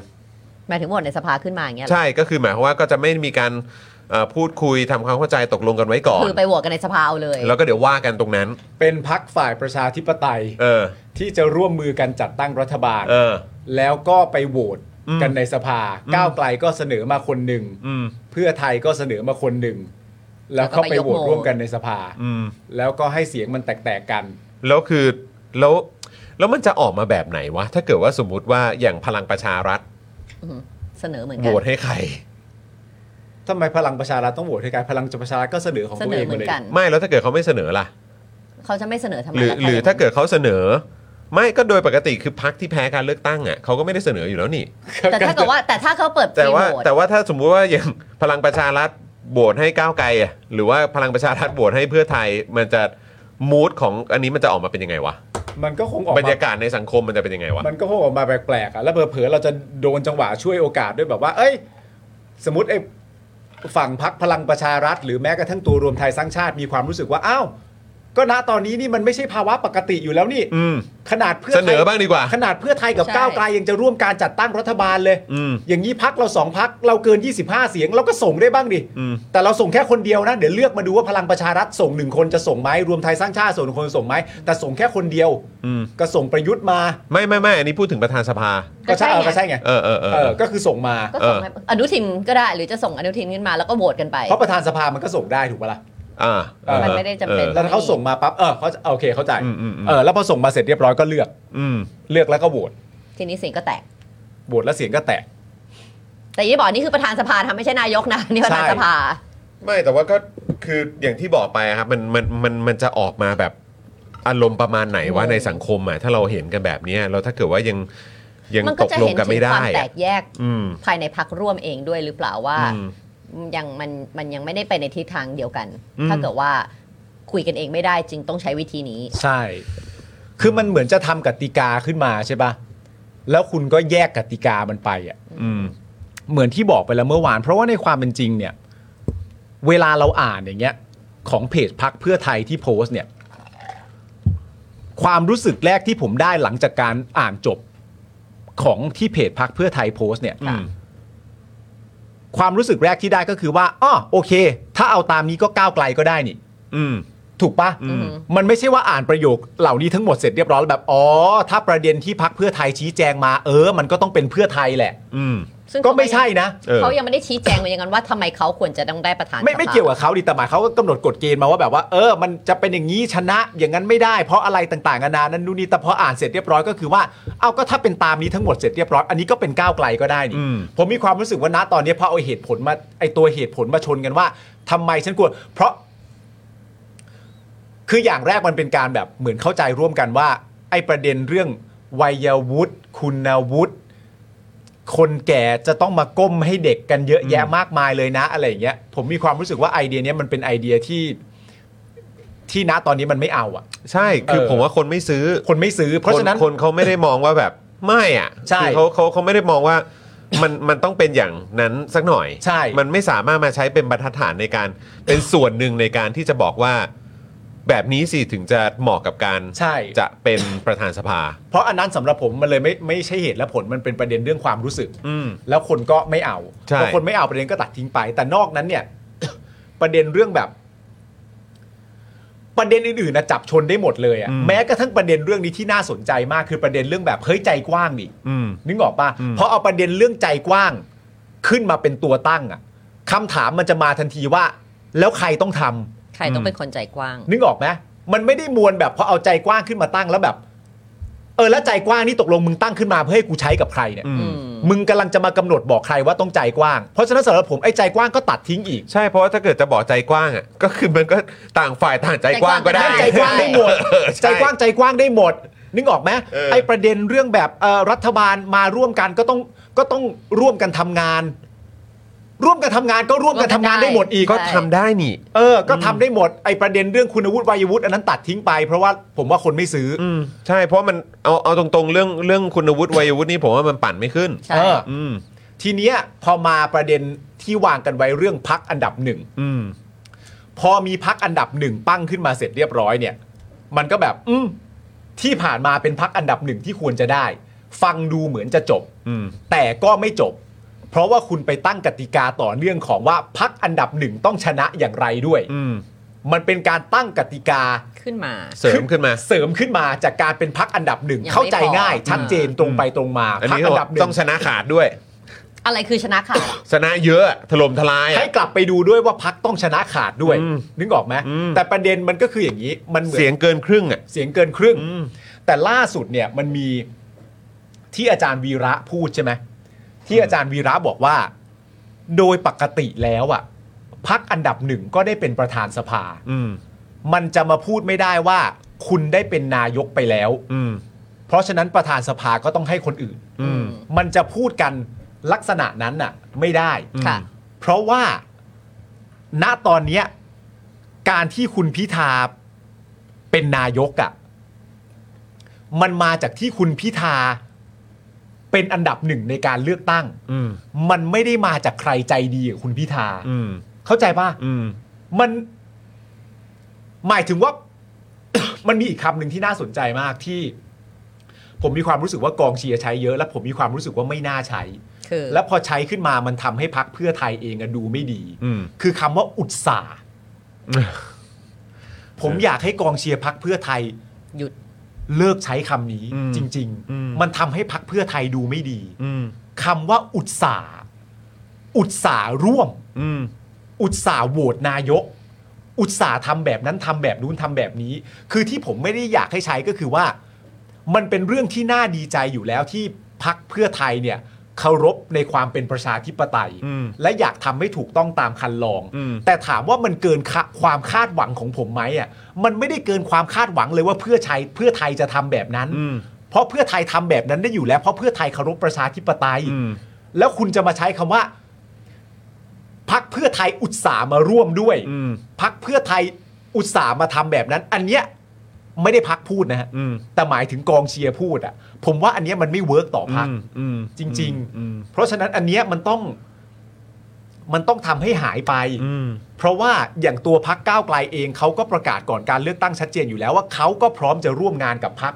S3: หมายถึงโหวตในสภาขึ้นมาอย่างเงี้ยเหรอ
S1: ใช่ก็คือหมายความว่าก็จะไม่มีการเอ่อพูดคุยทำความเข้าใจตกลงกันไว้ก่อน
S3: คือไปโหวตกันในสภาเอาเลย
S1: แล้วก็เดี๋ยวว่ากันตรงนั้น
S2: เป็นพักฝ่ายประชาธิปไตย
S1: เออ
S2: ที่จะร่วมมือกันจัดตั้งรัฐบาล
S1: เออ
S2: แล้วก็ไปโหวต
S1: อืม
S2: กันในสภา
S1: อืม
S2: ก้าวไกลก็เสนอมาคนหนึ่ง
S1: อืม
S2: เพื่อไทยก็เสนอมาคนหนึ่ง แล้วก็ไปโหวตร่วมกันในสภา
S1: อืม
S2: แล้วก็ให้เสียงมันแตกๆกัน
S1: แล้วคือแล้วแล้วมันจะออกมาแบบไหนวะ ถ้าเกิดว่าสมมุติว่าอย่างพลังประชารัฐ
S3: อือหือเสนอเหมือน
S1: โห
S3: กั
S1: วน ตให้ใคร
S2: ทำไมพลังประชารัฐต้องโหวตให้กันพลังประชารัฐก็เสนอของ
S3: เส
S2: ตัวน เอ
S3: อง เหมื
S2: มา
S3: อน
S2: เลย
S3: กัน
S1: ไม่แล้วถ้าเกิดเขาไม่เสนอล่ะ
S3: เขาจะไม่เสนอทำไม
S1: หรือ
S3: ล่ะ
S1: หรือถ้าเกิดเขาเสนอ ไม่ก็โดยปกติคือพักที่แพ้การเลือกตั้งอ่ะเขาก็ไม่ได้เสนออยู่แล้วนี่
S3: แต่ถ้าเกิดว่าแต่ถ้าเขาเปิดฟ
S1: แต่
S3: รี
S1: ว่า
S3: โหวต
S1: แต่ว่าถ้าสมมุติว่าอย่าง พลังประชารัฐโหวตให้ก้าวไกลอ่ะหรือว่าพลังประชารัฐโหวตให้เพื่อไทยมันจะมูดของอันนี้มันจะออกมาเป็นยังไงวะ
S2: มันก็คงออก
S1: บร
S2: มาย
S1: รากาศในสังคมมันจะเป็นยังไงวะ
S2: มันก็คงออกมาแปลกๆอ่ะแล้วเผลอๆเราจะโดนจังหวะช่วยโอกาสด้วยแบบว่า เอ้ย สมมติไอ้ฝั่งพักพลังประชารัฐ หรือแม้กระทั่งตัวรวมไทยสร้างชาติมีความรู้สึกว่าอ้าวก็ณตอนนี้นี่มันไม่ใช่ภาวะปกติอยู่แล้วนี่
S1: อืม
S2: ขนาดเพื่อไทย
S1: เสนอบ้างดีกว่า
S2: ขนาดเพื่อไทยกับก้าวไกลยังจะร่วมการจัดตั้งรัฐบาลเลย
S1: อืม
S2: อย่างนี้พักเราสองพักเราเกิน 25 เสียงเราก็ส่งได้บ้างดิ
S1: อืม
S2: แต่เราส่งแค่คนเดียวนะ เดี๋ยวเลือกมาดูว่าพลังประชารัฐส่งหนึ่งคนจะส่งไหมรวมไทยสร้างชาติส่งหนึ่งคนส่งไหมแต่ส่งแค่คนเดียว
S1: อืม
S2: ก็ส่งประยุทธ์มา
S1: ไม่ไม่ไม่อันนี้พูดถึงประธานสภา
S2: ก็ใช่เออก็ใช่ไง
S1: เออเออเออ
S2: เออก็คือส่งมา
S3: ก็ส่งให้อนุทินก็ได้ หรือจะส่งอนุทินขึ้นมาแล้วก็โหวตกันไป
S2: เพราะประธานสภามันก็ส่งได้ถูกปะล่ะ
S1: อ่า
S2: เออ
S1: ออ
S3: มันไม่ได้จำเป็น
S1: ออ
S2: แล้วถ้าเขาส่งมาปั๊บเออเขาโอเคเข้าใจ
S1: อืมอืมอืม
S2: เออแล้วพอส่งมาเสร็จเรียบร้อยก็เลือก
S1: อืม
S2: เลือกแล้วก็โหวต
S3: ทีนี้เสียงก็แตก
S2: โหวตแล้วเสียงก็แตก
S3: แต่ยี่บอกนี่คือประธานสภาทำไม่ใช่นายกนะนี่ประธาน
S2: ใช่
S3: สภา
S1: ไม่แต่ว่าก็คืออย่างที่บอกไปอะครับมันมันมันมันจะออกมาแบบอารมณ์ประมาณไหนว่าในสังคมอ่ะถ้าเราเห็นกันแบบเนี้ยแล้วถ้าเกิดว่ายังยัง
S3: มั
S1: ต
S3: ก็
S1: ก
S3: จะ
S1: ลง
S3: เห็น
S1: กัน
S3: ถึ
S1: ไม่
S3: งค
S1: ได้
S3: วามแต
S1: อะ
S3: กแยก
S1: อืม
S3: ภายในพักร่วมเองด้วยหรือเปล่าว่า
S1: อืม
S3: ยังมันมันยังไม่ได้ไปในทิศทางเดียวกัน
S1: อืม
S3: ถ้าเกิดว่าคุยกันเองไม่ได้จึงต้องใช้วิธีนี้
S2: ใช่ คือมันเหมือนจะทำกติกาขึ้นมาใช่ปะแล้วคุณก็แยกกติกามันไปอ่ะ
S1: อืม
S2: เหมือนที่บอกไปแล้วเมื่อวาน เพราะว่าในความเป็นจริงเนี่ย เวลาเราอ่านอย่างเงี้ย ของเพจพักเพื่อไทยที่โพสต์เนี่ย ความรู้สึกแรกที่ผมได้หลังจากการอ่านจบของที่เพจพักเพื่อไทยโพสต์เนี่ย
S1: อืม
S2: ความรู้สึกแรกที่ได้ก็คือว่าอ้อโอเค ถ้าเอาตามนี้ก็ก้าวไกลก็ได้นี่
S1: อืม
S2: ถูกปะ
S1: อืม
S2: มันไม่ใช่ว่าอ่านประโยคเหล่านี้ทั้งหมดเสร็จเรียบร้อยแล้วแบบ อ๋อ ถ้าประเด็นที่พักเพื่อไทยชี้แจงมาเออ มันก็ต้องเป็นเพื่อไทยแหละ
S1: อืม
S3: ซึ่ง
S2: ก็ไม่ใช่นะ
S1: เออ
S3: เขายังไม่ได้ชี้แจงมาอย่างนั้นว่าทำไมเขาควรจะต้องได้ประธาน
S2: ไม่
S3: สภา
S2: ไม่เกี่ยวกับเขาดิแต่หมายเขาก็กำหนดกฎเกณฑ์มาว่าแบบว่า เออ มันจะเป็นอย่างนี้ชนะอย่างนั้นไม่ได้เพราะอะไรต่างๆนานานั้นนู่นนี่แต่พออ่านเสร็จเรียบร้อยก็คือว่าเอาก็ถ้าเป็นตามนี้ทั้งหมดเสร็จเรียบร้อยอันนี้ก็เป็นก้าวไกลก็ได้นี่
S1: อืม
S2: ผมมีความรู้สึกว่าณตอนนี้พอเอาเหตุผลมาไอตัวเหตุผลมาชนกันว่าทำไมฉันกลัวเพราะ คืออย่างแรกมันเป็นการแบบเหมือนเข้าใจร่วมกันว่า ไอ้ประเด็นเรื่องวัยวุฒิคุณวุฒิคนแก่จะต้องมาก้มให้เด็กกันเยอะแยะมากมายเลยนะ อะไรอย่างเงี้ยผมมีความรู้สึกว่าไอเดียเนี้ยมันเป็นไอเดียที่ที่ณตอนนี้มันไม่เอาอ่ะ
S1: ใช่คือ
S2: เออ
S1: ผมว่าคนไม่ซื้อ
S2: คนไม่ซื้อ เพราะฉะนั้น
S1: คคนเขาไม่ได้มองว่า แบบไม่อ่ะ
S2: ใช่
S1: คือเขาเขาเขาไม่ได้มองว่ามันมันต้องเป็นอย่างนั้นสักหน่อย
S2: ใช่
S1: มันไม่สามารถมาใช้เป็นบรรทัดฐานในการเป็นส่วนหนึ่งในการที่จะบอกว่า แบบนี้สิถึงจะเหมาะกับการ
S2: ใช่
S1: จะเป็นประธานสภา
S2: เพราะอันนั้นสำหรับผมมันเลยไม่ไม่ใช่เหตุและผลมันเป็นประเด็นเรื่องความรู้สึก
S1: อืม
S2: แล้วคนก็ไม่เอา
S1: ใช่
S2: พอคนไม่เอาประเด็นก็ตัดทิ้งไป แต่นอกนั้นเนี่ย ประเด็นเรื่องแบบ ประเด็นอื่นๆนะจับชนได้หมดเลยอะแม้กระทั่งประเด็นเรื่องนี้ที่น่าสนใจมากคือประเด็นเรื่องแบบเฮ้ยใจกว้างดิ
S1: อืม
S2: นึกออกปะ
S1: อืม
S2: เพราะเอาประเด็นเรื่องใจกว้าง ขึ้นมาเป็นตัวตั้งอะคำถามมันจะมาทันทีว่า แล้วใครต้องทำ
S3: ใครต้องเป็นคนใจกว้าง
S2: นึกออกไหมมันไม่ได้มวลแบบพอเอาใจกว้างขึ้นมาตั้งแล้วแบบ เออแล้วใจกว้างนี่ตกลงมึงตั้งขึ้นมาเพื่อให้กูใช้กับใครเนี่ย
S1: อืม
S3: ม
S2: มึงกำลังจะมากำหนดบอกใครว่าต้องใจกว้าง เพราะฉะนั้นสำหรับผมไอ้ใจกว้างก็ตัดทิ้งอีก
S1: ใช่เพราะว่าถ้าเกิดจะบอกใจกว้างอ่ะก็คือมันก็ต่างฝ่ายต่างใจกว้างก็ได้
S2: ใจกว้างได้หมด
S1: เออช่
S2: ใจกว้างใจกว้างได้หมด นึกออกไหม
S1: เออ
S2: ไอ้ประเด็นเรื่องแบบเอ่อรัฐบาลมาร่วมกันก็ต้องก็ต้องร่วมกันทำงาน ร่วมกันทำงานก็ร่วมกันทำงานได้หมดอีก
S1: ก็ทำได้นี่
S2: เออ ก็ทำได้หมดไอ้ประเด็นเรื่องคุณวุฒิวัยวุฒิอันนั้นตัดทิ้งไป เพราะว่าผมว่าคนไม่ซื้ออ
S1: อืม ใช่เพราะมันเอาเอาตรงๆ เรื่องเรื่องคุณวุฒิวัยวุฒินี่ผมว่ามันปั่นไม่ขึ้น
S3: ใช่
S2: เออ
S1: อืม
S2: ทีเนี้ยพอมาประเด็นที่วางกันไว้เรื่องพักอันดับหนึ่ง
S1: อืม
S2: พอมีพักอันดับหนึ่งปั้งขึ้นมาเสร็จเรียบร้อยเนี่ย มันก็แบบ อืมที่ผ่านมาเป็นพักอันดับหนึ่งที่ควรจะได้ ฟังดูเหมือนจะจบ
S1: อืม
S2: แต่ก็ไม่จบ เพราะว่าคุณไปตั้งกติกาต่อเนื่องของว่าพักอันดับหนึ่งต้องชนะอย่างไรด้วย
S1: อืม
S2: มันเป็นการตั้งกติกา
S3: ขึ้นมา
S1: เสริมขึ้นมา
S2: เสริมขึ้นมาจากการเป็นพักอันดับหนึ่ง
S3: ยังไม่
S2: เข้าใจง่าย
S3: พอ
S2: ชัดเจนตรงไปตรงมา
S1: อัน
S2: พั
S1: นี้
S2: อันดับหนึ่
S1: ต้อง
S2: ง
S1: ชนะขาดด้วย
S3: อะไรคือชนะขาดอะ
S1: ชนะเยอะถล่มทลายอะ
S2: ให้กลับไปดูด้วยว่าพักต้องชนะขาดด้วย
S1: อืม
S2: นึกออกไหม
S1: อืม
S2: แต่ประเด็นมันก็คืออย่างนี้ มันเหมือน
S1: เสียงเกินครึ่งอ่ะ
S2: เสียงเกินครึ่ง
S1: อืม
S2: แต่ล่าสุดเนี่ยมันมีที่อาจารย์วีระพูดใช่ไหมที่อาจารย์วีระบอกว่า โดยปกติแล้วอ่ะพักอันดับหนึ่งก็ได้เป็นประธานสภา
S1: อืม
S2: มันจะมาพูดไม่ได้ว่า คุณได้เป็นนายกไปแล้ว
S1: อืม
S2: เพราะฉะนั้นประธานสภาก็ต้องให้คนอื่น
S1: อืม
S2: มันจะพูดกันลักษณะนั้นน่ะไม่ได้
S5: ค่ะ
S2: เพราะว่าณตอนเนี้ยการที่คุณพิธาเป็นนายกอะ่ะมันมาจากที่คุณพิธาเป็นอันดับหนึ่งในการเลือกตั้ง
S1: อืม
S2: มันไม่ได้มาจากใครใจดีกับคุณพิธา
S1: อืม
S2: เข้าใจป่ะ
S1: อืม
S2: มันหมายถึงว่า มันมีอีกคำหนึ่งที่น่าสนใจมากที่ ผมมีความรู้สึกว่ากองเชียร์ใช้เยอะ และผมมีความรู้สึกว่าไม่น่าใช้
S3: คือ
S2: และพอใช้ขึ้นมามันทำให้พักเพื่อไทยเองอะดูไม่ดี
S1: อืม
S2: คือคำว่าอุตสาห์
S1: อืม
S2: ผมอยากให้กองเชียร์พักเพื่อไทย
S3: หยุด
S2: เลิกใช้คำนี้
S1: อืม
S2: จริง
S1: อืม
S2: ๆ มันทำให้พักเพื่อไทยดูไม่ดี
S1: อืม
S2: คำว่าอุตสาห์อุตสาห์ร่วม
S1: อืม
S2: อุตสาห์โหวตนายก อุตสาห์ทำแบบนั้นทำแบบนู้นทำแบบนี้ คือที่ผมไม่ได้อยากให้ใช้ก็คือว่า มันเป็นเรื่องที่น่าดีใจอยู่แล้วที่พักเพื่อไทยเนี่ยเคารพในความเป็นประชาธิปไตย
S1: อืม
S2: และอยากทำให้ถูกต้องตามคันลอง
S1: อืม
S2: แต่ถามว่ามันเกินคะความคาดหวังของผมไหมอ่ะมันไม่ได้เกินความคาดหวังเลยว่าเพื่อไทยเพื่อไทยจะทำแบบนั้น
S1: อืม
S2: เพราะเพื่อไทยทำแบบนั้นได้อยู่แล้วเพราะเพื่อไทยเคารพประชาธิปไตย
S1: อืม
S2: แล้วคุณจะมาใช้คำว่า พักเพื่อไทยอุตส่าห์มาร่วมด้วย
S1: อืม
S2: พักเพื่อไทยอุตส่าห์มาทำแบบนั้น อันเนี้ยไม่ได้พักพูดนะฮะ
S1: อืม
S2: แต่หมายถึงกองเชียร์พูดอะผมว่าอันเนี้ยมันไม่เวิร์กต่อพัก
S1: อืม
S2: จริง
S1: อืม
S2: เพราะฉะนั้นอันเนี้ยมันต้อง มันต้องทำให้หายไป
S1: อืม
S2: เพราะว่าอย่างตัวพักก้าวไกลเองเขาก็ประกาศก่อนการเลือกตั้งชัดเจนอยู่แล้วว่าเขาก็พร้อมจะร่วมงานกับพัก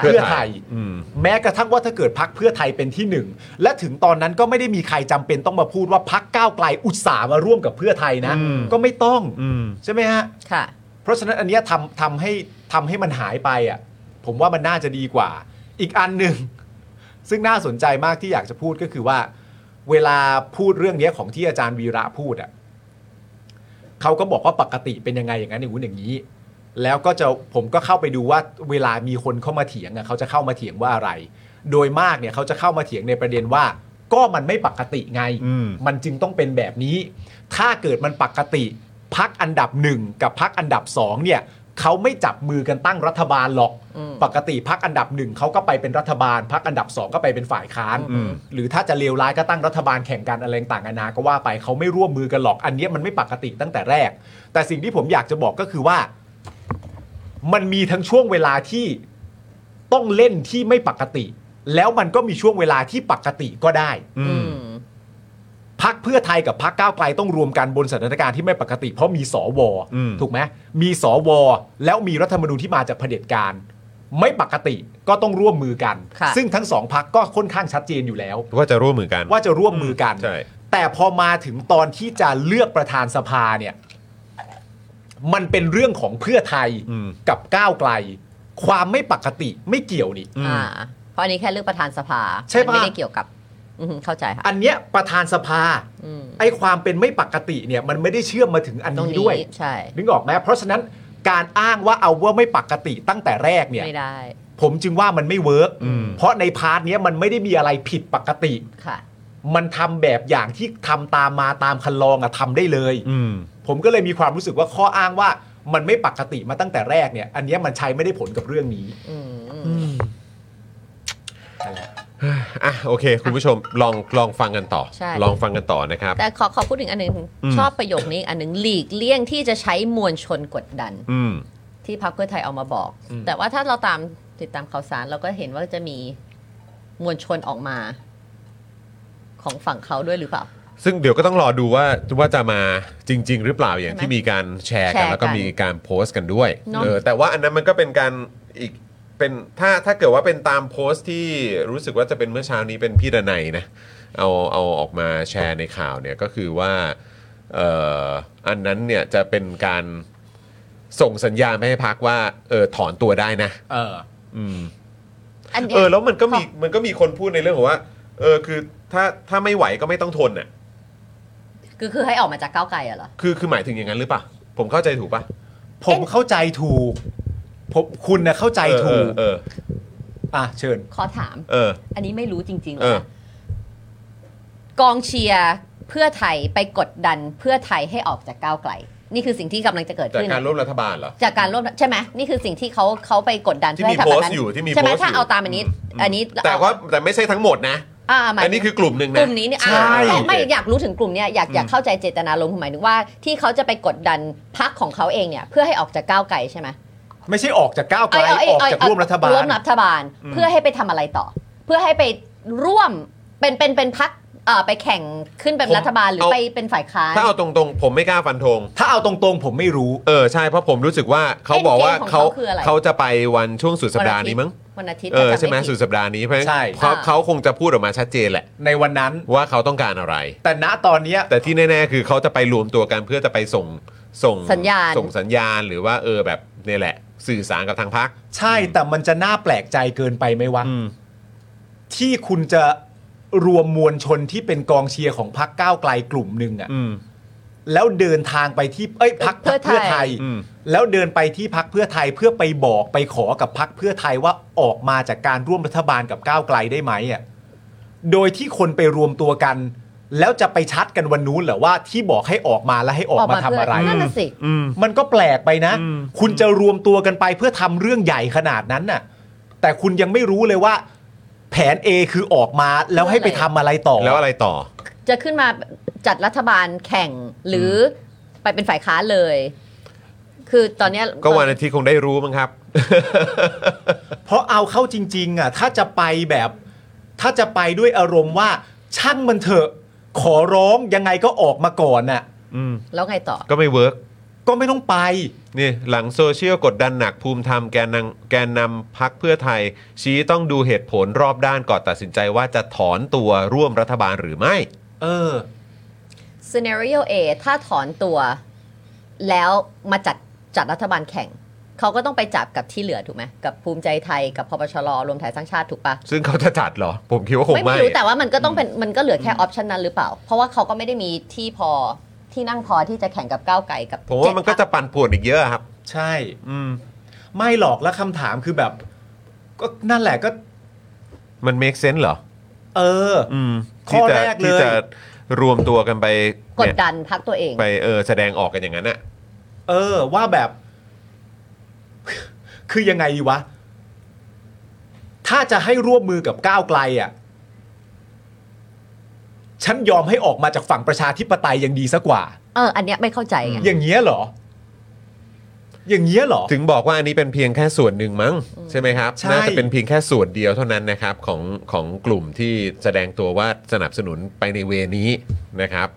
S3: เพื่อไทย
S2: เพื่อไทย
S1: อืม
S2: แม้กระทั่งว่าถ้าเกิดพักเพื่อไทยเป็นที่หนึ่ง และถึงตอนนั้นก็ไม่ได้มีใครจำเป็นต้องมาพูดว่าพักก้าวไกลอุตส่าห์มาร่วมกับเพื่อไทยนะ
S1: อืม
S2: ก็ไม่ต้อง
S1: อืม
S2: ใช่ไหมฮะ
S3: ค่ะ
S2: เพราะฉะนั้นอันเนี้ยทำทำให้ทำให้มันหายไปอ่ะ ผมว่ามันน่าจะดีกว่า อีกอันหนึ่ง ซึ่งน่าสนใจมากที่อยากจะพูดก็คือว่า เวลาพูดเรื่องเนี้ยของที่อาจารย์วีระพูดอ่ะเขาก็บอกว่าปกติเป็นยังไงอย่างนั้นอย่างนู้นอย่างนี้ แล้วก็จะผมก็เข้าไปดูว่าเวลามีคนเข้ามาเถียงอ่ะเขาจะเข้ามาเถียงว่าอะไร โดยมากเนี่ยเขาจะเข้ามาเถียงในประเด็นว่า ก็มันไม่ปกติไง
S1: อืม
S2: มันจึงต้องเป็นแบบนี้ ถ้าเกิดมันปกติ พักอันดับหนึ่งกับพักอันดับสองเนี่ยเขาไม่จับมือกันตั้งรัฐบาลหรอก
S3: อืม
S2: ปกติพักอันดับหนึ่งเขาก็ไปเป็นรัฐบาล พักอันดับสองก็ไปเป็นฝ่ายค้าน
S1: อืม
S2: หรือถ้าจะเลวร้ายก็ตั้งรัฐบาลแข่งกันอะไรต่างกันานาก็ว่าไปเขาไม่ร่วมมือกันหรอก อันเนี้ยมันไม่ปกติตั้งแต่แรก แต่สิ่งที่ผมอยากจะบอกก็คือว่า มันมีทั้งช่วงเวลาที่ต้องเล่นที่ไม่ปกติ แล้วมันก็มีช่วงเวลาที่ปกติก็ได้
S1: อื
S3: อื
S1: ม
S3: ม
S2: พักเพื่อไทยกับพักก้าวไกลต้องรวมกันบนสถานการณ์ที่ไม่ปกติ เพราะมีสว
S1: อืม
S2: ถูกไหมมีสวแล้วมีรัฐธรรมนูญที่มาจากเผด็จการ ไม่ปกติก็ต้องร่วมมือกัน
S3: ค่ะ
S2: ซึ่งทั้งสองพักก็ค่อนข้างชัดเจนอยู่แล้ว
S1: ว่าจะร่วมมือกัน
S2: ว่าจะร่วมมือกัน
S1: ใช่
S2: แต่พอมาถึงตอนที่จะเลือกประธานสภาเนี่ย มันเป็นเรื่องของเพื่อไทย
S1: อืม
S2: กับก้าวไกล ความไม่ปกติไม่เกี่ยวนี่
S3: อ่า เพราะอันนี้แค่เลือกประธานสภา
S2: ใช่
S3: มั
S2: ปะ
S3: นไม่ได้เกี่ยวกับ อืมเข้าใจค่ะ
S2: อันเนี้ยประธานสภา
S3: อืม
S2: ไอ้ความเป็นไม่ปกติเนี่ย มันไม่ได้เชื่อมมาถึงอัน
S3: ตรง
S2: นี้
S3: นี้
S2: ด้วย
S3: ใช่
S2: นึกออกไหมเพราะฉะนั้นการอ้างว่าเอาว่าไม่ปกติตั้งแต่แรกเนี่ย
S3: ไม่ได้
S2: ผมจึงว่ามันไม่เวิร์กเพราะในพาร์ทเนี้ยมันไม่ได้มีอะไรผิดปกติ
S3: ค่ะ
S2: มันทำแบบอย่างที่ทำตามมาตามคันลองอะทำได้เลย
S1: อืม
S2: ผมก็เลยมีความรู้สึกว่าข้ออ้างว่ามันไม่ปกติมาตั้งแต่แรกเนี่ย อันเนี้ยมันใช้ไม่ได้ผลกับเรื่องนี้
S3: อืม
S2: นั่นแหละ
S1: อ่ะโอเค คุณผู้ชมลองลองฟังกันต่อ
S3: ใช่
S1: ลองฟังกันต่อนะครับ
S3: แต่ขอขอพูดถึงอันหนึ่ง
S1: อืม
S3: ชอบประโยคนี้อีกอันหนึ่งหลีกเลี่ยงที่จะใช้มวลชนกดดัน
S1: อืม
S3: ที่พรรคเพื่อไทยเอามาบอก
S2: อืม
S3: แต่ว่าถ้าเราตามติดตามข่าวสารเราก็เห็นว่าจะมีมวลชนออกมา ของฝั่งเขาด้วยหรือเปล่า
S1: ซึ่งเดี๋ยวก็ต้องรอดูว่าว่าจะมาจริง ๆ หรือเปล่าอย่างที่มีการแชร์กัน
S3: แชร์กัน
S1: แล้วก็มีการโพสต์กันด้วย
S3: เนอะ
S1: เออแต่ว่าอันนั้นมันก็เป็นการอีกเป็นถ้าถ้าเกิดว่าเป็นตามโพสต์ที่รู้สึกว่าจะเป็นเมื่อเช้านี้เป็นพี่ดนัยนะเอาเอาออกมาแชร์ในข่าวเนี่ยก็คือว่าเอ่ออันนั้นเนี่ยจะเป็นการส่งสัญญาณไปให้พักว่าเออถอนตัวได้นะ
S2: เออ
S1: อืม
S3: อันเนี้
S1: เอย อแล้วมันก็มี
S3: ขอ
S1: มันก็มีคนพูดในเรื่องของว่า เออคือถ้าถ้าไม่ไหวก็ไม่ต้องทนน่ะ
S3: คือคือให้ออกมาจากก้าวไกลอะเหรอ
S1: คือคือหมายถึงอย่างนั้นหรือเปล่าผมเข้าใจถูกปะ
S2: ผมเข้าใจถูกผมคุณนะเข้าใจถูก
S1: เออ
S2: อ่ะเชิญ
S3: ขอถาม
S1: เออ
S3: อันนี้ไม่รู้จริงๆ
S1: เออ
S3: นะกองเชียร์เพื่อไทยไปกดดันเพื่อไทยให้ออกจากก้าวไกล นี่คือสิ่งที่กำลังจะเกิด
S1: จาก
S3: ขึ้น
S1: การร่วมรัฐบาลเหรอ
S3: จากการร่วมใช่ไหมนี่คือสิ่งที่เขาเขาไปกดดัน
S1: ที่
S3: เพื่อ
S1: มี
S3: ให้ทำ
S1: โพ
S3: แบ
S1: ส
S3: บ
S1: ต์
S3: นั้น
S1: อยู่ที่มี
S3: ใช่ไหม
S1: โพสต์
S3: ถ้า
S1: อยู่
S3: เอาตามอันนี้
S1: อืม
S3: อันนี้
S1: แต่ว่าแต่ไม่ใช่ทั้งหมดนะ
S3: อ่าหมาย
S1: อันนี้คือกลุ่มหนึ่งนะ
S3: กลุ่มนี้เนี่ยอ่า
S1: ใช่
S3: ไม่อยากรู้ถึงกลุ่มเนี้ยอยาก
S1: อืม
S3: อยากเข้าใจเจตนารมณ์คือหมายถึงว่าที่เขาจะไปกดดันพักของเขาเองเนี่ยเพื่อให้ออกจากก้าวไกลใช่ไหม
S2: ไม่ใช่ออกจากก้าวไกล
S3: เย
S2: ออก
S3: เย
S2: จาก
S3: เย
S2: ร่วมรัฐบาล
S3: ร่วมรัฐบาล
S1: อืม
S3: เพื่อให้ไปทำอะไรต่อ เพื่อให้ไปร่วมเป็นเป็นเป็นพักไปแข่งขึ้นเป็นรัฐบาลหรือไปเป็นฝ่ายค้าน
S1: ถ้าเอาตรงๆ ผมไม่กล้าฟันธง
S2: ถ้าเอาตรงๆ ผมไม่รู้
S1: เออใช่เพราะผมรู้สึกว่าเขาบอกว่า
S3: Endgame ของ
S1: เขา
S3: เขาคืออะไร
S1: เขาจะไปวันช่วงสุดสัปดาห์นี้มั้ง
S3: วันอาทิตย์
S1: เออ
S3: ถ้าจำ
S1: ใช่ไหม
S3: ผิด
S1: สุดสัปดาห์นี้เพราะฉะนั้น
S2: ใช่
S1: เขา
S3: อ่า
S1: เขาคงจะพูดออกมาชัดเจนแหละ
S2: ในวันนั้น
S1: ว่าเขาต้องการอะไร
S2: แต่ณตอนเนี้ย
S1: แต่ที่แน่ๆ คือเขาจะไปรวมตัวกันเพื่อจะไปส่งส่ง
S3: สัญญาณ
S1: ส่งสัญญาณหรือว่าเออแบบนี่แหละ สื่อสารกับทางพัก
S2: ใช่แต่มันจะน่าแปลกใจเกินไปไหมวะ
S1: อืม
S2: ที่คุณจะรวมมวลชนที่เป็นกองเชียร์ของพักก้าวไกลกลุ่มหนึ่งอะ
S1: อืม
S2: แล้วเดินทางไปที่เอ้ยพัก
S3: เพื่อไทย
S2: เพื่อไทย
S1: อืม
S2: แล้วเดินไปที่พักเพื่อไทยเพื่อไปบอกไปขอกับพักเพื่อไทยว่าออกมาจากการร่วมรัฐบาลกับก้าวไกลได้ไหมอะโดยที่คนไปรวมตัวกัน แล้วจะไปชัดกันวันนู้นเหรอว่าที่บอกให้ออกมาแล้วให้ออกมาทำ
S3: เพื่
S2: อะไร
S3: นั่นน่ะสิ
S1: อืม
S2: มันก็แปลกไปนะ
S1: อืม
S2: คุณจะรวมตัวกันไปเพื่อทำเรื่องใหญ่ขนาดนั้นน่ะ แต่คุณยังไม่รู้เลยว่า แผน A คือออกมาแล้วให้ไปทำอะไรต่อ
S1: แล้วอะไรต่อ
S3: จะขึ้นมาจัดรัฐบาลแข่งหรืออไปเป็นฝ่ายค้านเลย คือตอนเนี้ย
S1: ก็วันอาทิตย์คงได้รู้มั้งครับ
S2: เพราะเอาเข้าจริง ๆ อ่ะ ถ้าจะไปแบบ ถ้าจะไปด้วยอารมณ์ว่า ช่างมันเถอะ ขอร้องยังไงก็ออกมาก่อนน่ะ
S1: อืม
S3: แล้วไงต่อ
S1: ก็ไม่เวิร์ก
S2: ก็ไม่ต้องไป
S1: นี่หลังโซเชียลกดดันหนักภูมิธรรมแกนนำแกนนำพักเพื่อไทย ชี้ต้องดูเหตุผลรอบด้านก่อนตัดสินใจว่าจะถอนตัวร่วมรัฐบาลหรือไม่
S2: เออ
S3: scenario A ถ้าถอนตัว แล้วมาจัดจัดรัฐบาลแข่ง เขาก็ต้องไปจับกับที่เหลือถูกไหมกับภูมิใจไทยกับพปชรรวมไทยสร้างชาติถูกปะ
S1: ซึ่งเขาจะจัดเหรอ ผมคิดว่าคง
S3: ไม่
S1: ไม่
S3: รู้แต่ว่ามันก็ต้องเป็นมันก็เหลือแค่ออปชันนั้นหรือเปล่า เพราะว่าเขาก็ไม่ได้มีที่พอที่นั่งพอที่จะแข่งกับก้าวไกลกับ
S1: ผมว่ามันก็
S3: เจ็
S1: จะ
S3: ดพรรค
S1: ปั่นป่วนอีกเยอะครับ
S2: ใช่
S1: อืม
S2: ไม่หรอกแล้วคำถามคือแบบ ก็นั่นแหละก็
S1: มัน make sense เหรอ
S2: เออ
S1: อืม
S2: ข้อ
S1: ที่จะ
S2: แรกเลย
S1: ที่จะรวมตัวกันไป
S3: กด
S1: เนี่ย
S3: ดันพักตัวเอง
S1: ไปเออแสดงออกกันอย่างนั้นน่ะ
S2: เออ ว่าแบบ คือยังไงดีวะ ถ้าจะให้ร่วมมือกับก้าวไกลอ่ะ ฉันยอมให้ออกมาจากฝั่งประชาธิปไตยยังดีซะกว่า
S3: เอออันเนี้ยไม่เข้าใจไง
S2: อย่างเงี้ยเหรอ อย่างเงี้ยเหรอ
S1: ถึงบอกว่าอันนี้เป็นเพียงแค่ส่วนหนึ่งมั้งใช่ไหมครับ
S2: ใช่
S1: น่าจะเป็นเพียงแค่ส่วนเดียวเท่านั้นนะครับของของกลุ่มที่แสดงตัวว่าสนับสนุนไปในเวนี้นะครับ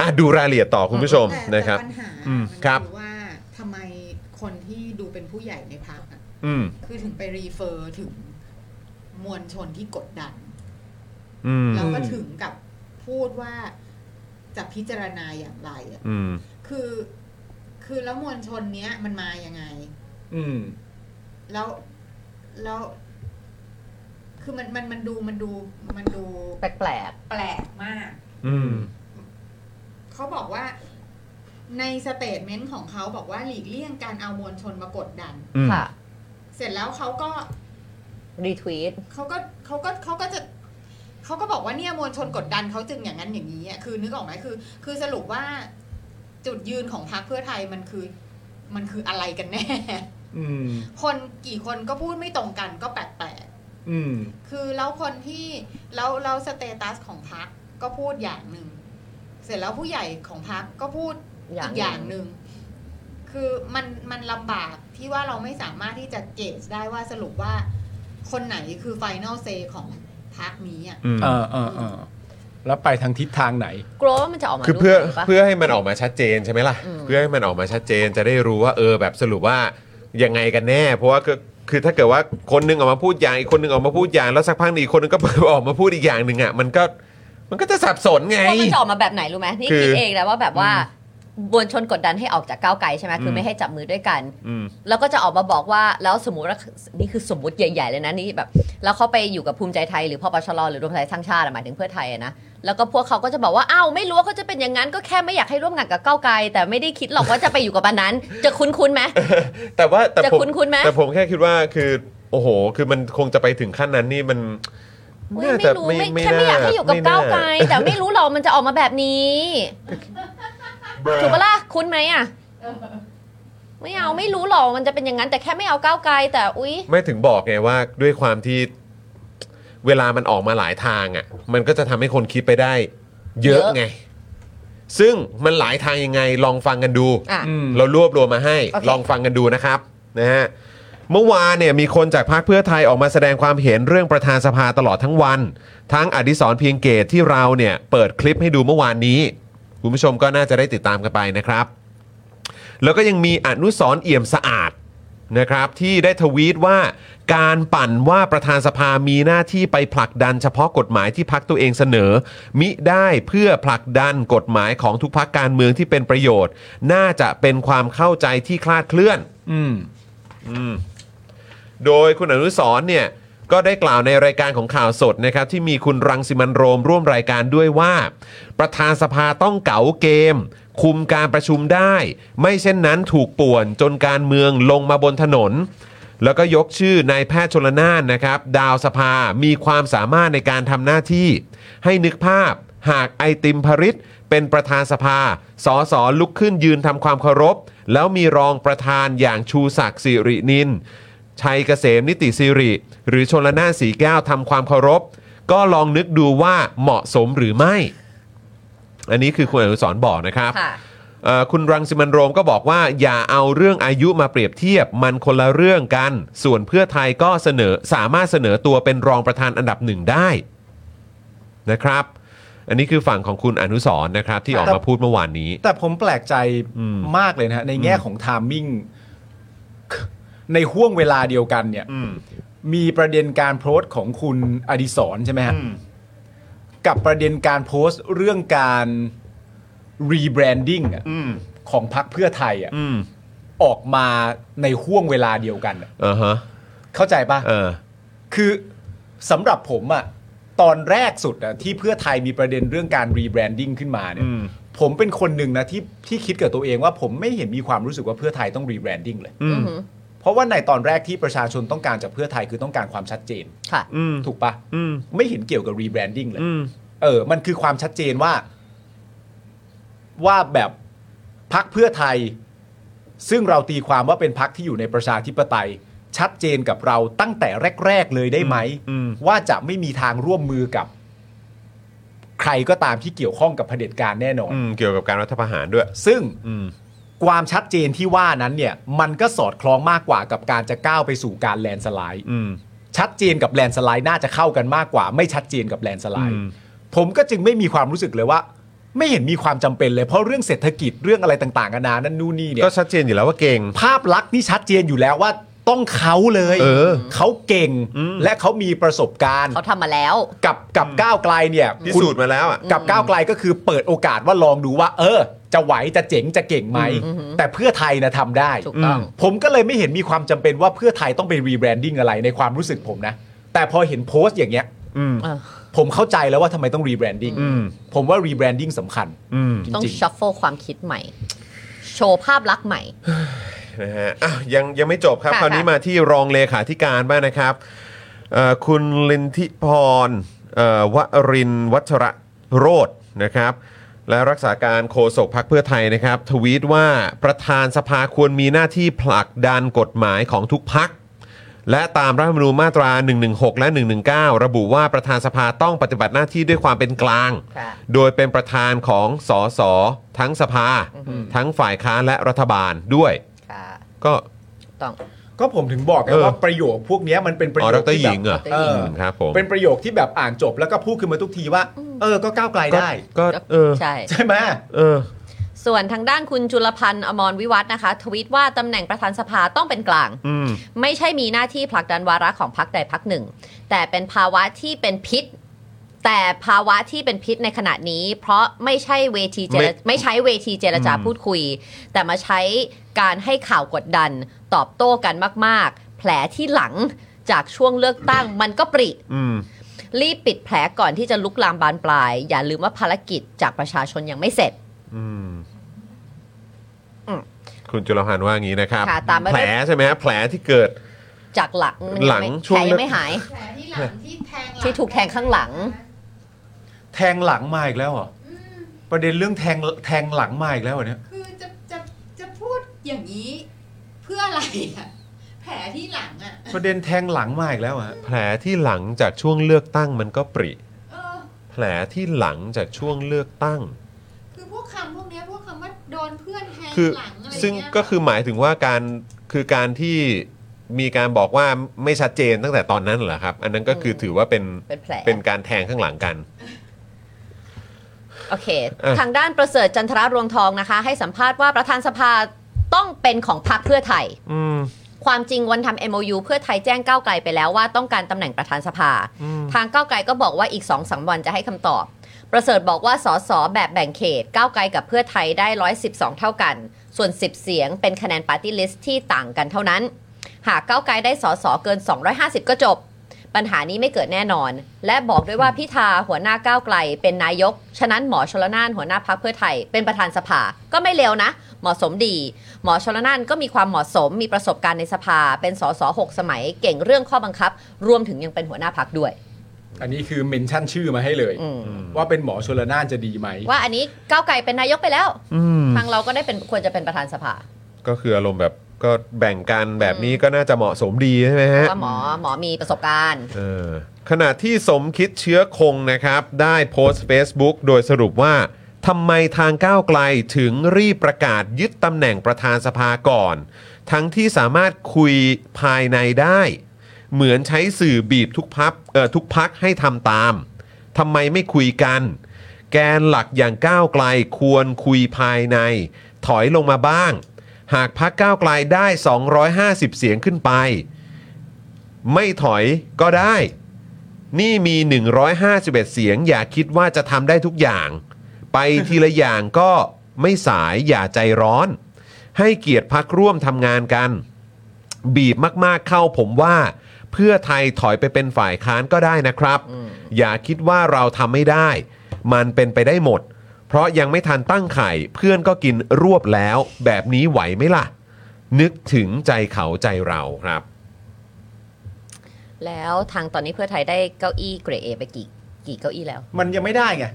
S1: อ่ะดูรายละเอียดต่อคุณผู้ชม
S5: แต่
S1: นะครับ
S5: แต่ปัญหา
S1: อืม
S5: น
S1: ครับ
S5: อว่าทำไมคนที่ดูเป็นผู้ใหญ่ในพักอะ
S1: อืม
S5: คือถึงไปรีเฟอร์ถึงมวลชนที่กดดัน
S1: อืม
S5: แล้วก็ถึงกับพูดว่าจะพิจารณาอย่างไรอะ
S1: อืม
S5: คือ คือแล้วมวลชนเนี้ยมันมายังไง
S2: อืม
S5: แล้วแล้ว คือมันมันมันดูมันดูมันดู
S3: แปลก
S5: แปลกมาก
S1: อืม
S5: เขาบอกว่าในสเตทเมนต์ของเขาบอกว่าหลีกเลี่ยงการเอามวลชนมากดดัน
S1: อืม
S3: ๆค่ะ
S5: เสร็จแล้วเขาก็
S3: รีทวีต
S5: เขาก็เขาก็เขาก็จะเขาก็บอกว่าเนี่ยมวลชนกดดันเขาจึงอย่างนั้นอย่างนี้อ่ะคือนึกออกไหมคือ คือสรุปว่าจุดยืนของพรรคเพื่อไทยมันคือ มันคืออะไรกันแน่
S2: อืม
S5: คนกี่คนก็พูดไม่ตรงกันก็แปลก
S2: อืม
S5: ๆคือแล้วคนที่แล้วแล้วสเตตัสของพรรคก็พูดอย่างหนึ่งเสร็จแล้วผู้ใหญ่ของพรรคก็พูด
S3: อย่า
S5: อี
S3: ง
S5: กอย่างหนึ่งคือมันมันลำบากที่ว่าเราไม่สามารถที่จะเกจได้ว่าสรุปว่า คนไหนคือไฟแนลเซของพักนี้อ่ะ
S1: อืม
S2: เออเออเออแล้วไปทางทิศทางไหน
S3: กลัวว่ามันจะออกมา
S1: คือเพื่อ
S3: รูปแบบนี้ปะ
S1: เพื่อให้มันออกมาชัดเจนใช่ไหมล่ะ
S3: อืม
S1: เพื่อให้มันออกมาชัดเจนจะได้รู้ว่าเออแบบสรุปว่ายังไงกันแน่ เพราะว่าคือคือถ้าเกิดว่าคนหนึงออกมาพูดอย่างอีกคนหนึงออกมาพูดอย่างแล้วสักพักหนึ่งอีกคนหนึงก็ ออกมาพูดอีกอย่างหนึ่งอ่ะมันก็มันก็จะสับสนไง
S3: ว่ามันจะออกมาแบบไหนรู้ไหมนี่
S1: คือ
S3: คิดเองแล้วว่าแบบว่ามวลชนกดดันให้ออกจากก้าวไกลใช่ไหมคือไม่ให้จับมือด้วยกัน
S1: อืม
S3: แล้วก็จะออกมาบอกว่าแล้วสมมติว่านี่คือสมมติใหญ่ ๆ เลยนะนี่แบบ แล้วเขาไปอยู่กับภูมิใจไทยหรือพปชรหรือรวมไทยสร้างชาติอะหมายถึงเพื่อไทยอะนะแล้วก็พวกเขาก็จะบอกว่าอ้าวไม่รู้ว่าเขาจะเป็นอย่างนั้นก็แค่ไม่อยากให้ร่วมงานกับก้าวไกลแต่ไม่ได้คิดหรอกว่าจะไปอยู่กับอันนั้น จะคุ้นๆไหม
S1: แต่ว่าแต่
S3: จะ
S1: ผม
S3: คุ้นๆไหม
S1: แต่ผมแค่คิดว่าคือ โอ้โห คือมันคงจะไปถึงขั้นนั้นนี่มัน
S3: โอ้ย
S1: น่า
S3: ไม่
S1: จะ
S3: รู้
S1: ไม่
S3: ไม่
S1: ไม่
S3: แค่ไม่อยากให้อยู่กับ
S1: น่
S3: ก้าวไกลแต่ไม่รู้หรอกมันจะออกมาแบบนี้ ถูกปะล่ะคุ้นไหมอ่ะไม่เอาไม่รู้หรอกมันจะเป็นอย่างนั้น แต่แค่ไม่เอาก้าวไกลแต่อุ๊ย
S1: ไม่ถึงบอกไงว่าด้วยความที่เวลามันออกมาหลายทางอะ่ะ มันก็จะทำให้คนคิดไปได้ เยอะ
S3: เยอะ
S1: ไง ซึ่งมันหลายทางยังไงลองฟังกันดู
S3: อ่ะอืม
S1: เรารวบรวมมาให้
S3: โอเค
S1: ลองฟังกันดูนะครับนะฮะเมื่อวานเนี่ยมีคนจากพรรคเพื่อไทยออกมาแสดงความเห็นเรื่องประธานสภาตลอดทั้งวัน ทั้งอดิศรเพียงเกตที่เราเนี่ยเปิดคลิปให้ดูเมื่อวานนี้คุณผู้ชมก็น่าจะได้ติดตามกันไปนะครับ แล้วก็ยังมีอนุสรณ์เอี่ยมสะอาดนะครับ ที่ได้ทวีตว่าการปั่นว่าประธานสภามีหน้าที่ไปผลักดันเฉพาะกฎหมายที่พักตัวเองเสนอ มิได้เพื่อผลักดันกฎหมายของทุกพักการเมืองที่เป็นประโยชน์ น่าจะเป็นความเข้าใจที่คลาดเคลื่อน
S2: อืม
S1: โดยคุณอนุสรณ์เนี่ยก็ได้กล่าวในรายการของข่าวสดนะครับที่มีคุณรังสิมันต์โรมร่วมรายการด้วยว่า ประธานสภาต้องเก๋าเกม คุมการประชุมได้ ไม่เช่นนั้นถูกป่วนจนการเมืองลงมาบนถนน แล้วก็ยกชื่อนายแพทย์ชนละนานนะครับ ดาวสภามีความสามารถในการทำหน้าที่ ให้นึกภาพหากไอติมพริตเป็นประธานสภาสอสอลุกขึ้นยืนทำความเคารพ แล้วมีรองประธานอย่างชูศักดิ์สิรินิน ชัยเกษมนิติสิริ หรือชนละนานสีแก้วทำความเคารพ ก็ลองนึกดูว่าเหมาะสมหรือไม่ อันนี้คือคุณอนุสรณ์บอกนะครับ
S3: ค่ะ
S1: เอ่อคุณรังสิมันต์โรมก็บอกว่า อย่าเอาเรื่องอายุมาเปรียบเทียบมันคนละเรื่องกัน ส่วนเพื่อไทยก็เสนอสามารถเสนอตัวเป็นรองประธานอันดับหนึ่งได้นะครับ อันนี้คือฝั่งของคุณอนุสรณ์นะครับ ที่ออกมาพูดเมื่อวานนี้
S2: แต่ผมแปลกใจ
S1: อืม
S2: มากเลยนะฮะในแง่ของไทามมิ่ง ในห่วงเวลาเดียวกันเนี่ย
S1: อืม
S2: มีประเด็นการโพสต์ของคุณอดิศรใช่ไหมฮะกับประเด็นการโพสต์เรื่องการรีแบรนดิ้งอะของพรรคเพื่อไทยอะ
S1: อืม
S2: ออกมาในห่วงเวลาเดียวกันอะ
S1: อ่าฮะ
S2: เข้าใจปะ
S1: เออ
S2: คือสำหรับผมอะตอนแรกสุดอะที่เพื่อไทยมีประเด็นเรื่องการรีแบรนดิ้งขึ้นมาเนี่ย
S1: อืม
S2: ผมเป็นคนหนึ่งนะที่ที่คิดกับตัวเองว่าผมไม่เห็นมีความรู้สึกว่าเพื่อไทยต้องรีแบรนดิ้งเลย
S1: อืม
S2: เพราะว่าในตอนแรกที่ประชาชนต้องการจากเพื่อไทยคือต้องการความชัดเจน
S3: ค่ะ
S1: อืม
S2: ถูกปะ
S1: อืม
S2: ไม่เห็นเกี่ยวกับรีแบรนดิ้งเลย
S1: อืม
S2: เออ มันคือความชัดเจนว่า ว่าแบบพักเพื่อไทย ซึ่งเราตีความว่าเป็นพักที่อยู่ในประชาธิปไตย ชัดเจนกับเราตั้งแต่แรก ๆ เลยได้ไหม
S1: อืม
S2: ว่าจะไม่มีทางร่วมมือกับ ใครก็ตามที่เกี่ยวข้องกับเผด็จการแน่นอน
S1: อืมเกี่ยวกับการรัฐประหารด้วย
S2: ซึ่ง
S1: อืม
S2: ความชัดเจนที่ว่านั้นเนี่ย มันก็สอดคล้องมากกว่ากับการจะก้าวไปสู่การแลนด์สไลด์
S1: อืม
S2: ชัดเจนกับแลนด์สไลด์น่าจะเข้ากันมากกว่า ไม่ชัดเจนกับแลนด์สไล
S1: อื
S2: ด์
S1: ม
S2: ผมก็จึงไม่มีความรู้สึกเลยว่า ไม่เห็นมีความจำเป็นเลยเพราะเรื่องเศรษฐกิจเรื่องอะไรต่างๆนานานั่นนู่นนี่เนี่ย
S1: ก็ชัดเจนอยู่แล้วว่าเก่ง
S2: ภาพลักษณ์นี่ชัดเจนอยู่แล้วว่าต้องเขาเลย
S1: เออ
S2: เก่งและเขามีประสบการณ์
S3: เขาทำมาแล้ว
S2: กับกับก้าวไกลเนี่ย
S1: พิ
S2: คุณ
S1: สูจน์มาแล้วอ่ะ
S2: กับก้าวไกลก็คือเปิดโอกาสว่าลองดูว่า เออ จะไหวจะเจ๋งจะเก่งไหมแต่เพื่อไทยนะทำได้
S3: ถูกต้อง
S2: ผมก็เลยไม่เห็นมีความจำเป็นว่าเพื่อไทยต้องไปรีแบรนดิ้งอะไรในความรู้สึกผมนะ แต่พอเห็นโพสต์อย่างเงี้ย
S1: อืม
S2: ผมเข้าใจแล้วว่าทำไมต้องรีแบรนดิ้ง
S1: อืม
S2: ผมว่ารีแบรนดิ้งสำคัญ
S1: อืม
S2: จ
S3: ต้อง
S2: ริง
S3: ชัฟเฟิลความคิดใหม่ โชว์ภาพลักษณ์ใหม่
S1: นะฮะอ้าวยังยังไม่จบครับ
S3: ค่ะ
S1: คราวนี้มาที่รองเลขาธิการบ้างนะครับเอ่อคุณลินทิพรเอ่อวรินทร์วัชระโรธนะครับ และรักษาการโฆษกพักเพื่อไทยนะครับ ทวีตว่าประธานสภาควรมีหน้าที่ผลักดันกฎหมายของทุกพัก และตามรัฐธรรมนูญมาตรา 116 และ 119 ระบุว่าประธานสภาต้องปฏิบัติหน้าที่ด้วยความเป็นกลาง
S3: ค่ะ
S1: โดยเป็นประธานของสสทั้งสภา ทั้งฝ่ายค้านและรัฐบาลด้วย
S3: ค่ะ
S1: ก็
S3: ต้อง
S2: ก็ผมถึงบอกไง
S1: เออ
S2: ว่าประโยคพวกเนี้ยมันเป็นประ
S1: อ๋
S2: โย
S1: อ
S2: ค
S1: ดร
S2: ที่
S1: ห
S2: แบ
S1: ญิงเหร
S2: บ
S1: อ
S2: เออ
S1: ครับผม
S2: เป็นประโยคที่แบบอ่านจบแล้วก็พูดขึ้นมาทุกทีว่า เออ ก็ก้าวไกล
S1: ก็
S2: ได้
S1: ก็เออ
S3: ใช่
S2: ใช่ไหม
S1: เออ
S3: ส่วนทางด้านคุณจุลพันธ์อมรวิวัฒน์นะคะ ทวีตว่าตำแหน่งประธานสภาต้องเป็นกลาง
S1: อืม
S3: ไม่ใช่มีหน้าที่ผลักดันวาระของพักใดพักหนึ่ง แต่เป็นภาวะที่เป็นพิษ แต่ภาวะที่เป็นพิษในขณะนี้ เพราะไม่ใช่เวทีเจร
S1: ไม่
S3: ไม่ใช้เวทีเจรจาพูดคุย แต่มาใช้การให้ข่าวกดดัน ตอบโต้กันมาก ๆ แผลที่หลังจากช่วงเลือกตั้งมันก็ปริ
S1: อืม
S3: รีบปิดแผลก่อนที่จะลุกลามบานปลาย อย่าลืมว่าภารกิจจากประชาชนยังไม่เสร็จ
S1: อืม
S3: อืม
S1: คุณจุลพันธ์ว่างี้นะครับ
S3: ค่ะตามมาด้วย
S1: แผลใช่ไหมฮะแผลที่เกิด
S3: จากหลังมัน
S1: หลั
S3: ยัง
S1: ง
S3: ไม่แผ
S1: ช่วง
S3: ลยั
S1: เลือก
S3: งไม่หาย
S5: แผลที่หลังที่แทงหลัง
S3: ที่ถูกแทงข้างหลัง
S2: แทงหลังมาอีกแล้วเหรอ
S5: อืม
S2: ประเด็นเรื่องแทงแทงหลังมาอีกแล้วเหรอเนี่ย
S5: คือจะจะจะพูดอย่างนี้เพื่ออะไรอะแผลที่หลังอะ
S2: ประเด็นแทงหลังมาอีกแล้วอะ
S1: แผลที่หลังจากช่วงเลือกตั้งมันก็ปริ
S5: เออ
S1: แผลที่หลังจากช่วงเลือกตั้ง
S5: คือพวกคำพวกเนี้ยพวกคำว่าโดนเพื่อนแทง
S1: คือ
S5: หลังอะไรเงี้ย
S1: ซึ่งก็คือหมายถึงว่าการคือการที่มีการบอกว่าไม่ชัดเจนตั้งแต่ตอนนั้นเหรอครับ อันนั้นก็คือถือว่าเป็น
S3: เป็นแผล
S1: เป็นการแทงข้างหลังกัน
S3: โอเค
S1: อ่ะ
S3: ทางด้านประเสริฐจันทรรวงทองนะคะ ให้สัมภาษณ์ว่าประธานสภาต้องเป็นของพรรคเพื่อไทย
S1: อืม
S3: ความจริงวันทำ MOU เพื่อไทยแจ้งก้าวไกลไปแล้วว่าต้องการตำแหน่งประธานสภา ทางก้าวไกลก็บอกว่าอีก2อสวันจะให้คำตอบ ประเสริฐบอกว่าสสแบบแบ่งเขต ก้าวไกลกับเพื่อไทยได้ 112 เท่ากัน ส่วน 10 เสียงเป็นคะแนนปาร์ตี้ลิสต์ที่ต่างกันเท่านั้น หากก้าวไกลได้สสเกิน 250 ก็จบ ปัญหานี้ไม่เกิดแน่นอน และบอกด้วยว่าพิธาหัวหน้าก้าวไกล เป็นนายก ฉะนั้นหมอชลนานหัวหน้าพักเพื่อไทย เป็นประธานสภา ก็ไม่เลวนะ เหมาะสมดี หมอชลนานก็มีความเหมาะสม มีประสบการณ์ในสภา เป็นสสหกสมัย เก่งเรื่องข้อบังคับ รวมถึงยังเป็นหัวหน้าพักด้วย
S2: อันนี้คือเมนชั่นชื่อมาให้เลย
S3: อืม
S2: ว่าเป็นหมอชลนานจะดีไหม
S3: ว่าอันนี้ก้าวไกลเป็นนายกไปแล้ว
S1: อืม
S3: ทางเราก็ได้เป็นควรจะเป็นประธานสภา
S1: ก็คืออารมณ์แบบก็แบ่งกันแบบนี้ก็น่าจะเหมาะสมดีใช่ไหมฮะ
S3: ว่าหมอหมอมีประสบการณ์
S1: เออขณะที่สมคิดเชื้อคงนะครับ ได้โพสต์ Facebook โดยสรุปว่าทำไมทางก้าวไกลถึงรีบประกาศยึดตำแหน่งประธานสภาก่อน ทั้งที่สามารถคุยภายในได้ เหมือนใช้สื่อบีบทุกพับเอ่อทุกพักให้ทำตามทำไมไม่คุยกัน แกนหลักอย่างก้าวไกลควรคุยภายใน ถอยลงมาบ้าง หากพักก้าวไกลได้ 250 เสียงขึ้นไป ไม่ถอยก็ได้ นี่มี 151 เสียง อย่าคิดว่าจะทำได้ทุกอย่าง ไปทีละอย่างก็ไม่สายอย่าใจร้อน ให้เกียรติพักร่วมทำงานกัน บีบมากๆเข้าผมว่า เพื่อไทยถอยไปเป็นฝ่ายค้านก็ได้นะครับ อย่าคิดว่าเราทำไม่ได้ มันเป็นไปได้หมด เพราะยังไม่ทันตั้งไข่ เพื่อนก็กินรวบแล้ว แบบนี้ไหวไหมล่ะ นึกถึงใจเขาใจเราครับ
S3: แล้วทางตอนนี้เพื่อไทยได้เก้าอี้เกรดเอไปกี่กี่เก้าอี้แล้ว
S2: มันยังไม่ได้ไง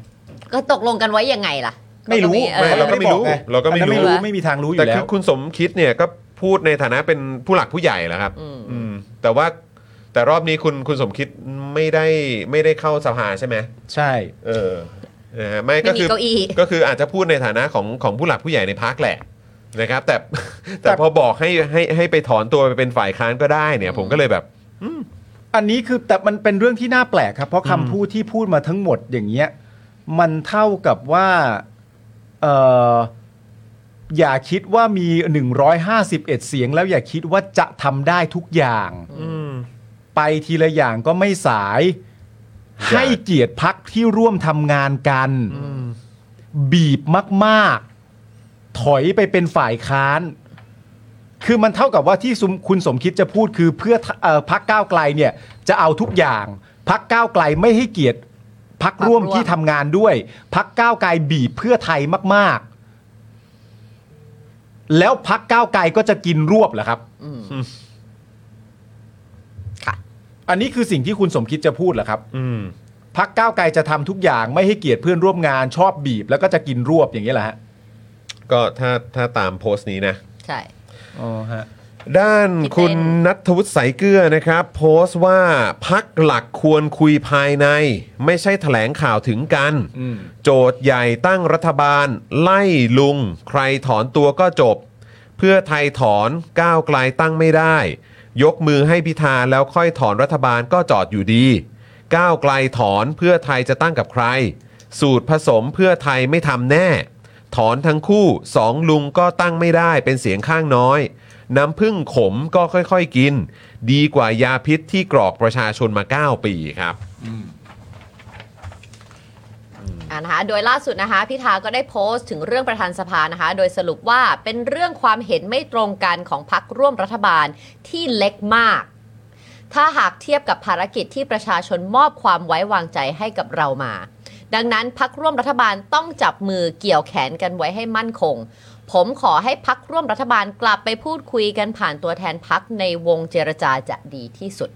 S3: ก็ตกลงกันไว้ยังไงล่ะ
S2: ไม่รู้
S3: ก็เอ
S1: ไม่
S3: อ
S1: เราก็
S2: บอ
S1: ไม่รู้เราก็ไม่รู้
S2: อันนั้นไม่รู้ ไม่มีทางรู้อ
S1: แต่
S2: ยู่แล้
S1: คือ
S2: ว
S1: คุณสมคิดเนี่ยก็พูดในฐานะเป็นผู้หลักผู้ใหญ่แหล้วครับ
S3: อืม
S1: อืมแต่ว่าแต่รอบนี้คุณคุณสมคิดไม่ได้ไม่ได้เข้าสภาใช่ไหม
S2: ใช่
S1: เออนะฮะไม่
S3: ไม่
S1: ก็
S3: มี
S1: คือ
S3: เก้าอี้
S1: ก็คืออาจจะพูดในฐานะของของผู้หลักผู้ใหญ่ในพักแหละนะครับ แต่แต่พอบอกให้ให้ให้ไปถอนตัวไปเป็นฝ่ายค้านก็ได้เนี่ย ผมก็เลยแบบ
S2: อันนี้คือแต่มันเป็นเรื่องที่น่าแปลกครับ เพราะคำพูดที่พูดมาทั้งหมดอย่างเงี้ยมันเท่ากับว่าเอออย่าคิดว่ามี 151 เสียง แล้วอย่าคิดว่าจะทำได้ทุกอย่าง
S1: อืม
S2: ไปทีละอย่างก็ไม่สาย
S1: อย่า
S2: ให้เกียรติพักที่ร่วมทำงานกัน บีบมากๆ ถอยไปเป็นฝ่ายค้าน คือมันเท่ากับว่าที่ซุมคุณสมคิดจะพูดคือเพื่อเออพักก้าวไกลเนี่ยจะเอาทุกอย่างพักก้าวไกลไม่ให้เกียรติพักร่วมที่ทำงานด้วยพักก้าวไกลบีบเพื่อไทยมาก ๆ แล้วพักก้าวไกลก็จะกินรวบเหรอครับ
S3: อืม
S2: อันนี้คือสิ่งที่คุณสมคิดจะพูดเหรอครับ
S1: อืม
S2: พักก้าวไกลจะทำทุกอย่างไม่ให้เกียรติเพื่อนร่วมงานชอบบีบ แล้วก็จะกินรวบอย่างนี้ยแหละฮะ
S1: ก็ถ้าถ้าตามโพสต์นี้นะ
S3: ใช่
S2: อ๋อฮะ
S1: ด้านคุณ
S3: พี่เต้น
S1: นัทวุฒิสายเกลือนะครับ โพสต์ว่าพักหลักควรคุยภายใน ไม่ใช่แถลงข่าวถึงกัน
S2: อืม
S1: โจทย์ใหญ่ตั้งรัฐบาล ไล่ลุง ใครถอนตัวก็จบ เพื่อไทยถอนก้าวไกลตั้งไม่ได้ ยกมือให้พิธาแล้วค่อยถอนรัฐบาลก็จอดอยู่ดี ก้าวไกลถอนเพื่อไทยจะตั้งกับใคร สูตรผสมเพื่อไทยไม่ทำแน่ ถอนทั้งคู่สองลุงก็ตั้งไม่ได้เป็นเสียงข้างน้อย น้ำพึ่งขมก็ค่อยๆกิน ดีกว่ายาพิษที่กรอกประชาชนมา 9 ปีครับ
S3: อ่านะคะโดยล่าสุดนะคะพิธาก็ได้โพสต์ถึงเรื่องประธานสภานะคะ โดยสรุปว่าเป็นเรื่องความเห็นไม่ตรงกันของพรรคร่วมรัฐบาลที่เล็กมาก ถ้าหากเทียบกับภารกิจที่ประชาชนมอบความไว้วางใจให้กับเรามา ดังนั้นพักร่วมรัฐบาลต้องจับมือเกี่ยวแขนกันไว้ให้มั่นคง ผมขอให้พักร่วมรัฐบาลกลับไปพูดคุยกันผ่านตัวแทนพักในวงเจรจาจะดีที่สุด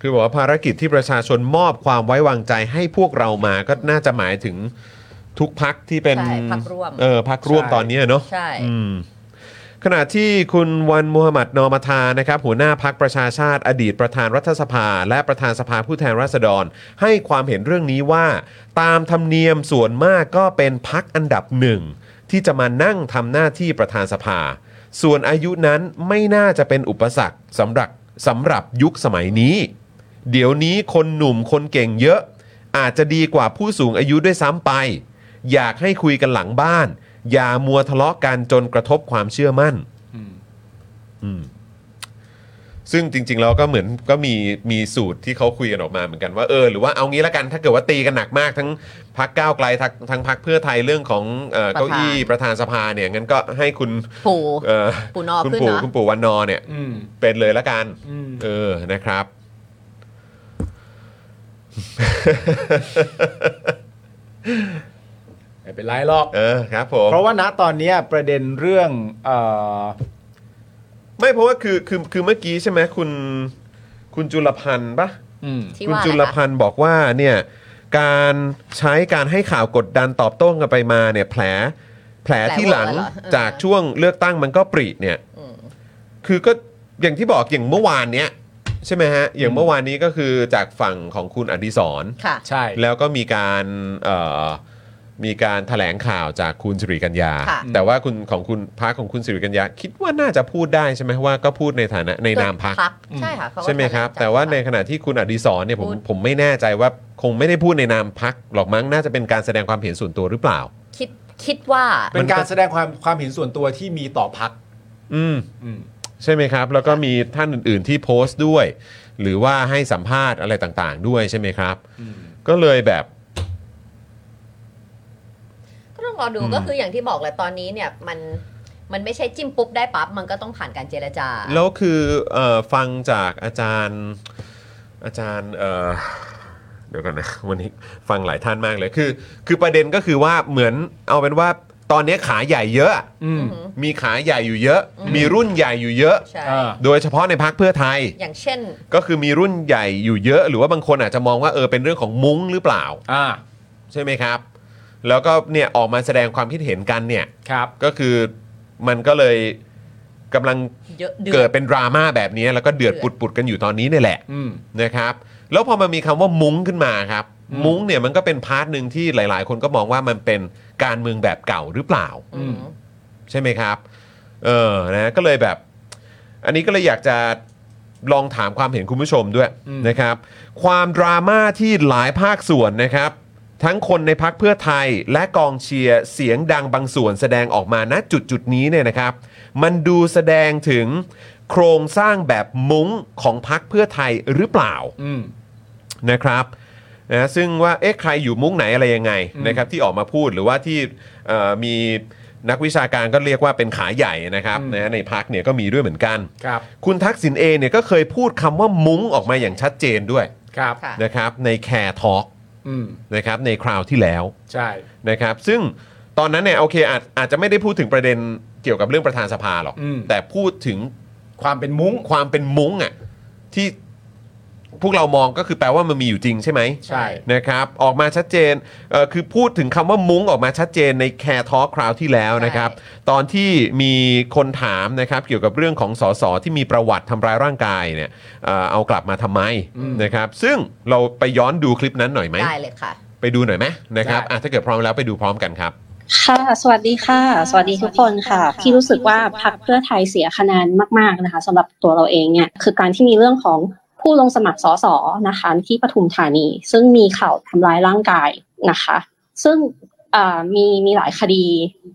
S1: คือบอกว่าภารกิจที่ประชาชนมอบความไว้วางใจให้พวกเรามาก็น่าจะหมายถึง ทุกพักที่เป็น
S3: ใช่พรรคร่วม
S1: เออพักร่วม
S2: ใช่
S1: ตอนนี้เนาะ
S3: ใช่
S1: อืมขณะที่คุณวันมูฮัมหมัดนอมาทานะครับหัวหน้าพักประชาชาติ อดีตประธานรัฐสภา และประธานสภาผู้แทนราษฎร ให้ความเห็นเรื่องนี้ว่า ตามธรรมเนียมส่วนมากก็เป็นพักอันดับหนึ่ง ที่จะมานั่งทำหน้าที่ประธานสภา ส่วนอายุนั้นไม่น่าจะเป็นอุปสรรคสำหรับสำหรับยุคสมัยนี้ เดี๋ยวนี้คนหนุ่มคนเก่งเยอะ อาจจะดีกว่าผู้สูงอายุด้วยซ้ำไป อยากให้คุยกันหลังบ้าน อย่ามัวทะเลาะกันจนกระทบความเชื่อมั่นอืมซึ่งจริง ๆ แล้วก็เหมือนก็มีมีสูตรที่เขาคุยกันออกมาเหมือนกันว่าเออหรือว่าเอางี้ละกันถ้าเกิดว่าตีกันหนักมาก ทั้งพักก้าวไกลทั้งทั้งพักเพื่อไทยเรื่องของเอ่อ
S3: ประธาน
S1: เก้าอี้ประธานสภาเนี่ยงั้นก็ให้คุณ
S3: ปู่
S1: เอ่อ
S3: ปู่นอ
S1: คุณ
S3: ขึ้น
S1: ปู่
S3: เนาะ
S1: คุณปู่วันนอเนี่ย
S2: อืม
S1: เป็นเลยละกัน
S2: อืม
S1: เออ นะครับ
S2: ไม่เป็นไรหรอก
S1: เออ ครับผม
S2: เพราะว่าณตอนเนี้ยประเด็นเรื่องเอ่อ
S1: ไม่เพราะว่าคือคือคือเมื่อกี้ใช่ไหมคุณคุณจุลพันธ์ปะ
S2: อืม
S3: ที่
S1: คุณ
S3: ว่า
S1: จุ
S3: อะไร
S1: ล
S3: คะ
S1: พันธ์บอกว่าเนี่ยการใช้การให้ข่าวกดดันตอบโต้กันไปมาเนี่ยแผลแผลที่หลังจากช่วงเลือกตั้งมันก็ปริเนี่ย
S3: อืม
S1: คือก็อย่างที่บอกอย่างเมื่อวานเนี้ยใช่ไหมฮะ อย่างเมื่อวานนี้ก็คือจากฝั่งของคุณอดิศร
S3: ค่ะ
S2: ใช่
S1: แล้วก็มีการเอ่อมีการแถลงข่าวจากคุณสิริกัญญา
S3: ค่ะ
S1: แต่ว่าคุณของคุณพักของคุณสิริกัญญา คิดว่าน่าจะพูดได้ใช่ไหมว่าก็พูดในฐานะในนามพัก
S3: ใช่ค่ะเขาก็
S1: ใช่ไหมครับ
S3: ทำงน
S1: แต่ว่าในขณะที่คุณอดิศรเนี่ยผม
S3: พูด
S1: ผมไม่แน่ใจว่าคงไม่ได้พูดในนามพักหรอกมั้งน่าจะเป็นการแสดงความเห็นส่วนตัวหรือเปล่า
S3: คิดคิดว่า
S2: เป็นการแสดงความความเห็นส่วนตัวที่มีต่อพัก
S1: อืมใช่ไหมครับ แล้วก็มีท่านอื่น ๆ ที่โพสต์ด้วย หรือว่าให้สัมภาษณ์อะไรต่าง ๆ ด้วยใช่ไหมครับ ก็เลยแบบ
S3: ก็ต้องรอดูก็คืออย่างที่บอกแหละตอนนี้เนี่ยมันมันไม่ใช่จิ้มปุ๊บได้ปั๊บ มันก็ต้องผ่านการเจรจา
S1: แล้วคือเออฟังจากอาจารย์อาจารย์เอ่อเดี๋ยวก่อนนะ วันนี้ฟังหลายท่านมากเลยคือ คือประเด็นก็คือว่าเหมือนเอาเป็นว่าตอนนี้ขาใหญ่เยอะ
S2: อืม
S1: มีขาใหญ่อยู่เยอะ
S3: อืม
S1: มีรุ่นใหญ่อยู่เยอะ
S3: ใช่
S2: อ่า
S1: โดยเฉพาะในพักเพื่อไทย
S3: อย่างเช่น
S1: ก็คือมีรุ่นใหญ่อยู่เยอะ หรือว่าบางคนอาจจะมองว่าเออเป็นเรื่องของมุ้งหรือเปล่า
S2: อ่า
S1: ใช่ไหมครับ แล้วก็เนี่ยออกมาแสดงความคิดเห็นกันเนี่ย
S2: ครับ
S1: ก็คือมันก็เลยกำลัง
S3: เยอะดือ
S1: เกิดเป็นดราม่าแบบนี้แล้วก็เดือดปุดๆกันอยู่ตอนนี้เนี่ยแหละ
S2: อืม
S1: นะครับ แล้วพอมันมีคำว่ามุ้งขึ้นมาครับ
S2: อืม
S1: มุ้งเนี่ยมันก็เป็นพาร์ทหนึ่งที่หลาย ๆ คนก็มองว่ามันเป็นการเมืองแบบเก่าหรือเปล่า
S3: อืม
S1: ใช่ไหมครับ เออนะก็เลยแบบ อันนี้ก็เลยอยากจะลองถามความเห็นคุณผู้ชมด้วย
S2: อืม
S1: นะครับ ความดราม่าที่หลายภาคส่วนนะครับ ทั้งคนในพักเพื่อไทยและกองเชียร์เสียงดังบางส่วนแสดงออกมาณจุดจุดๆนี้เนี่ยนะครับ มันดูแสดงถึงโครงสร้างแบบมุ้งของพักเพื่อไทยหรือเปล่า
S2: อืม
S1: นะครับนะซึ่งว่าเอ๊ะใครอยู่มุ้งไหนอะไรยังไง
S2: อืม
S1: นะครับที่ออกมาพูดหรือว่าที่เอ่อมีนักวิชาการก็เรียกว่าเป็นขาใหญ่นะครับนะในพักเนี่ยก็มีด้วยเหมือนกัน
S2: ครับ
S1: คุณทักษิณเองเนี่ยก็เคยพูดคำว่ามุ้งออกมาอย่างชัดเจนด้วย
S2: ครับ
S3: ค่ะ
S1: นะครับในแคร์ทอล์ก
S2: อืม
S1: นะครับในคราวที่แล้ว
S2: ใช่
S1: นะครับซึ่งตอนนั้นเนี่ยโอเคอาจอาจจะไม่ได้พูดถึงประเด็นเกี่ยวกับเรื่องประธานสภาหรอก
S2: อืม
S1: แต่พูดถึง
S2: ความเป็นมุ้ง
S1: ความเป็นมุ้งอ่ะที่พวกเรามองก็คือแปลว่ามันมีอยู่จริงใช่ไหม
S2: ใช่
S1: นะครับ ออกมาชัดเจนเอ่อคือพูดถึงคำว่ามุ้งออกมาชัดเจนในแคร์ทอคราวที่แล้วนะครับ
S3: ใช่
S1: ตอนที่มีคนถามนะครับ เกี่ยวกับเรื่องของสสที่มีประวัติทำร้ายร่างกายเนี่ยเอ่อเอากลับมาทำไมนะครับ ซึ่งเราไปย้อนดูคลิปนั้นหน่อยไหม
S3: ได้เลยค่ะ
S1: ไปดูหน่อยไหมนะครับ
S2: ได้
S1: อ่ะถ้าเกิดพร้อมแล้วไปดูพร้อมกันครับ
S7: ค่ะ สวัสดีค่ะ สวัสดีทุกคนค่ะ ที่รู้สึกว่าพรรคเพื่อไทยเสียคะแนนมาก ๆนะคะสำหรับตัวเราเองเนี่ยคือการที่มีเรื่องของผู้ลงสมัครสสนะคะที่ปทุมธานี ซึ่งมีข่าวทำร้ายร่างกายนะคะ ซึ่งเอ่อมีมีหลายคดี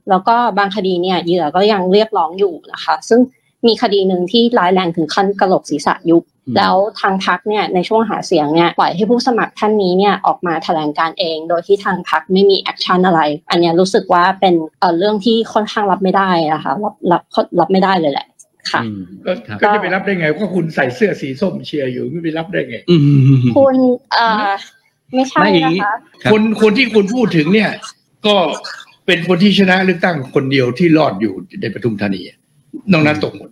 S7: แล้วก็บางคดีเนี่ยเหยื่อก็ยังเรียกร้องอยู่นะคะ ซึ่งมีคดีหนึ่งที่ร้ายแรงถึงขั้นกระโหลกศีรษะยุบ แล้วทางพักเนี่ยในช่วงหาเสียงเนี่ยปล่อยให้ผู้สมัครท่านนี้เนี่ยออกมาแถลงการเอง โดยที่ทางพักไม่มีแอคชั่นอะไร อันเนี้ยรู้สึกว่าเป็นเอ่อเรื่องที่ค่อนข้างรับไม่ได้นะคะรับรับรับไม่ได้เลยแหละค่ะ
S8: ก็ก็จะไปรับได้ไงก็คุณใส่เสื้อสีส้มเชียร์อยู่ไม่ไปรับได้ไง
S7: คุณเอ่อไม่ใช่นะคะ
S8: คนคนที่คุณพูดถึงเนี่ย ก็เป็นคนที่ชนะเลือกตั้งคนเดียวที่รอดอยู่ในปทุมธานีนอกนั้นตกหมด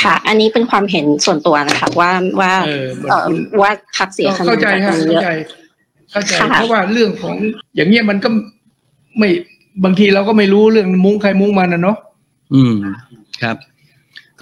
S7: ค่ะ อันนี้เป็นความเห็นส่วนตัวนะคะว่าว่า
S8: เออ
S7: เอ่อ
S8: คุณ
S7: ว่าพักเสียคะแน
S8: เข้าน ใจ
S7: จากต
S8: ฮะ
S7: รงนี้เย
S8: เข้า
S7: อะ
S8: ใจ เข้าใจ
S7: ค่ะ
S8: เพราะว่าเรื่องของอย่างเงี้ยมันก็ไม่บางทีเราก็ไม่รู้เรื่องมุ้งใครมุ้งมันนะเนาะ
S9: อืมครับ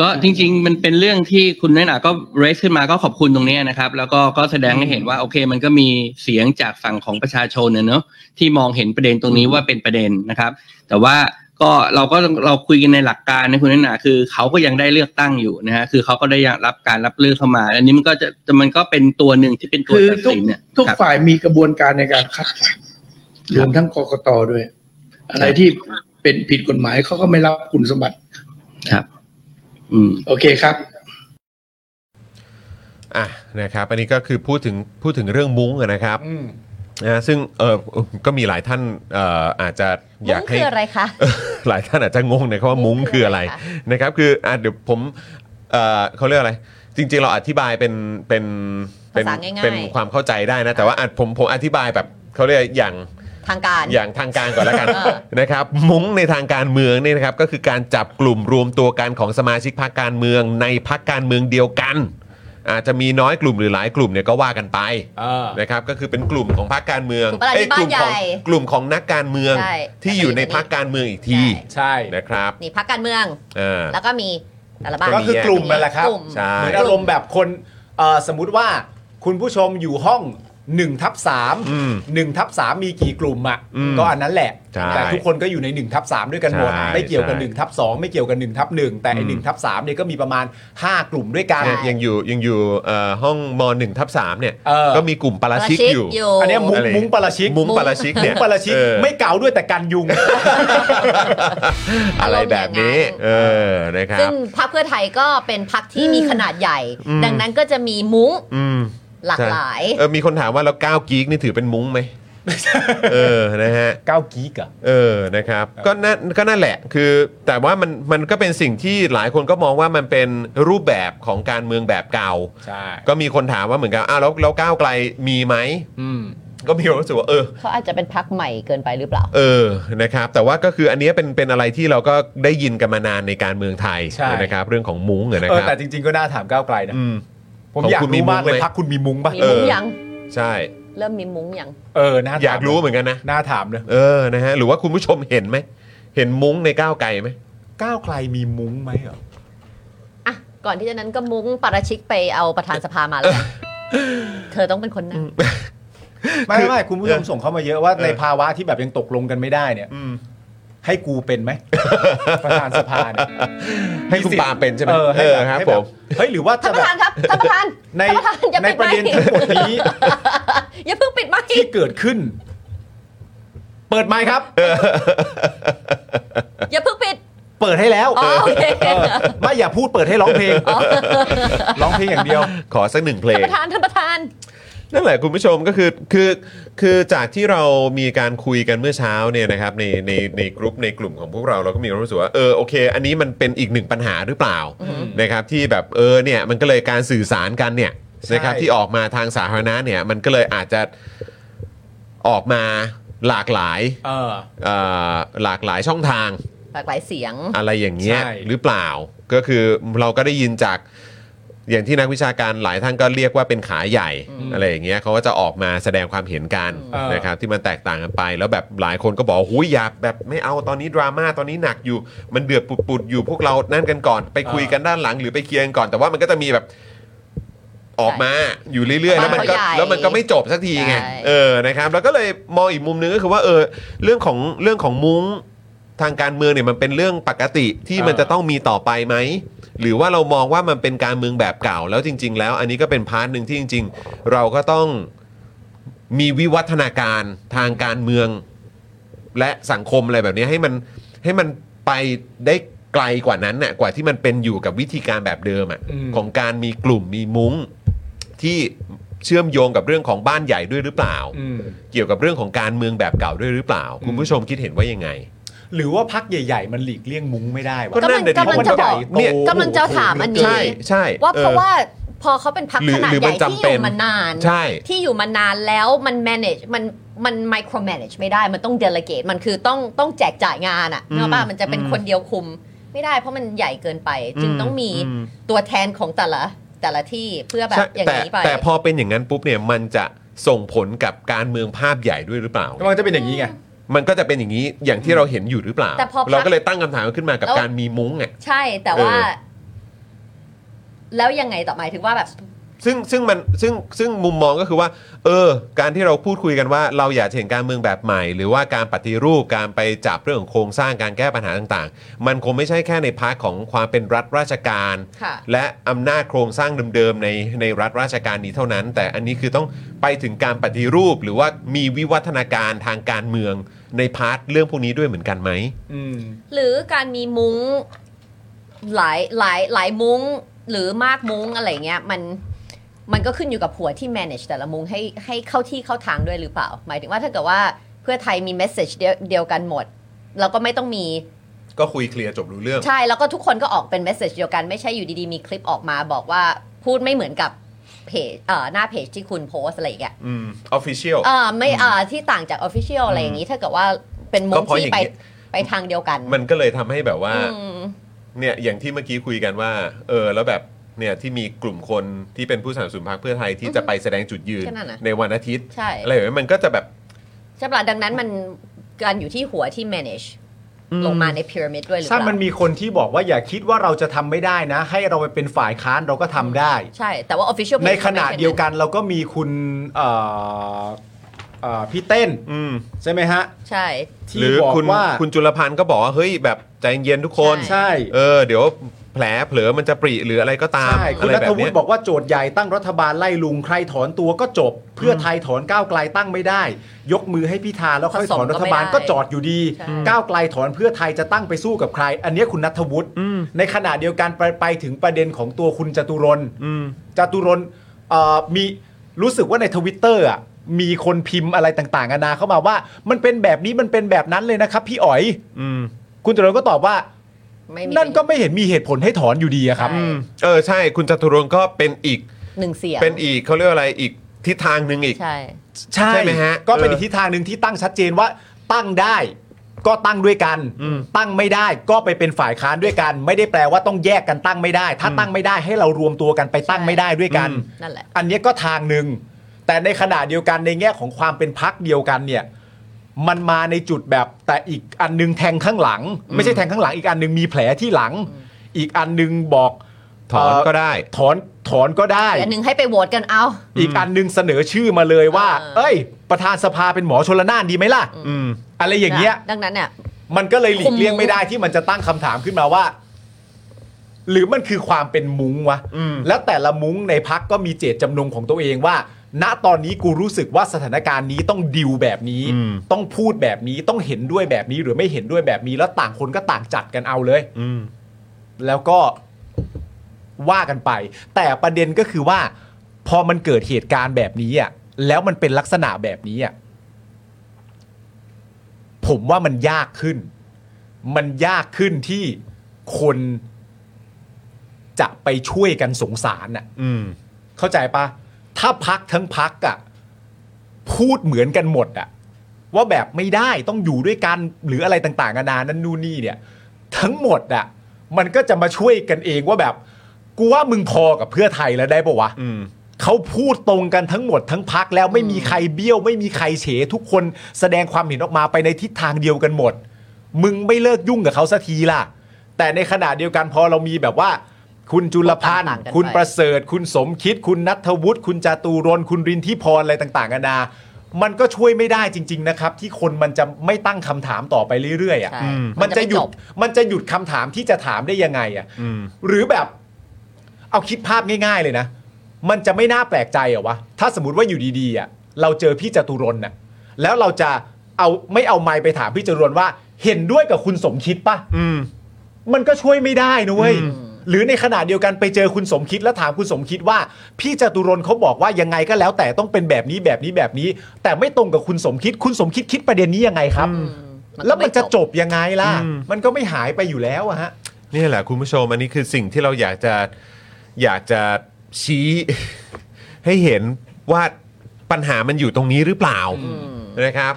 S9: ก็จริง ๆ มันเป็นเรื่องที่คุณน้อยหนาก็ raise ขึ้นมาก็ขอบคุณตรงเนี้ยนะครับ แล้วก็ก็แสดงให้เห็นว่าโอเค มันก็มีเสียงจากฝั่งของประชาชนน่ะเนอะที่มองเห็นประเด็นตรงนี้ว่าเป็นประเด็นนะครับ แต่ว่าก็เราก็เราคุยกันในหลักการนะคุณน้อยหนาคือเขาก็ยังได้เลือกตั้งอยู่นะฮะคือเขาก็ได้รับการรับเลือกเข้ามา อันนี้มันก็จะมันก็เป็นตัวหนึ่งที่เป็นตัว
S8: คือ
S9: ตัด
S8: ทุก
S9: สินเนี่ย
S8: ทุก
S9: ครับ
S8: ฝ่ายมีกระบวนการในการคัดสรรรวมทั้งกกตด้วย อะไรที่เป็นผิดกฎหมายเขาก็ไม่รับคุณสมบัติ
S9: ครับ อืม
S8: โอเคครับ
S1: อ่ะนะครับ อันนี้ก็คือพูดถึงพูดถึงเรื่องมุ้งอะนะครับนะซึ่งเออก็มีหลายท่านเอ่ออาจจะอยากให้
S3: คืออะไรคะ
S1: หลายท่านอาจจะงงนะครับว่ามุ้งคืออะไรนะครับ คืออ่ะเดี๋ยวผมเอ่อเขาเรียกอะไร จริง ๆ เราอธิบายเป็นเป็นเป็น
S3: ภาษาง่ายๆ
S1: เป็นความเข้าใจได้นะ แต่ว่าอ่ะผมผมอธิบายแบบเขาเรียกอย่าง
S3: ทางการ
S1: อย่างทางการก่อนแล้วกัน
S3: เออ
S1: นะครับ มุ้งในทางการเมืองเนี่ยนะครับก็คือการจับกลุ่มรวมตัวกันของสมาชิกพรรคการเมืองในพรรคการเมืองเดียวกัน อาจจะมีน้อยกลุ่มหรือหลายกลุ่มเนี่ยก็ว่ากันไปนะครับก็คือเป็นกลุ่มของพรรคการเมือง
S3: กลุ่มอะไร
S1: เอ้ย
S3: บ้าก น
S1: ลุ่มของ
S3: ใหญ่
S1: กลุ่มของนักการเมือง
S3: ใช่
S1: ที่อยู่ในพรรคการเมืองอีกที
S2: ใช่
S1: นะครับ
S3: นี่พักการเมือง
S1: อ่า
S3: แล้วก็มีแต่ละบ้าน
S2: ก็คือกลุ่มนั่นแหละครับ
S3: กลุ่ม
S1: ใช่
S2: เหมือนอารมณ์แบบคนเอ่อสมมุติว่าคุณผู้ชมอยู่ห้อง1ทับสามหนึ่งทับสามมีกี่กลุ่มอ่ะ
S1: อืม
S2: ก็อันนั้นแหละ
S1: ใช่
S2: แต่ทุกคนก็อยู่ใน1ทับสามด้วยกันหมด
S1: ใช่
S2: ไม่เกี่ยวกับ
S1: ใช่
S2: 1ทับสองไม่เกี่ยวกับ1ทับหนึ่งแต่ไอ้
S1: อืม
S2: หนึ่งทับสามเนี่ยก็มีประมาณ 5 กลุ่มด้วยกัน
S1: เนี่ยยังอยู่ยังอยู่เอ่อห้องม1ทับ3เนี่ย
S2: เออ
S1: ก็มีกลุ่มปาราชิกอยู่
S2: อันเนี้ยมุ้ง
S1: อะไร
S2: มุ้งปาราชิก
S1: มุ้งปาราชิกเนี่ย
S2: มุ้งปาราชิก
S1: เออ
S2: ไม่เก่าด้วยแต่กันยุง
S1: อะไรแบบนี้ เออ นะครั
S3: ซึ่
S1: บ
S3: งพรรคเพื่อไทยก็เป็นพรรคที่มีขนาดใหญ่
S1: อืม
S3: ดังนั้นก็จะมีมุ้ง
S1: อืม
S3: หลาก
S1: ใช่
S3: หลาย
S1: เออ มีคนถามว่าแล้วก้าวกีกนี่ถือเป็นมุ้งไหม เออ นะฮะ
S2: ก้าวกีกอะ
S1: เออ นะครับ ก็นั่นก็นั่นแหละ คือ แต่ว่ามัน มันก็เป็นสิ่งที่หลายคนก็มองว่ามันเป็นรูปแบบของการเมืองแบบเก่า
S2: ใช่
S1: ก็มีคนถามว่าเหมือนกัน อ้าว แล้วแล้วก้าวไกลมีไหม ก็มีคนรู้สึกว่า เออ
S3: เขาอาจจะเป็นพรรคใหม่เกินไปหรือเปล่า
S1: เออ นะครับ แต่ว่าก็คืออันเนี้ยเป็น เป็นอะไรที่เราก็ได้ยินกันมานานในการเมืองไทย
S2: ใช่
S1: นะครับ เรื่องของมุ้งอะนะ
S2: เอ
S1: ค
S2: อ
S1: รับ
S2: แต่จริง ๆก็น่าถามก้าวไกลนะ
S1: อืม
S2: ผม
S1: ของ
S2: อยาก
S1: คุณมี
S2: รู้มากเลย
S1: มุ้งไหม
S2: พักคุณมีมุ้งปะ
S3: มีมุ้งยัง
S1: ใช่
S3: เริ่มมีมุ้งยัง
S2: เออน่าถม
S1: อยากรู้เหมือนกันนะ
S2: น่าถามเลย
S1: เออ นะฮะ หรือว่าคุณผู้ชมเห็นไหม เห็นมุ้งในก้าวไกลไหม
S2: ก้าวไกลมีมุ้งไหมเหรอ
S3: อ่ะก่อนที่จะนั้นก็มุ้งปาราชิกไปเอาประธานสภามาแล้วกันเธอต้องเป็นคนนั่ง
S2: ไม่ไม่คุณผู้ชมส่งเข้ามาเยอะว่า
S1: เออ
S2: ในภาวะที่แบบยังตกลงกันไม่ได้เนี่ย
S1: อืม
S2: ให้กูเป็น ไหม ประธานสภาเนี่ย
S1: ให้คุณปาเป็นใช่ไหม
S2: เออให้
S1: อ
S2: แบบ
S1: ครับ
S2: ให้
S1: ผ
S2: แบบ
S1: ม
S2: เฮ้ยหรือว่า
S3: ท่านป
S2: จะแบ
S3: ระ
S2: บ
S3: ธานครับ ท่านประธาน
S2: ใน
S3: ท่านประธานอย่า
S2: ใน
S3: ปิด
S2: ประ
S3: ไม
S2: เด็น
S3: ค์
S2: ทั้งหมดนี้
S3: อย่าเพิ่งปิดไมค์
S2: ที่เกิดขึ้น เปิดไมค์ครับ
S3: อย่าเพิ่งปิด
S2: เปิดให้แล้ว
S3: อ๋อโอเค
S2: เออไม่อย่าพูดเปิดให้ร้องเพลงร้องเพลงอย่างเดียว
S1: ขอสักหนึ่งเพล
S3: ท่านป
S1: ง
S3: ระธานท่านประธาน
S1: นั่นแหละคุณผู้ชมก็คือคือคือจากที่เรามีการคุยกันเมื่อเช้าเนี่ยนะครับในในในกลุ่มในกลุ่มของพวกเราเราก็มีความรู้สึกว่าเออโอเค อันนี้มันเป็นอีกหนึ่งปัญหาหรือเปล่า
S3: อือฮึ
S1: นะครับที่แบบเออเนี่ยมันก็เลยการสื่อสารกันเนี่ย
S2: ใช่
S1: นะครับที่ออกมาทางสาธารณะเนี่ยมันก็เลยอาจจะออกมาหลากหลาย
S2: เออ
S1: เอ่อหลากหลายช่องทาง
S3: หลากหลายเสียง
S1: อะไรอย่างเงี้ย
S2: ใช่
S1: หรือเปล่าก็คือเราก็ได้ยินจากอย่างที่นักวิชาการหลายท่านก็เรียกว่าเป็นขาใหญ่อะไรอย่างเงี้ยเขาก็จะออกมาแสดงความเห็นกัน
S2: เออ
S1: นะครับที่มันแตกต่างกันไป แล้วแบบหลายคนก็บอกหุยอย่าแบบไม่เอาตอนนี้ดราม่าตอนนี้หนักอยู่มันเดือดปุดๆอยู่พวกเรานั่นกันก่อน ไปคุยกันด้านหลังหรือไปเคลียร์กันก่อน แต่ว่ามันก็จะมีแบบออกมาอยู่เรื่อยๆแล้วมันก็
S3: บ้านเขาใหญ่
S1: แล้วมันก็ไม่จบสักทีไง
S3: ใช่
S1: เออนะครับแล้วก็เลยมองอีกมุมนึงก็คือว่าเออเรื่องของเรื่องของมุ้ง ทางการเมืองเนี่ยมันเป็นเรื่องปกติที่
S2: เออ
S1: มันจะต้องมีต่อไปไหม หรือว่าเรามองว่ามันเป็นการเมืองแบบเก่า แล้วจริง ๆ แล้วอันนี้ก็เป็นพาร์ทหนึ่งที่จริง ๆ เราก็ต้องมีวิวัฒนาการทางการเมือง และสังคมอะไรแบบนี้ให้มันให้มันไปได้ไกลกว่านั้นน่ะกว่าที่มันเป็นอยู่กับวิธีการแบบเดิมอะ
S2: อืม
S1: ของการมีกลุ่มมีมุ้งที่เชื่อมโยงกับเรื่องของบ้านใหญ่ด้วยหรือเปล่า
S2: อืม
S1: เกี่ยวกับเรื่องของการเมืองแบบเก่าด้วยหรือเปล่า คุณผู้ชมคิดเห็นว่ายังไง
S2: หรือว่าพักใหญ่ ๆ มันหลีกเลี่ยงมุ้งไม่ได้วะ
S1: ก็นั่นน่ะดิ
S2: เพราะ
S3: กำลั
S2: มั
S3: ง
S2: น
S3: จะ
S2: ให
S3: บอ
S2: ญ่
S3: ก
S2: โต
S1: เนี่ย
S3: กำลังจะถามอันนี้
S1: ใช่ใช่
S3: ว่า
S1: อ
S3: เพ
S1: อ
S3: ราะว่าพอเขาเป็นพัก
S1: หรือ
S3: ขนาด
S1: หรือ
S3: ให
S1: มั
S3: ญ่
S1: น
S3: ที่
S1: จำ
S3: อ
S1: เป็น
S3: ยู่มานาน
S1: ใช่
S3: ที่อยู่มานานแล้วมัน manage มันมัน micro manage ไม่ได้มันต้อง delegate มันคือต้องต้องแจกจ่ายงานอะเนกอะป่ะมันจะเป็นคนเดียวคุม ไม่ได้เพราะมันใหญ่เกินไป จึงต้องมีตัวแทนของแต่ละแต่ละที่เพื่อแบ
S1: ใช่
S3: บอย่าง
S1: แต่
S3: นี้ไป
S1: แต่พอเป็นอย่างนั้นปุ๊บเนี่ยมันจะ ส่งผลกับการเมืองภาพใหญ่ด้วยหรือเปล่า
S2: กำลังจะเป็นอย่างนี้ไง
S1: มันก็จะเป็นอย่างนี้อย่างที่เราเห็นอยู่หรือเปล่า
S3: แต่พอ
S1: เราก็เลยตั้งคำถามขึ้นมากับ
S3: แล้ว
S1: การมีมุ้งอ่ะ
S3: ใช่แต่ว่า
S1: เออ
S3: แล้วยังไงต่อหมายถึงว่าแบบ
S1: ซึ่งซึ่งมันซึ่งซึ่งมุมมองก็คือว่า เออ การที่เราพูดคุยกันว่าเราอยากจะเห็นการเมืองแบบใหม่ หรือว่าการปฏิรูปการไปจับเรื่องของโครงสร้างการแก้ปัญหาต่างๆ มันคงไม่ใช่แค่ในพาร์ทของความเป็นรัฐราชการ
S3: ค่ะ
S1: และอำนาจโครงสร้างเดิมๆในในรัฐราชการนี้เท่านั้น แต่อันนี้คือต้องไปถึงการปฏิรูป หรือว่ามีวิวัฒนาการทางการเมืองในพาร์ทเรื่องพวกนี้ด้วยเหมือนกันไหม
S3: หรือการมีมุ้งหลายหลายหลายมุ้งหรือมากมุ้งอะไรเงี้ยมันมันก็ขึ้นอยู่กับหัวที่ manage แต่ละมุ้งให้ให้เข้าที่เข้าทางด้วยหรือเปล่า หมายถึงว่าถ้าเกิดว่าเพื่อไทยมี message เดียวเดียวกันหมด เราก็ไม่ต้องมี
S1: ก็คุยเคลียร์จบรู้เรื่อง
S3: ใช่แล้วก็ทุกคนก็ออกเป็น message เดียวกันไม่ใช่อยู่ดีๆ มีคลิปออกมาบอกว่าพูดไม่เหมือนกับเพจเอ่อหน้าเพจที่คุณโพสอะไรอย่างเงี้ย
S1: อืมออฟฟิเชียล
S3: เออไม่เออที่ต่างจาก official อะไรอย่างนี้ ถ้าเกิดว่าเป็นมุ
S1: ก็
S3: ม
S1: เพราะอ
S3: ที่
S1: ย่าง
S3: ไป
S1: นี้
S3: ไปทางเดียวกัน
S1: มันก็เลยทำให้แบบว่า
S3: อืม
S1: เนี่ยอย่างที่เมื่อกี้คุยกันว่า เออแล้วแบบเนี่ยที่มีกลุ่มคนที่เป็นผู้สนับสนุนพรรคเพื่อไทยที่จะไปแสดงจุดยืน
S3: แค่นั้นน่ะ
S1: ในวันอาทิตย์
S3: ใช่
S1: อะไรแบบนี้มันก็จะแบบ
S3: ใช่ปะดังนั้นมันการอยู่ที่หัวที่ manage ลงมาในพีระมิดด้วยหรือเป
S2: ถ้า
S3: ล่า
S2: มันมีคนที่บอกว่าอย่าคิดว่าเราจะทำไม่ได้นะ ให้เราไปเป็นฝ่ายค้านเราก็ทำได้
S3: ใช่ แต่ว่า official
S2: ใน
S3: page
S2: ขณะเดียวกันเราก็มีคุณเอ่อเอ่อพี่เต้นใช่ไหมฮะ
S3: ใช่
S1: หรือ
S2: บอก
S1: คุณ
S2: ว่า
S1: คุณจุลพันธ์ก็บอกว่าเฮ้ยแบบใจเย็นทุกคน
S2: ใช่
S1: เออเดี๋ยวแผลเผลอมันจะปริหรืออะไรก็ตาม
S2: ใช่คุ
S1: อะ
S2: ณ
S1: ไร
S2: รั
S1: แบ
S2: ฐ
S1: บ
S2: วุ
S1: เนี้
S2: ฒิ
S1: ย
S2: บอกว่าโจทย์ใหญ่ตั้งรัฐบาลไล่ลุงใครถอนตัวก็จบ เพื่อไทยถอนก้าวไกลตั้งไม่ได้ ยกมือให้พิธาแล้วค่อย
S3: ผสม
S2: ถอนรัฐบาล
S3: ก็ไม่ได้
S2: ก็จอดอยู่ดี
S3: ใช่
S2: ก้าวไกลถอนเพื่อไทยจะตั้งไปสู้กับใคร อันเนี้ยคุณนัทวุฒิในขณะเดียวกันไปไปถึงประเด็นของตัวคุณจตุรนต์
S1: อืม
S2: จตุรนต์เอ่อมีรู้สึกว่าในทวิตเตอร์อ่ะมีคนพิมพ์อะไรต่างๆนานาเข้ามาว่า มันเป็นแบบนี้มันเป็นแบบนั้นเลยนะครับ พี่อ๋อย
S1: อืม
S2: คุณจตุรนต์ก็ตอบว่า
S3: ไม่มี
S2: นั่นก็ไม่เห็นมีเหตุผลให้ถอนอยู่ดีอะครับ
S1: เออใช่คุณจตุรงค์ก็เป็นอีก
S3: หนึ่งเสียง
S1: เป็นอีกเขาเรียกว่าอะไรอีกทิศทางหนึ่งอีก
S3: ใช่
S2: ใช่
S1: ใช่ไหมฮะ
S2: ก็เป็น
S1: เอ
S2: อี
S1: ออี
S2: กทิศทางหนึ่งที่ตั้งชัดเจนว่าตั้งได้ ก็ตั้งด้วยกัน
S1: อืม
S2: ตั้งไม่ได้ก็ไปเป็นฝ่ายค้านด้วยกัน ไม่ได้แปลว่าต้องแยกกันตั้งไม่ได้ ถ้าตั้งไม่ได้ให้เรารวมตัวกันไปตั้งไม่ได้ด้วยกัน
S3: นั่นแหละ
S2: อันเนี้ยก็ทางหนึ่งแต่ในขณะเดียวกันในแง่ของความเป็นพักเดียวกันเนี่ย มันมาในจุดแบบแต่อีกอันหนึงแทงข้างหลัง ไม่ใช่แทงข้างหลังอีกอันหนึงมีแผลที่หลัง อีกอันหนึงบอก
S1: ถอน
S2: เ
S1: ก็ได้
S2: ถอนถอนก็ได้
S3: อันหนึ่งให้ไปโหวตกันเอา
S2: อีกอันหนึงเสนอชื่อมาเลยว่า
S3: เออ
S2: เอ้ย ประธานสภาเป็นหมอชลนานดีไหมล่ะ
S1: อืม
S2: อะไรอย่างเงี้ย
S3: ดังนั้นเนี่ย
S2: มันก็เลยหลี
S3: คุ
S2: ก
S3: ม
S2: เลี่ยงไม่ได้ที่มันจะตั้งคำถามขึ้นมาว่า หรือมันคือความเป็นมุ้งวะ
S1: อืม
S2: แล้วแต่ละมุ้งในพักก็มีเจตจำนงของตัวเองว่า ณตอนนี้กูรู้สึกว่าสถานการณ์นี้ต้องดิวแบบนี้ ต้องพูดแบบนี้ต้องเห็นด้วยแบบนี้หรือไม่เห็นด้วยแบบนี้ แล้วต่างคนก็ต่างจัดกันเอาเลย
S1: อืม
S2: แล้วก็ว่ากันไป แต่ประเด็นก็คือว่า พอมันเกิดเหตุการณ์แบบนี้อ่ะแล้วมันเป็นลักษณะแบบนี้อ่ะผมว่ามันยากขึ้น มันยากขึ้นที่คนจะไปช่วยกันสงสารน่ะ
S1: อืม
S2: เข้าใจปะถ้าพักทั้งพักอะพูดเหมือนกันหมดอะว่าแบบไม่ได้ต้องอยู่ด้วยกันหรืออะไรต่างๆนานานั่นนู่นนี่เนี่ย ทั้งหมดอะมันก็จะมาช่วยกันเองว่าแบบ กูว่ามึงพอกับเพื่อไทยแล้วได้ปะวะ
S1: อืม
S2: เขาพูดตรงกันทั้งหมดทั้งพักแล้วไม่มีใครเบี้ยว ไม่มีใครเฉ ทุกคนแสดงความเห็นออกมาไปในทิศทางเดียวกันหมด มึงไม่เลิกยุ่งกับเขาสักทีล่ะ แต่ในขณะเดียวกันพอเรามีแบบว่า คุณจุลพันธ์
S3: ต่างๆกันไป
S2: คุณประเสริฐ คุณสมคิด คุณนัทวุฒิคุณจาตูรนต์คุณรินทิพรอะไรต่างๆกันานามันก็ช่วยไม่ได้จริง ๆนะครับ ที่คนมันจะไม่ตั้งคำถามต่อไปเรื่อยๆอ่ะ
S3: ใช่
S2: มันจะหยุ
S3: จ
S2: ด
S3: บ
S2: มันจะหยุดคำถามที่จะถามได้ยังไงอ่ะ
S1: อืม
S2: หรือแบบ เอาคิดภาพง่าย ๆ เลยนะ มันจะไม่น่าแปลกใจเหรอวะ ถ้าสมมติว่าอยู่ดีๆอ่ะเราเจอพี่จตุรนต์น่ะแล้วเราจะเอาไม่เอาไมค์ไปถามพี่จตุรนต์ว่าเห็นด้วยกับคุณสมคิดปะ
S1: อืม
S2: มันก็ช่วยไม่ได้นะเว้ย
S1: อืม
S2: หรือในขณะเดียวกันไปเจอคุณสมคิดแล้วถามคุณสมคิดว่า พี่จตุรนต์เขาบอกว่ายังไงก็แล้วแต่ต้องเป็นแบบนี้แบบนี้แบบนี้ แต่ไม่ตรงกับคุณสมคิด คุณสมคิดคิดประเด็นนี้ยังไงครับ
S3: อืม
S2: แล้วมันจะ
S3: ก็ไ
S2: จบยังไงล่ะ
S1: อืม
S2: มันก็ไม่หายไปอยู่แล้วอะฮะ
S1: นี่แหละคุณผู้ชมอันนี้คือสิ่งที่เราอยากจะอยากจะชี้ ให้เห็นว่าปัญหามันอยู่ตรงนี้หรือเปล่านะครับ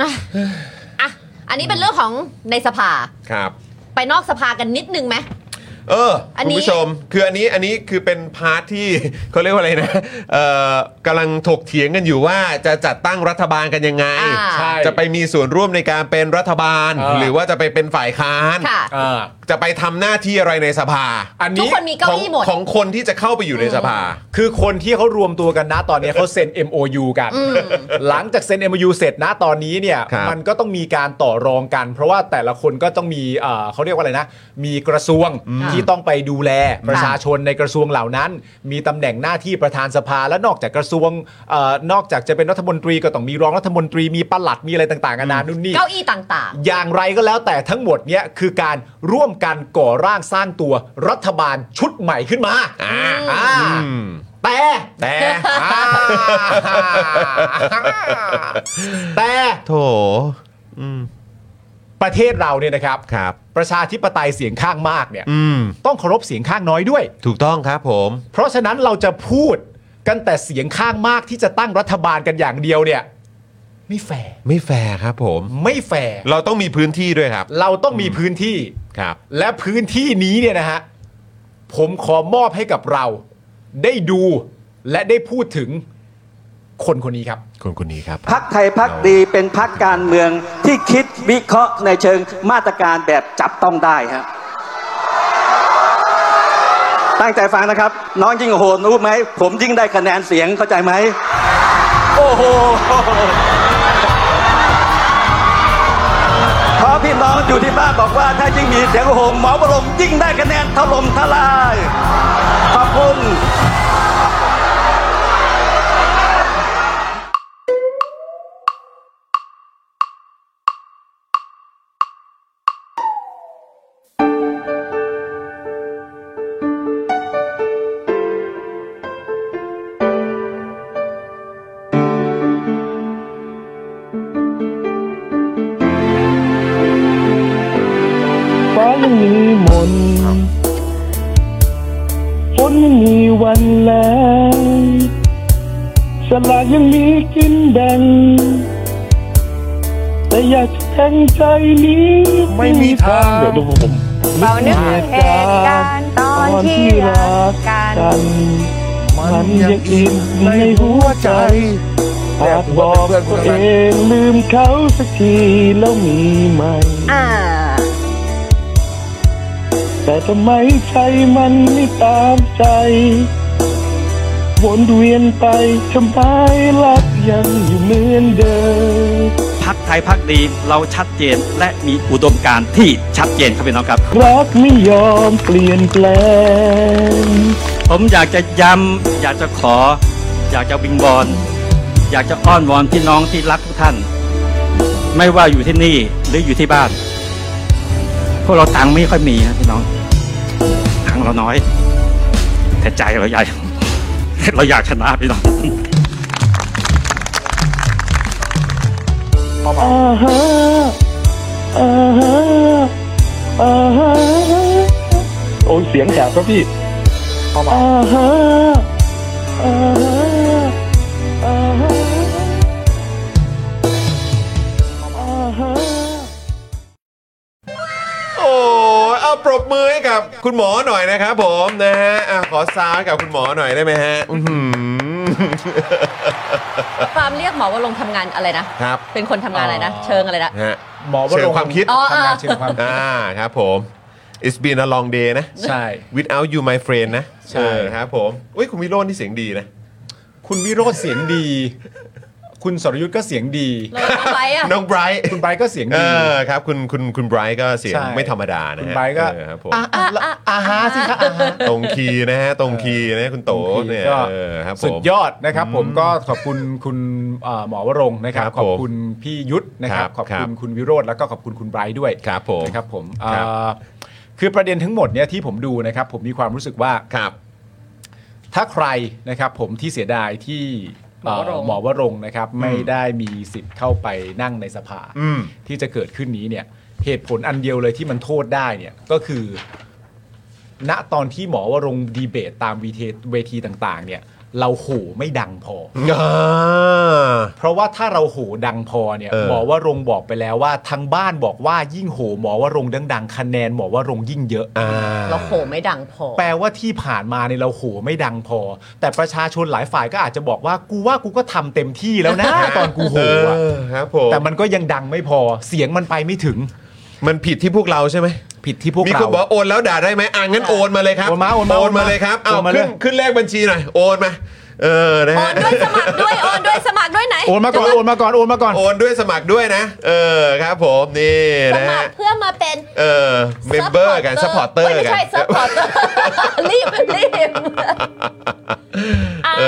S3: อ่ะอันนี้เป็นเรื่องของในสภา
S1: ครับ
S3: ไปนอกสภากันนิดนึงไหม
S1: เออ
S3: อัน
S1: คุณ
S3: นี้
S1: ผู้ชม คืออันนี้อันนี้คือเป็นพาร์ทที่ เขาเรียกว่าอะไรนะเอ่อกำลังถกเถียงกันอยู่ว่าจะจัดตั้งรัฐบาลกันยังไง
S3: อ่าใช่
S1: จะไปมีส่วนร่วมในการเป็นรัฐบาล
S2: อ่า
S1: หรือว่าจะไปเป็นฝ่ายค้าน
S3: ค่ะ
S2: อ่า
S1: จะไปทำหน้าที่อะไรในสภา
S2: อัน
S3: ทุก
S2: นี้
S3: คนมีเก้า
S1: ของ
S3: อี้หมด
S1: ของคนที่จะเข้าไปอยู่ในสภา
S2: คือคนที่เขารวมตัวกันนะตอนนี้เขาเซ็น MOU กัน
S3: อืม
S2: หลังจากเซ็น MOU เสร็จนะตอนนี้เนี่ย
S1: ครับ
S2: มันก็ต้องมีการต่อรองกัน เพราะว่าแต่ละคนก็ต้องมีเอ่อเขาเรียกว่าอะไรนะ มีกระทรวงที่ต้องไปดูแลประชาชนในกระทรวงเหล่านั้น มีตำแหน่งหน้าที่ประธานสภา และนอกจากกระทรวงเอ่อนอกจากจะเป็นรัฐมนตรีก็ต้องมีรองรัฐมนตรีมีปลัดมีอะไรต่างๆนานานู่นนี่
S3: เก้าอี้ต่าง
S2: อย่างไรก็แล้วแต่ทั้งหมดเนี่ยคือการร่วมกันก่อร่างสร้างตัวรัฐบาลชุดใหม่ขึ้นมา
S1: อ่า
S2: อ่า
S1: อืม
S2: แต่
S1: แต่
S2: อ่าแต่
S1: โถอืม
S2: ประเทศเราเนี่ยนะครับ
S1: ครับ
S2: ประชาธิปไตยเสียงข้างมากเนี่ย
S1: อืม
S2: ต้องเคารพเสียงข้างน้อยด้วย
S1: ถูกต้องครับผม
S2: เพราะฉะนั้นเราจะพูดกันแต่เสียงข้างมากที่จะตั้งรัฐบาลกันอย่างเดียวเนี่ยไม่แฟร์
S1: ไม่แฟร์ครับผม
S2: ไม่แฟร์
S1: เราต้องมีพื้นที่ด้วยครับ
S2: เราต้องมีพื้นที่
S1: ครับ
S2: และพื้นที่นี้เนี่ยนะฮะ ผมขอมอบให้กับเรา ได้ดูและได้พูดถึงคนคนนี้ครับ
S1: คนคนนี้ครับ
S10: พักไทยพักดีเป็นพักการเมืองที่คิดวิเคราะห์ในเชิงมาตรการแบบจับต้องได้ฮะตั้งใจฟังนะครับ น้องยิ่งโหนรู้ไหม ผมยิ่งได้คะแนนเสียงเข้าใจไหม
S2: โอ้โห
S10: เพราะพี่น้องอยู่ที่บ้านบอกว่าถ้ายิ่งมีเสียงโหมหมอบรมยิ่งได้คะแนนถล่มทลาย ขอบคุณ
S11: ฟ้าไม่มีมนฝนไม่มีวันแลงสลากยังมีกินแบ่งแต่อยากจะแทงใจนี้ไม่มีทาง เดี๋ยวดูผม
S6: เบานึกถึงเหตุการณ์ตอนที่รักกัน
S11: กันมันยังอิ่มในหัวใจแอบบอกตัวเองลืมเขาสักทีแล้วมีไหม
S6: อ่า
S11: แต่ทำไมใจมันไม่ตามใจ วนเวียนไปทำไมรักยังอยู่เหมือนเดิม
S12: พักไทยพักดีเราชัดเจนและมีอุดมการณ์ที่ชัดเจนครับพี่น้องครับ
S11: รักไม่ยอมเปลี่ยนแปลง
S12: ผมอยากจะย้ำอยากจะขอ อยากจะวิงวอนอยากจะอ้อนวอนพี่น้องที่รักทุกท่าน ไม่ว่าอยู่ที่นี่หรืออยู่ที่บ้าน พวกเราตังค์ไม่ค่อยมีนะพี่น้องตังค์เราน้อย แต่ใจเราใหญ่ เราอยากชนะพี่น้อง
S11: อ่าฮะอ่าฮะอ่าฮะโอ้ยเสียงแหบครับพี่อ่าฮะอ่าฮะอ่าฮะอ่าฮะ
S1: โอ้ยเอาปรบมือให้กับคุณหมอหน่อยนะครับผมนะฮะอ่ะขอซาวให้กับคุณหมอหน่อยได้ไหมฮะอื้อหือ
S3: ๆฟาร์มเรียกหมอว่าลงค์ทำงานอะไรนะ
S1: ครับ
S3: เป็นคนทำงานอะไรนะ
S2: อ๋อ
S3: เชิงอะไรนะ
S1: ฮะ
S2: หมอว
S1: เชิ
S2: รง งค์
S1: ความคิด
S3: อ๋อ
S2: ทำงานเชิงความคิด
S1: อ่าครับผม it's been a long day นะ
S2: ใช่
S1: without you my friend นะ
S2: ใช่
S1: เออครับผมอุ้ยคุณวิโรจน์นี่เสียงดีนะ
S2: คุณวิโรธเสียงดี คุณสรยุทธ์ก็เสียงดี
S3: เราทำอะไรอ่ะ
S1: น้องไบรท์
S2: คุณไบร์ทก็เสียง
S1: เอ
S2: ดี
S1: อครับคุณคุณคุณไบรท์ก็เสียง
S2: ใช่
S1: ไม่ธรรมดานะ
S2: คุณ
S1: ฮะ
S2: ไบร์ทก็
S1: เออครับผม
S2: อ่าอ่าอ่าอ่าฮะสิคะอ่าฮะ
S1: ตรงคีย์นะฮะตรงคีย์นะคุณโต
S2: ตรงคีย์
S1: เนี่ย
S2: ก็
S1: เออครับผม
S2: สุดยอดนะครับ ผมก็ขอบคุณคุณเอ่อหมอวรงค์นะครับ
S1: ครับ
S2: ข
S1: ผ
S2: อ
S1: ม
S2: บคุณพี่ยุทธนะครับ
S1: ค
S2: ขอ
S1: รับ
S2: บคุณ
S1: ครับ
S2: คุณวิโรธแล้วก็ขอบคุณคุณไบรท์ด้วย
S1: ครับผม
S2: นะครับผม
S1: ครับ
S2: เอ่อคือประเด็นทั้งหมดเนี่ยที่ผมดูนะครับ ผมมีความรู้สึกว่า
S1: ครับ
S2: ถ้าใครนะครับผมที่เสียดายที่เอ่อ
S3: หมอวรงค์
S2: หมอวรงค์นะครับ ไม่ได้มีสิทธิ์เข้าไปนั่งในสภา
S1: อืม
S2: ที่จะเกิดขึ้นนี้เนี่ย เหตุผลอันเดียวเลยที่มันโทษได้เนี่ยก็คือ ณตอนที่หมอวรงค์ดีเบตตามวีเทเวทีต่างๆ เนี่ย เราโหไม่ดังพอ เพราะว่าถ้าเราโหดังพอเนี่ย
S1: เออ
S2: หมอวรงค์บอกไปแล้วว่าทางบ้านบอกว่ายิ่งโหหมอวรงค์ดังๆคะแนนหมอวรงค์ยิ่งเยอะ
S13: เราโหไม่ดังพอ
S2: แปลว่าที่ผ่านมาในยเราโหไม่ดังพอ แต่ประชาชนหลายฝ่ายก็อาจจะบอกว่ากูว่ากูก็ทำเต็มที่แล้วนะ ตอนกูโหอะ
S1: เออครับผม
S2: แต่มันก็ยังดังไม่พอเสียงมันไปไม่ถึง
S1: มันผิดที่พวกเราใช่ไหม
S2: ผิดที่พวก
S1: มี
S2: เรา
S1: คนบอกโอนแล้วด่าได้ไหมอ่างั้นโอนมาเลยครับ
S2: โอนมาโอนมา
S1: โอนมาเลยครับเอา
S2: โอนมาเล
S1: ขึ้
S2: ย
S1: นขึ้นเลขบัญชีหน่อยโอนมาเออนะฮะ
S3: ด้วยโอนด้วยสมัครด้วยไหน
S2: โอนมาก่อนโอนมาก่อนโอนมาก่อน
S1: โอนด้วยสมัครด้วยนะ เออครับผมนี่
S3: ส
S1: นะ
S3: มัค
S1: ฮะ
S3: รเพื่อมาเป็น
S1: เออเมมเบอร์กันสปอร์เตอร์
S3: ไม่
S1: กัน
S3: ใช่ซัพพอร์เตอร์ รีบ รีบ
S1: เอ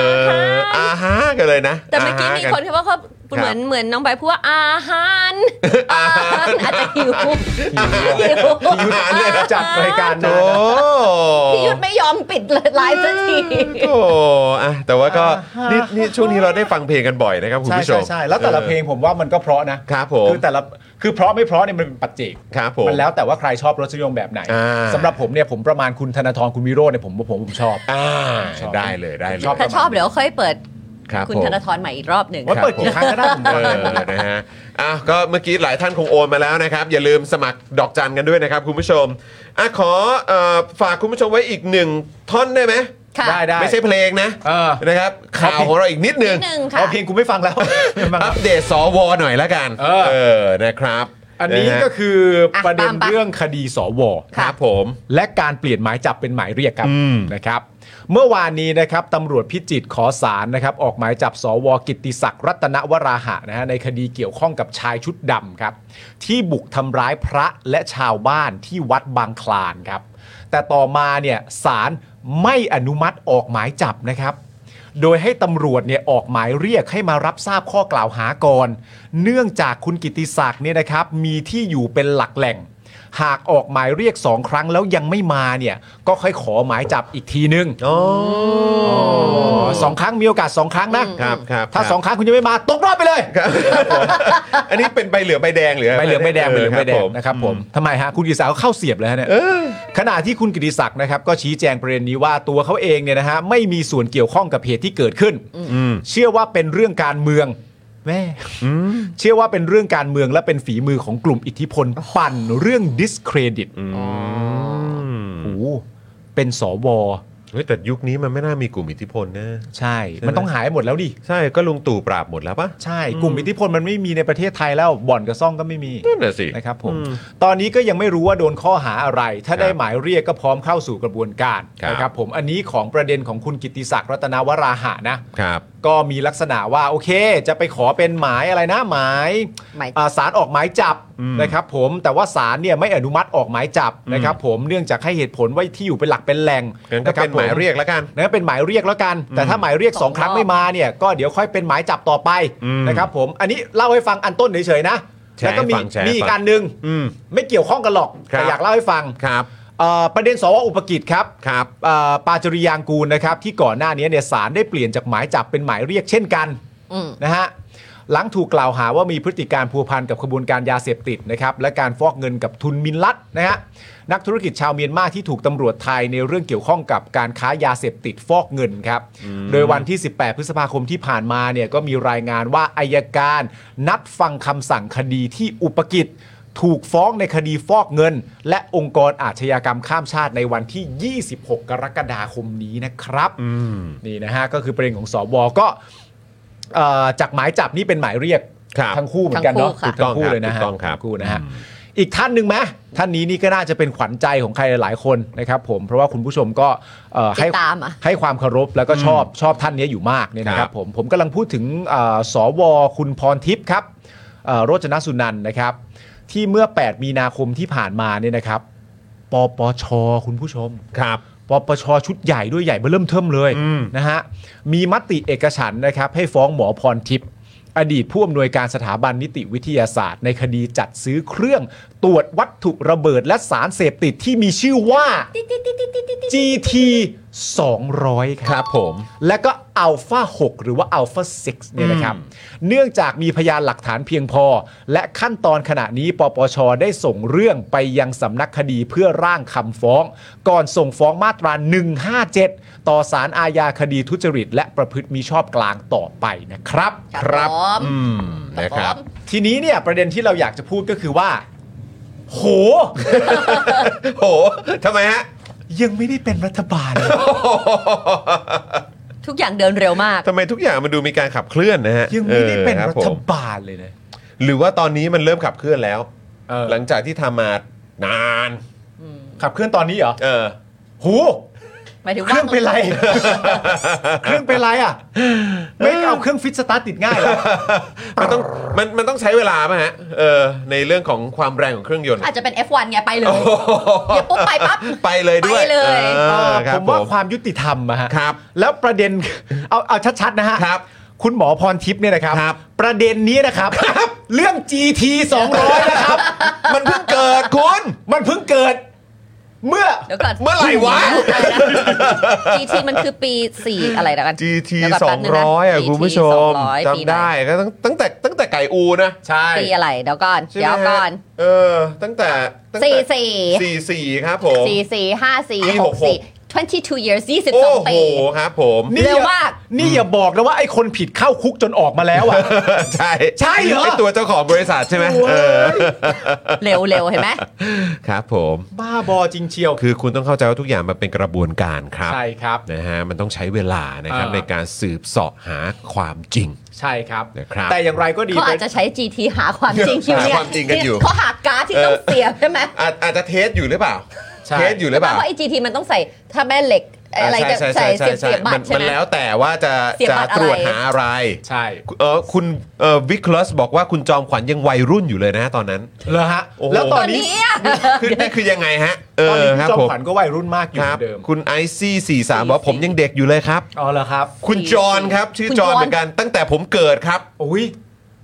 S1: ออาฮะกันเลยนะ
S3: แต่เมื่อกี้
S1: าฮะ
S3: มีคนเขาว่าเขาเหมือนเหมือนน้องใบพูดว่าอาหารอาหารอาจจะหิว
S1: อาหารเลยนะ
S2: จัดรายการ
S1: โอ้
S3: พี่ยุทธไม่ยอมปิดไลฟ์สักที
S1: โอ้อะแต่ว่าก็นี่นี่ช่วงนี้เราได้ฟังเพลงกันบ่อยนะครับคุณ
S2: ใช่
S1: ผู้ช
S2: ใช่
S1: ม
S2: ใช่แล้วแต่ละเพลงผมว่ามันก็เพราะนะครับ
S1: ผม
S2: คือแต่ละคือเพราะไม่เพราะเนี่ยมันเป็นปัจเจก
S1: ครับผม
S2: มันแล้วแต่ว่าใครชอบรสนิยมแบบไหน
S1: อ่า
S2: สำหรับผมเนี่ยผมประมาณคุณธนาธรคุณวิโรจน์เนี่ยผมผมผมชอบชอบ
S1: ได้เลยได้เลย
S2: ชอบ
S3: ถ้าชอบเดี๋ยวค่อยเปิด
S1: ครับ
S3: คุณ
S1: ผม
S3: ธนาธรใหม่อีกรอบหนึ่ง
S1: ว่าเปิดกี่ครั้งก็ได้ผมเออนะฮะอ้าวก็เมื่อกี้หลายท่านคงโอนมาแล้วนะครับ อย่าลืมสมัครดอกจันกันด้วยนะครับ คุณผู้ชมอ่ะขอเอ่อฝากคุณผู้ชมไว้อีกหนึ่งท่อนได้ไหม
S3: ค่ะ
S2: ได้ได้
S1: ไม่ใช่เพลงนะนะครับข่าวของเราอีกนิดนึง
S3: นิดนึงค่ะ
S1: เอา
S2: เพลงกูไม่ฟังแล้ว
S1: อัปเดตสวหน่อยละกัน
S2: เออ
S1: เออนะครับ
S2: อันนี้
S1: ะฮะ
S2: ก็คือประเด็นเรื่องคดีสว
S1: ครับผม
S2: และการเปลี่ยนหมายจับเป็นหมายเรียกครับ
S1: อืม
S2: นะครับ เมื่อวานนี้นะครับตำรวจพิจิตรขอสารนะครับ ออกหมายจับสวกิตติศักดิ์รัตนวราหะนะฮะในคดีเกี่ยวข้องกับชายชุดดำครับ ที่บุกทำร้ายพระและชาวบ้านที่วัดบางคลานครับ แต่ต่อมาเนี่ยสารไม่อนุมัติออกหมายจับนะครับ โดยให้ตำรวจเนี่ยออกหมายเรียกให้มารับทราบข้อกล่าวหาก่อน เนื่องจากคุณกิติศักดิ์เนี่ยนะครับมีที่อยู่เป็นหลักแหล่ง หากออกหมายเรียกสองครั้งแล้วยังไม่มาเนี่ยก็ค่อยขอหมายจับอีกทีนึงสองครั้งมีโอกาสสองครั้งนะครับ
S1: ครับ
S2: ถ้า
S1: ครับ
S2: สองครั้งคุณยังไม่มาตกรอบไปเลย
S1: อันนี้เป็นใบเหลืองใบแดงหรือ
S2: ใบเหลืองใบแดงใบเหลืองใบแดง
S1: ผม
S2: นะครับผมทำไมฮะคุณกิติศักดิ์เข้าเสียบเลยฮะเนี่ยขณะที่คุณกิติศักดิ์นะครับก็ชี้แจงประเด็นนี้ว่าตัวเขาเองเนี่ยนะฮะไม่มีส่วนเกี่ยวข้องกับเหตุที่เกิดขึ้น เชื่อว่าเป็นเรื่องการเมืองแม่เชื่อว่าเป็นเรื่องการเมืองและเป็นฝีมือของกลุ่มอิทธิพลปั่นเรื่อง discredit โอ้โหเป็นสว
S1: เฮ้ยแต่ยุคนี้มันไม่น่ามีกลุ่มอิทธิพลนะ
S2: ใช่ มันต้องหายหมดแล้วดิ
S1: ใช่ก็ลุงตู่ปราบหมดแล้วปะ
S2: ใช่ กลุ่มอิทธิพลมันไม่มีในประเทศไทยแล้วบ่อนกับซ่องก็ไม่มี
S1: นั่นแหะสิ
S2: นะครับผม ตอนนี้ก็ยังไม่รู้ว่าโดนข้อหาอะไร ถ้าได้หมายเรียกก็พร้อมเข้าสู่กระบวนการ
S1: ครับ
S2: นะครับผมอันนี้ของประเด็นของคุณกิตติศักดิ์รัตนวราหะนะ
S1: ครับ
S2: ก็มีลักษณะว่าโอเค จะไปขอเป็นหมายอะไรนะหมายอ่าสารออกหมายจับ
S1: อืม
S2: นะครับผมแต่ว่าสารเนี่ยไม่อนุมัติออกหมายจับ
S1: อืม
S2: นะครับผมเนื่องจากให้เหตุผลว่าที่อยู่เป็นหลักเป็นแหล่ง
S1: งั้นก็เป็นหมายเรียกแล้วกัน
S2: นะเป็นหมายเรียกแล้วกัน แต่ถ้าหมายเรียกสองครั้งไม่มาเนี่ยก็เดี๋ยวค่อยเป็นหมายจับต่อไป
S1: อืม
S2: นะครับผมอันนี้เล่าให้ฟังอันต้นเฉยๆนะ
S1: แชร์
S2: แล้วก็มี
S1: ให้ฟังแชร์ให้ฟัง
S2: มีอีกอันหนึ่ง
S1: อืม
S2: ไม่เกี่ยวข้องกันหรอก
S1: ครับ
S2: แต่อยากเล่าให้ฟัง
S1: ครับ
S2: เอ่อประเด็นสวอุปกิจครับ
S1: ครับ
S2: ปาจริยางกูลนะครับที่ก่อนหน้านี้เนี่ยศาลได้เปลี่ยนจากหมายจับเป็นหมายเรียกเช่นกัน
S3: อืม
S2: นะฮะหลังถูกกล่าวหาว่ามีพฤติการพัวพันกับขบวนการยาเสพติดนะครับและการฟอกเงินกับทุนมินลัดนะฮะนักธุรกิจชาวเมียนมาที่ถูกตำรวจไทยในเรื่องเกี่ยวข้องกับการค้ายาเสพติดฟอกเงินครับ
S1: อืม
S2: โดยวันที่ 18 พฤษภาคมที่ผ่านมาเนี่ยก็มีรายงานว่าอายการ นัดฟังคำสั่งคดีที่อุปกิจ ถูกฟ้องในคดีฟอกเงิน และองค์กรอาชญากรรมข้ามชาติในวันที่ 26 กรกฎาคมนี้นะครับ นี่นะฮะ ก็คือประเด็นของสวก็เอ่อจากหมายจับนี่เป็นหมายเรียกทั้งคู่เหมือนกันเนาะ
S1: ทั้งคู่ค่ะ
S2: ทั้งคู่เลยนะฮะ
S1: ถูกต้องครับ
S2: ทั้คู่นะฮะ อีกท่านหนึ่งไหมท่านนี้นี่ก็น่าจะเป็นขวัญใจของใครหลายๆคนนะครับผมเพราะว่าคุณผู้ชมก็เอ่อให้
S3: ติดตามอะ
S2: ให้ความเคารพแล้วก็ชอบชอบท่านนี้อยู่มากเนี่ยนะค
S1: ครั
S2: รับบ ผมผมกำลังพูดถึงเอ่อสวคุณพรทิพย์ครับเอ่อโรจนสุนันท์นะครับ ที่เมื่อ 8 มีนาคมที่ผ่านมาเนี่ยนะครับ ปปช คุณผู้ชม
S1: ครับ
S2: ปปช ชุดใหญ่ด้วยใหญ่เบื้อเริ่มเทิมเลยนะฮะ มีมติเอกฉันท์นะครับ ให้ฟ้องหมอพรทิพย์อดีตผู้อำนวยการสถาบันนิติวิทยาศาสตร์ ในคดีจัดซื้อเครื่อง ตรวจวัตถุระเบิดและสารเสพติดที่มีชื่อว่า GT 200
S1: ครับผม
S2: และก็ Alpha 6 หรือว่า Alpha 6เนี่ยนะครับ เนื่องจากมีพยานหลักฐานเพียงพอ และขั้นตอนขณะนี้ปปช ได้ส่งเรื่องไปยังสำนักคดีเพื่อร่างคำฟ้อง ก่อนส่งฟ้องมาตรา 157 ต่อศาลอาญาคดีทุจริต และประพฤติมิชอบกลางต่อไปนะครับ
S1: ครับอืม นะครับ
S2: ทีนี้เนี่ยประเด็นที่เราอยากจะพูดก็คือว่า โห
S1: โหทำไมฮะ
S2: ยังไม่ได้เป็นรัฐ บาล
S3: ทุกอย่างเดินเร็วมาก
S1: ทำไมทุกอย่างมันดูมีการขับเคลื่อนนะฮะ
S2: ยังไม่ได้เป็นรัฐ
S1: บาล
S2: บาลเลยนะ
S1: หรือว่าตอนนี้มันเริ่มขับเคลื่อนแล้ว หลังจากที่ทำมานาน
S2: ขับเคลื่อนตอนนี้เหรอ
S1: เออ
S2: หู
S3: หมายถึง
S2: เครื่องเป็น ไร เครื่องเป็นไรอ่ะ ไม่เอาเครื่องฟิตสตาร์ทติดง่ายเหรอ
S1: มันต้องมันมันต้องใช้เวลาป่ะฮะเออในเรื่องของความแรงของเครื่องยนต์
S3: อาจจะเป็น F1 ไงไปเลย
S1: เดี๋ยวปุ๊บไปปั๊บไปเลยด้วย
S3: ไปเลย
S1: ออครั
S2: ผ
S1: บ
S2: ม
S1: ผ
S2: ว่าม ความยุติธรรมอะฮะแล้วประเด็น เอาเอาชัดๆนะฮะคุณหมอพรทิพย์เนี่ยนะครับ ประเด็นนี้นะครับ เรื่อง GT 200 นะครับ
S1: มันเพิ่งเกิดคุณ
S2: มันเพิ่งเกิด เมื่อ
S3: เดี๋ยวก่อน
S1: เมื่อไหร่วะ
S3: อะไรนะ GT มันคือปี 4 อะไรแล้วกัน
S1: GT
S3: เดี๋ยวก่อนแป๊บนึงนะ
S1: 200อ่ะ
S3: GT
S1: คุณผู้ชม
S3: 200ปีไหน
S1: จำได้ก็ตั้งตั้งแต่ตั้งแต่ไก่อูนะ ใช่
S3: ปีอะไรเดี๋ยวก่อน
S1: ใช่ไหม
S3: เดี๋ยวก่อน
S1: เออ ตั้งแต่ตั้งแต่
S3: สี่สี่
S1: สี่สี่ครับผม
S3: สี่สี่ห้าสี่
S1: ปี
S3: ห
S1: ห
S3: ก
S1: ก
S3: สี่
S1: ห
S3: 22 years
S1: โอ้
S3: 22
S1: โห
S3: ปี
S1: ครับผม
S3: นี่เร็วมาก
S2: นี่อย่าบอกนะว่าไอ้คนผิดเข้าคุกจนออกมาแล้วอ่ะ
S1: ใช่
S2: ใช่เหรอ
S1: ไตัวเจ้าของบริษัทใช่ไหม
S2: โอ้ย
S1: เออ
S3: เร็วเร็วเห็นไหม
S1: ครับผม
S2: บ้าบอจริงเชียว
S1: คือคุณต้องเข้าใจว่าทุกอย่างมันเป็นกระบวนการครับ
S2: ใช่ครับ
S1: นะฮะมันต้องใช้เวลานะครับ
S2: อ่า
S1: ในการสืบเสาะหาความจริง
S2: ใช่ครับ
S1: นะครับ
S2: แต่อย่างไรก็ดี
S3: เขาอาจจะใช้ GT หาความจริงคิวเนี่ย
S1: หาความจริงกันอยู่
S3: เขาหาการ์ดที่ต้องเสียบใช่ไหม
S1: อาจอาจจะเทสอยู่หรือเปล่าเทสอยู่ห
S3: แล้
S1: รื
S3: ว
S1: อเป
S3: เพ
S1: ล่า
S3: ราะไอ้ GT มันต้องใส่ถ้าแม่เหล็กอะไรจะใส่เสียบเสียบบัตรใช่
S1: มั
S3: ไห
S1: น
S3: ม
S1: แล้วแต่ว่าจะ
S3: เสียบ
S1: จะ
S3: บัตรอะไร
S1: ตรวจหาอะไร
S2: ใช่
S1: เออคุณเออวิคลัสบอกว่าคุณจอมขวัญยังวัยรุ่นอยู่เลยนะตอนนั้น
S2: เหรอฮะ
S1: โอ้โห
S2: แล้วตอนนี้
S1: คือนี่คือยังไงฮะเอ
S2: ตอน
S1: อ
S2: นี้
S1: ค
S2: คุ
S1: รั
S2: ณ
S1: บ
S2: จอม
S1: ผม
S2: ขวัญก็วัยรุ่นมากอยู่
S1: ค
S2: เห
S1: รั
S2: มือ
S1: บ
S2: นเดิม
S1: คุณไอซี่สี่สามบอกผมยังเด็กอยู่เลยครับ
S2: อ๋อเหรอครับ
S1: คุณจอนครับ ชื่อ
S2: คุณ
S1: จอ
S2: จอ
S1: น
S2: น
S1: เหมือนกัน ตั้งแต่ผมเกิดครับ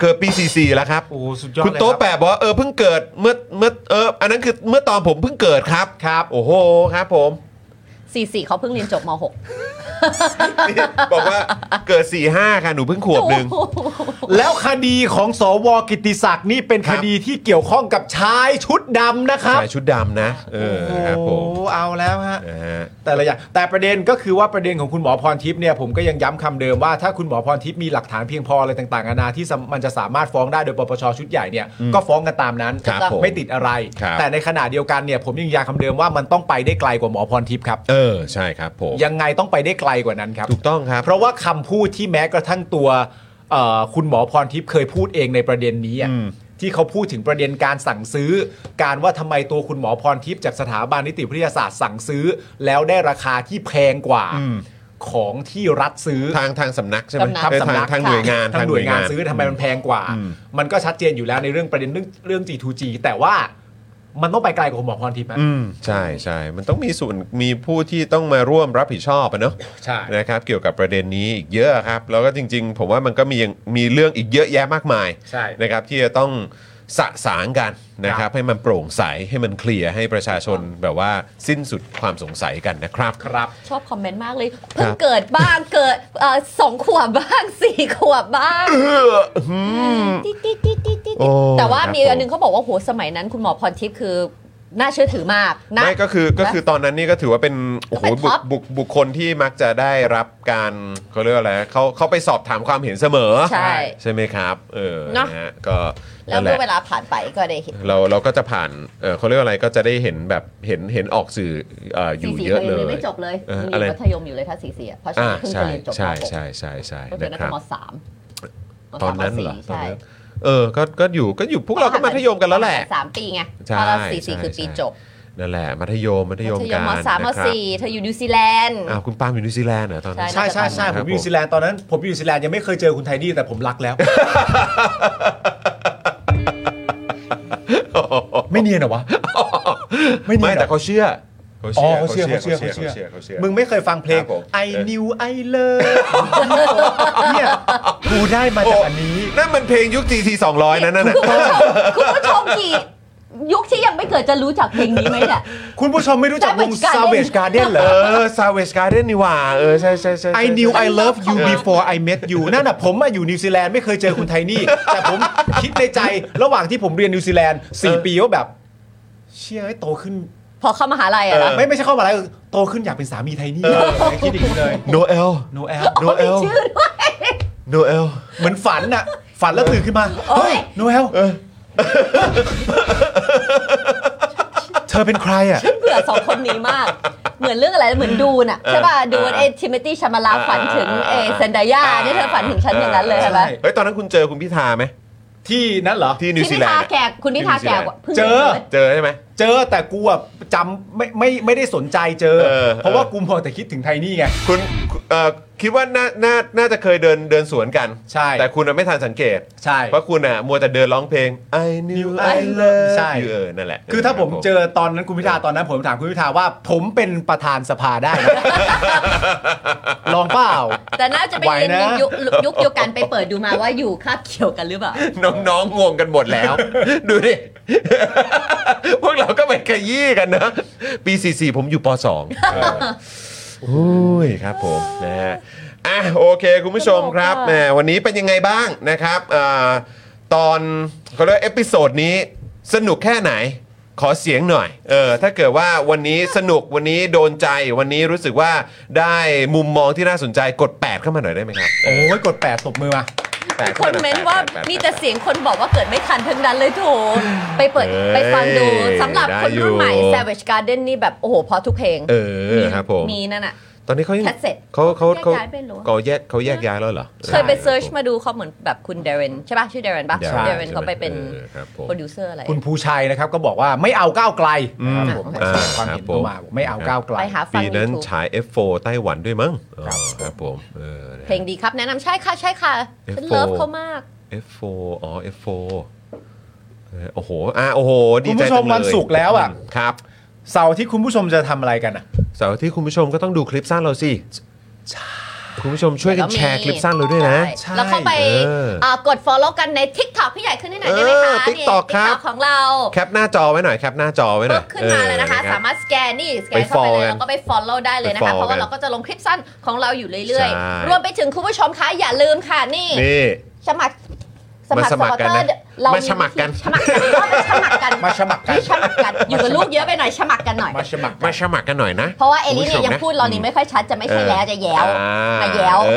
S1: เกิดปี 44 แล้วครับ
S2: โอ้สุดยอด
S1: คุณ
S2: เลย
S1: โต๊ะ
S2: รับ
S1: แปะบอกว่าเออเพิ่งเกิดเมื่อเมื่อเอออันนั้นคือเมื่อตอนผมเพิ่งเกิดครับ
S2: ครับ
S1: โอ้โหครับผม
S3: 44เขาเพิ่งเรียนจบม
S1: บอกว่าเกิด 45 ค่ะ หนูเพิ่งขวบหนึ่ง
S3: .6
S2: แล้วคดีของสวกิติศักดิ์นี่เป็นคดีที่เกี่ยวข้องกับชายชุดดำนะครับ
S1: ชายชุดดำนะ เออครับผ
S2: โอ้
S1: ม
S2: เอาแล้วฮะ
S1: นะฮะ
S2: แต่ละอย่างแต่ประเด็นก็คือว่าประเด็นของคุณหมอพรทิพย์เนี่ยผมก็ยังย้ำคำเดิมว่าถ้าคุณหมอพรทิพย์มีหลักฐานเพียงพออะไรต่างๆนานาที่สามมันจะสามารถฟ้องได้โดยปปชชุดใหญ่เนี่ย
S1: อืม
S2: ก็ฟ้องกันตามนั้น
S1: ครับผม
S2: ไม่ติดอะไร
S1: ครับ
S2: แต่ในขณะเดียวกันเนี่ยผมยังย้ำคำเดิมว่ามันต้องไปได้ไกลกว่าหมอพรทิพย์ครับ
S1: เออ ใช่ครับผม
S2: ยังไงต้องไปได้ไกลกว่านั้นครับ
S1: ถูกต้องครับ
S2: เพราะว่าคำพูดที่แม้กระทั่งตัวเอ่อคุณหมอพรทิพย์เคยพูดเองในประเด็นนี้อะที่เขาพูดถึงประเด็นการสั่งซื้อ การว่าทำไมตัวคุณหมอพรทิพย์จากสถาบันนิติวิทยาศาสตร์สั่งซื้อ แล้วได้ราคาที่แพงกว่า
S1: อืม
S2: ของที่รัฐซื้อ
S1: ทางทางสำนักใช่ไหม
S2: ทาง
S1: เออทาง
S2: สำนัก
S1: ทางหน่วยงาน
S2: ทางหน่วยงานซื้อทำไมมันแพงกว่า
S1: อืม
S2: มันก็ชัดเจนอยู่แล้วในเรื่องประเด็นเรื่องเรื่อง G2G แต่ว่ามันต้องไปไกลกว่าคุณหมอพรทิพย์นะ
S1: อืมใช่ใช่มันต้องมีส่วนมีผู้ที่ต้องมาร่วมรับผิดชอบอะเนอะ
S2: ใช่
S1: นะครับเกี่ยวกับประเด็นนี้อีกเยอะครับ แล้วก็จริง ๆ ผมว่ามันก็มียังมีเรื่องอีกเยอะแยะมากมาย
S2: ใช่
S1: นะครับที่จะต้องสะสางกันนะครับให้มันโปร่งใสให้มันเคลียร์ให้ประชาชนแบบว่าสิ้นสุดความสงสัยกันนะครับ
S2: ครับ
S3: ชอบคอมเมนต์มากเลยเพิ่งเกิดบ้างเกิดเอ่อสองขวบบ้าง สี่ขวบบ้างติ๊ดติ๊ดติ๊ดติ๊ดติ๊ด
S1: โอ้
S3: แต่ว่า
S1: ครับ
S3: มีอัน
S1: ผม
S3: นึงเขาบอกว่าโหสมัยนั้นคุณหมอพรทิพย์คือน่าเชื่อถือมากนะ
S1: ไม่ก็คือก็คือตอนนั้นนี่ก็ถือว่าเป็นโอ้โห
S3: เป็น
S1: บุ
S3: ท็
S1: ค
S3: อป
S1: บุคบุคคลที่มักจะได้รับการเขาเรียกว่าอะไรเขาเขาไปสอบถามความเห็นเสมอ
S3: ใช่
S1: ใช่ไหมครับเออ
S3: เนอะ
S1: นะฮะก็
S3: แล้ว
S1: นั่นแห
S3: เมื่อเว
S1: ละ
S3: ลาผ่านไปก็ได้เห็น
S1: เราเราก็จะผ่านเออเขาเรียกว่าอะไรก็จะได้เห็นแบบเห็นเห็นออกสื่อเอ่ออยู่
S3: สี่สี่
S1: เยอะ
S3: ธ
S1: เล
S3: รี
S1: ย
S3: นไม่จบเลย
S1: ออ
S3: ยัง
S1: อะไร
S3: อยู่มัธยมอยู่เลยถ้าสี่สี่อะเพราะฉัน
S1: อ่า
S3: เพิ่ง
S1: ใช่
S3: เรียนจบ
S1: ใช่
S3: มหก
S1: ใช่ใช่ใช่
S3: ก็คือ
S1: นะ
S3: นั้น
S1: ครั
S3: ก็
S1: บ
S3: มสาม
S1: ตอนนั้นเหรอ
S3: ม
S1: ตอน
S3: สามมสี่ใช่
S1: นั้นเออก็ก็อยู่ก็อยู่พวกเราก็มัธยมกันแล้วแหละ
S3: สามปีไง
S1: ใช่
S3: เพราะเราสี่สี่
S1: ใช่
S3: คือปี
S1: ใช่
S3: จบ
S1: นั่นแหละมัธยมมัธยม
S3: มัธย
S1: กั
S3: ม
S1: น
S3: มสามม
S1: นะครับ
S3: สี่เธออยู่นิวซีแลนด์
S1: อ้าวคุณปาล์มอยู่นิวซีแลนด์เหรอตอนนั้น
S2: ใช่ใช่ใช่ผมอยู่นิวซีแลนด์ตอนนั้นผมอยู่นิวซีแลนด์ยังไม่เคยเจอคุณไทนี่แต่ผมรักแล้ว ไม่เนียนเหรอวะ ไม่เนียนเหรอ
S1: ไม่แต่เขาเชื่อเขา
S2: อ๋อ
S1: เชื่อ
S2: เขาเชื่อเขาเชื่อเขา
S1: เขาเชื่
S2: เชื่
S1: อ
S2: อ
S1: เขาเชื่อ
S2: มึงไม่เคยฟังเพลง
S1: ครับผม
S2: I knew I love เนี่ยกูได้มาจากอันนี้
S1: นั่นมันเพลงยุค GT 200 นั้นน่ะ
S3: คุณผู้ชมกี่ ยุคที่ยังไม่เกิดจะรู้จักเพลงนี้ไหมเนี่ย
S2: คุณผู้ชมไม่รู้จักวง
S3: Savage Garden
S2: Savage Garden เหรอ
S1: เออ Savage Garden นี่หว่า เออ ใช่ใช่ใช่
S2: I knew I love you before I met you นั่นน่ะผมมาอยู่นิวซีแลนด์ไม่เคยเจอคุณไทนี่ แต่ผมคิดในใจระหว่างที่ผมเรียนนิวซีแลนด์4ปีว่าแบบ เชี่ยไอ้โตขึ้น
S3: พอเข้ามหาลัยอะนะ
S2: ไม่ไม่ใช่เข้ามหาลัยโตขึ้นอยากเป็นสามีไทนี่เลยคิดอย่างนี้เลย
S1: โนเอล
S2: โนแอล
S1: โนแอ ล
S3: มีชื่อด้วย
S1: โนเอล
S2: เหมือนฝันน่ะ ฝันแล้วตื่นขึ้นมา
S3: โอ๊ย
S2: โนเอลเธอเป็นใครอ่ะ
S3: ฉันเบื่อสองคนนี้มาก เหมือนเรื่องอะไรเหมือนดูน่ะใช่ป่ะดูนเอทิมตี้ชามาลาฝันถึงเอเซนดายานี่เธอฝันถึงฉันอย่างนั้นเลยใช่ไหม
S1: เฮ้ย ตอนนั้นคุณเจอคุณพิธาไหม
S2: ที่นั่นเหรอ
S1: ที่นิว
S3: ที่
S1: ซี
S3: พิ
S1: แลน
S3: ธา
S1: ด์อะ
S3: แก่คุณพิธาแก่กว่าเพิ่ง
S2: เจอ
S1: เจอใช่ไหม
S2: เจอแต่กูอ่ะจำไม่ไม่ไม่ได้สนใจเจอ
S1: เออ
S2: เพราะว่ากูมัวแต่คิดถึงไทนี่ไง
S1: คุณเอ่อคิดว่าน่าน่าน่าจะเคยเดินเดินสวนกัน
S2: ใช่
S1: แต่คุณน่ะไม่ทันสังเกต
S2: ใช่
S1: เพราะคุณอ่ะมัวแต่เดินร้องเพลง I knew I love
S2: ใช่
S1: you เออนั่นแหละ
S2: คือถ้าผมเจอตอนนั้นคุณพิธาตอนนั้นผมถามคุณพิธาว่า ผมเป็นประธานสภาได้ไหม ลองเปล่า
S3: แต่น่าจะเป็น
S2: ไหวนะ
S3: ยุคยุคเดียวกันไปเปิดดูมาว่าอยู่คาบเกี่ยวกันหรือเปล่า
S1: น้องๆงงกันหมดแล้ว ดูดิ พวกเราก็ไปขยี้กันนะ ปี 44 ผมอยู่ป .2 โอ้ยครับผมนะฮะอ่ะโอเค คุณผู้ชมครับแหมวันนี้เป็นยังไงบ้างนะครับเออตอนเขาเรียกว่าเอพิโซดนี้สนุกแค่ไหนขอเสียงหน่อยเออถ้าเกิดว่าวันนี้สนุกวันนี้โดนใจวันนี้รู้สึกว่าได้มุมมองที่น่าสนใจกด 8 เข้ามาหน่อยได้ไหมครับ
S2: โอ้ยกดแปดตบมือมา
S1: แปด
S3: ค
S1: ข้
S3: น
S1: หอย
S3: เม้นว่า
S1: แปดแปดแปด
S3: มีแต่เสียงคนบอกว่าเกิดไม่ทันทั้งนั้นเลยโถไปเปิด
S1: เอ้ย
S3: ไปฟังดูสำหรับคนรุ่นใหม่
S1: ได้อยู่
S3: Savage Garden นี่แบบ โอ้โหเพอทุกเพลง
S1: เออครับผม
S3: มีนั่นอะ
S1: ตอนนี้เขายัง
S3: แคสเซ็ต
S1: เขาเขาเขา
S3: แยกย้ายไปเหรอ
S1: เขาแยกเขาแยกย้ายแล้วเหรอ
S3: เคยไปเซิร์ชมาดูเขาเหมือนแบบคุณเดรนใช่ป่ะ ชื่อเดรนป่ะ
S1: ใช่
S3: เดรนเขาไปเป็น
S1: ออครับผม
S3: โปรดิวเซอร์อะไร
S2: คุณภูชัยนะครับก็บอกว่าไม่เอาก้าวไกลนะครับผม
S1: อ่า
S2: ความเห็นเข้ามาบอกไม่เอาก้าวไกล
S3: ไปหาฟัง
S1: ปีนั้น
S3: YouTube
S1: ฉาย F4 ไต้หวันด้วยมั้งอ๋อครับผมเออนะ
S3: เพลงดีครับ แนะนำใช่ค่ะ ใช่ค่ะ ฉัน
S1: F4
S3: เลิฟเขามาก
S1: F4 อ๋อ F4 เออโอ้โหอ่ะโอ้โห ดี
S2: คุณ
S1: ใจ
S2: ผู้ช
S1: จั
S2: ม
S1: งเลย
S2: วันศุกร์แล้วอ่ะ
S1: ครับ
S2: เสาร์ที่คุณผู้ชมจะทำอะไรกันอ่ะ
S1: เสาร์ที่คุณผู้ชมก็ต้องดูคลิปสั้นเราสิคุณผู้ชมช่วยกันแชร์คลิปสั้นเราด้วยนะ
S2: ใช่
S3: แล้วเข้าไป
S1: เอออ่
S3: ะกด follow กันใน TikTok พี่ใหญ่ขึ้นให้หน่อยได้ไหมคะ
S1: เออ TikTok
S3: นี่ TikTok
S1: ครับ
S3: ของเรา
S1: แคปหน้าจอไว้หน่อยแคปหน้าจอไว้หน่อย
S3: ขึ้นมาเลยนะคะ
S1: ออรับ
S3: สามารถสแกนนี่สแกนเข้าไป
S1: ไป follow
S3: เลยแล้วก็ไป follow ได้เลยนะคะ
S1: ไป follow
S3: เพราะว่า
S1: กัน
S3: เราก็จะลงคลิปสั้นของเราอยู่เรื่อย
S1: ใช่
S3: ๆ รวมไปถึงคุณผู้ชมคะอย่าลืมค่ะนี่
S1: นี่
S3: สมัคร
S1: มาสมัครกัน
S3: สป
S1: นะ
S3: อเตอร์เรา
S1: มาสมัครกัน
S3: สมัครกันมาสมัครกัน
S2: มาสมัครกัน
S3: นี่สมัครกันอยู่กับลูกเยอะไปหน่อยสมัครกันหน่อย
S2: มาสมัคร
S1: มาสมัครกันหน่อยนะ
S3: เพราะว่าเอลิเนี่ย
S1: คุณผู้ช
S3: ยัง
S1: นะ
S3: พูดเรานี่ไม่ค่อยชัดจะไม่ใช่แล้วจะแย้ว
S1: อ่
S3: มาแย้ว
S1: เอ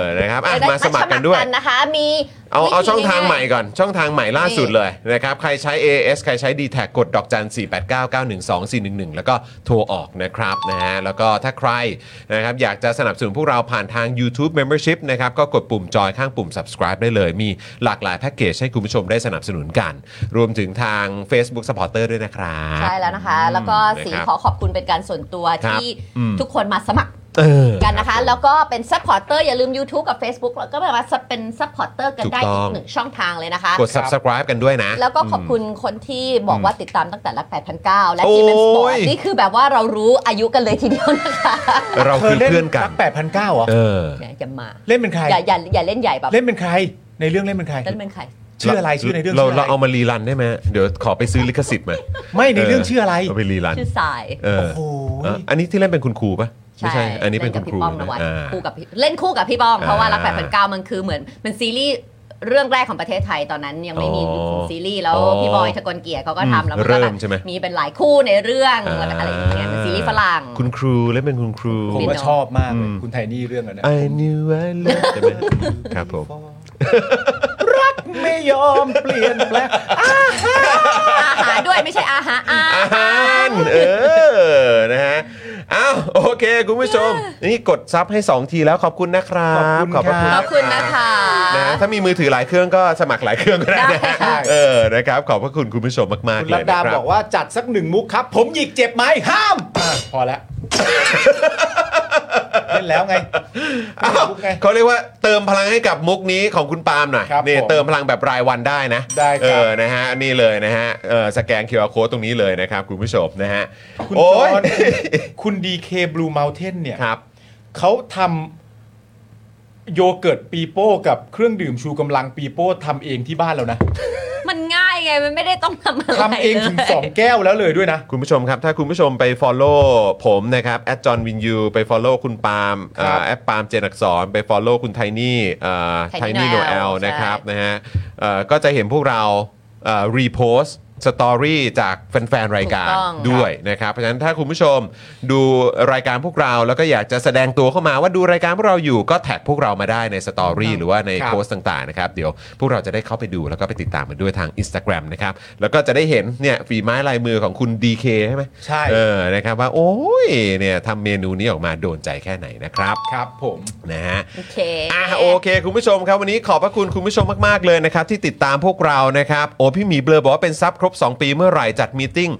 S1: อนะครับอ่ะ
S3: จะได้
S1: มาสมัครกันด้วย
S3: นะคะ มี
S1: เอาเอาช่องทางใหม่
S3: วิธี
S1: ก่อน ช่องทางใหม่ล่าสุดเลยนะครับ ใครใช้ AS ใครใช้ d t แทกดดอกจัน 4 8 9 9 1 2 4 1 1 แล้วก็โทรออกนะครับนะฮะแล้วก็ถ้าใครนะครับอยากจะสนับสนุนพวกเราผ่านทาง YouTube Membership นะครับก็กดปุ่มจอยข้างปุ่ม subscribe ได้เลย มีหลากหลายแพ็กเกจให้คุณผู้ชมได้สนับสนุนกัน รวมถึงทาง Facebook Supporter ด้วยนะครับ
S3: ใช่แล้วนะคะ แล้วก็สี
S1: นะครับ
S3: ขอขอบคุณเป็นการส่วนตัว
S1: ครับ
S3: ที่
S1: อืม
S3: ทุกคนมาสมัคร
S1: เออ
S3: กันนะคะ แล้วก็เป็นซัพพอร์เตอร์อย่าลืม YouTube กับ Facebook แล้วก็แบบว่าเป็นซัพพอร์เตอร์กันได้
S1: ถูกต้
S3: อี
S1: อง
S3: กหนึ่งช่องทางเลยนะคะ
S1: กด subscribe กันด้วยนะ
S3: แล้วก็ขอบคุณคนที่บอกว่าติดตามตั้งแต่ละ8,009และ
S1: โอ้ย
S3: จีเมนสปอร์ตนี่คือแบบว่าเรารู้อายุกันเลยทีเดียวนะคะ
S1: เราคือเพื่อนกัน
S2: แปดพันเก้าหรอ
S1: เออ
S3: เนี่ยจะมา
S2: เล่นเป็นใคร
S3: อย่าอย่าอย่าเล่นใหญ่แบบ
S2: เล่นเป็นใคร ในเรื่องเล่นเป็นใคร
S3: เล่นเป็นใคร
S2: ชื่ออะไรชื่อในเรื่อง
S1: เรา
S2: ชื่ออะไร
S1: เราเอามารีรันได้ไหมเดี๋ยวขอไปซื้อลิขสิทธิ์มา
S2: ไม่ในเรื่องชื่ออะไร
S1: เอาไปรีรัน
S3: ชื่อสาย
S1: เออ
S2: โอ้
S1: เอย ออันนี้ที่เล่นเป็นคุณครูปะไม่ใช่ อันนี้เป็นคุ
S3: ล่
S1: ณ
S3: กับ
S1: ครู
S3: พี่ป้อมน
S1: นะ
S3: วัด
S1: อ่า
S3: คู่กับพี่เล่นคู่กับพี่ป้อม เพราะว่ารักแป
S1: อ่า
S3: ดพันเก้ามันคือเหมือนเป็นซีรีส์เรื่องแรกของประเทศไทยตอนนั้นยังไม่มี
S1: อ๋อ
S3: ซีรีส์แล้ว
S1: อ๋อ
S3: พี่บอยทะกลเกียร์เขาก็
S1: อืม
S3: ทำแล้วนก็
S1: เริ่
S3: แบบ
S1: มใช่ไหม
S3: มีเป็นหลายคู่ในเรื่องแล้วก็อะไรอย่างเงี้ยเป็นซีรีส์ฝรั่ง
S1: คุณครูเล่นเป็นคุณครู
S2: ผม
S3: ไ
S2: ว่าชอบมากเลย
S1: อืม
S2: คุณไทนี่เรื่องนั้นนะ
S1: I knew I loved ใช่ไหมครับผม
S2: ไม่ยอมเปลี่ยนแปลง
S3: อาหารด้วยไม่ใช่อาหารอา
S1: อาหารเออ นะฮะ อ้าว โอเค คุณผู้ชม นี่กดซับให้ 2 ทีแล้วขอบคุณนะครับ ขอบพระคุณ
S3: ขอบคุณนะคะ
S1: นะถ้ามีมือถือหลายเครื่องก็สมัครหลายเครื่องก็ได้นะ
S3: ได้ค่ะ
S1: เออ นะครับ ขอบพระคุณคุณผู้ชมมาก
S2: คุณ
S1: ๆเล
S2: รั
S1: ย
S2: ต
S1: นะ
S2: ดา
S1: ครับ บ
S2: อกว่าจัดสักหนึ่งมุกครับ ผมหยิกเจ็บไหมห้ามอ่ะพอ แล้วเล่นแล้วไงเล่นมุกไง
S1: เขาเรียกว่าเติมพลังให้กับมุกนี้ของคุณปาล์มหน่อย
S2: ครับ
S1: นี่
S2: ผม
S1: เติมพลังแบบรายวันได้นะ
S2: ได้ครับ
S1: เออนะฮะนี่เลยนะฮะเออสแกน QR code ตรงนี้เลยนะครับ คุณผู้ชมนะฮะ
S2: คุณ
S1: โอ้ย
S2: จอห์น คุณดีเคบลูเมลเทนเนี่ย
S1: ครับ
S2: เขาทำโยเกิร์ตปีโป้กับเครื่องดื่มชูกำลังปีโป้ทำเองที่บ้านแล้วนะ
S3: มันง่ายไง ไงมันไม่ได้ต้องทำอะไร
S2: ทำเองถึ งสองแก้วแล้วเลยด้วยนะ
S1: คุณผู้ชมครับ ถ้าคุณผู้ชมไป Follow ผมนะครับแอดจอห์นวินยูไป Follow คุณปาล์มเอ่อแอดปาล์มเจนอักสอนไป Follow คุณไทนี่ไท
S14: Tiny
S1: นี่โนแอล
S14: Noel
S1: นะครับนะฮะเอ่อก็จะเห็นพวกเรารีโพสสตอรี่อ repost story จากแฟนๆ รายการ
S14: ถูกต้อง
S1: ด้วยนะครับ เพราะฉะนั้นถ้าคุณผู้ชมดูรายการพวกเราแล้วก็อยากจะแสดงตัวเข้ามาว่าดูรายการพวกเราอยู่ก็แท็กพวกเรามาได้ในสตอรี่หรือว่าใน
S14: ครับ
S1: โพสต์ต่างๆนะครับ เดี๋ยวพวกเราจะได้เข้าไปดูแล้วก็ไปติดตามมันด้วยทาง Instagram นะครับ แล้วก็จะได้เห็นเนี่ยฝีไม้ลายมือของคุณ DK ใช่ไหม
S2: ใช่
S1: เออนะครับว่าโอ้ยเนี่ยทำเมนูนี้ออกมาโดนใจแค่ไหนนะครับ
S2: ครับผม
S1: นะฮะ
S3: โอเค
S1: อ่ะโอเค คุณผู้ชมครับ วันนี้ขอบพระคุณคุณผู้ชมมาก ๆ เลยนะครับ ที่ติดตามพวกเรานะครับ โอ้พี่หมีเบลอบอกว่าเป็นซับครบ 2 ปีเมื่อไหร่จัดมีตติ้ง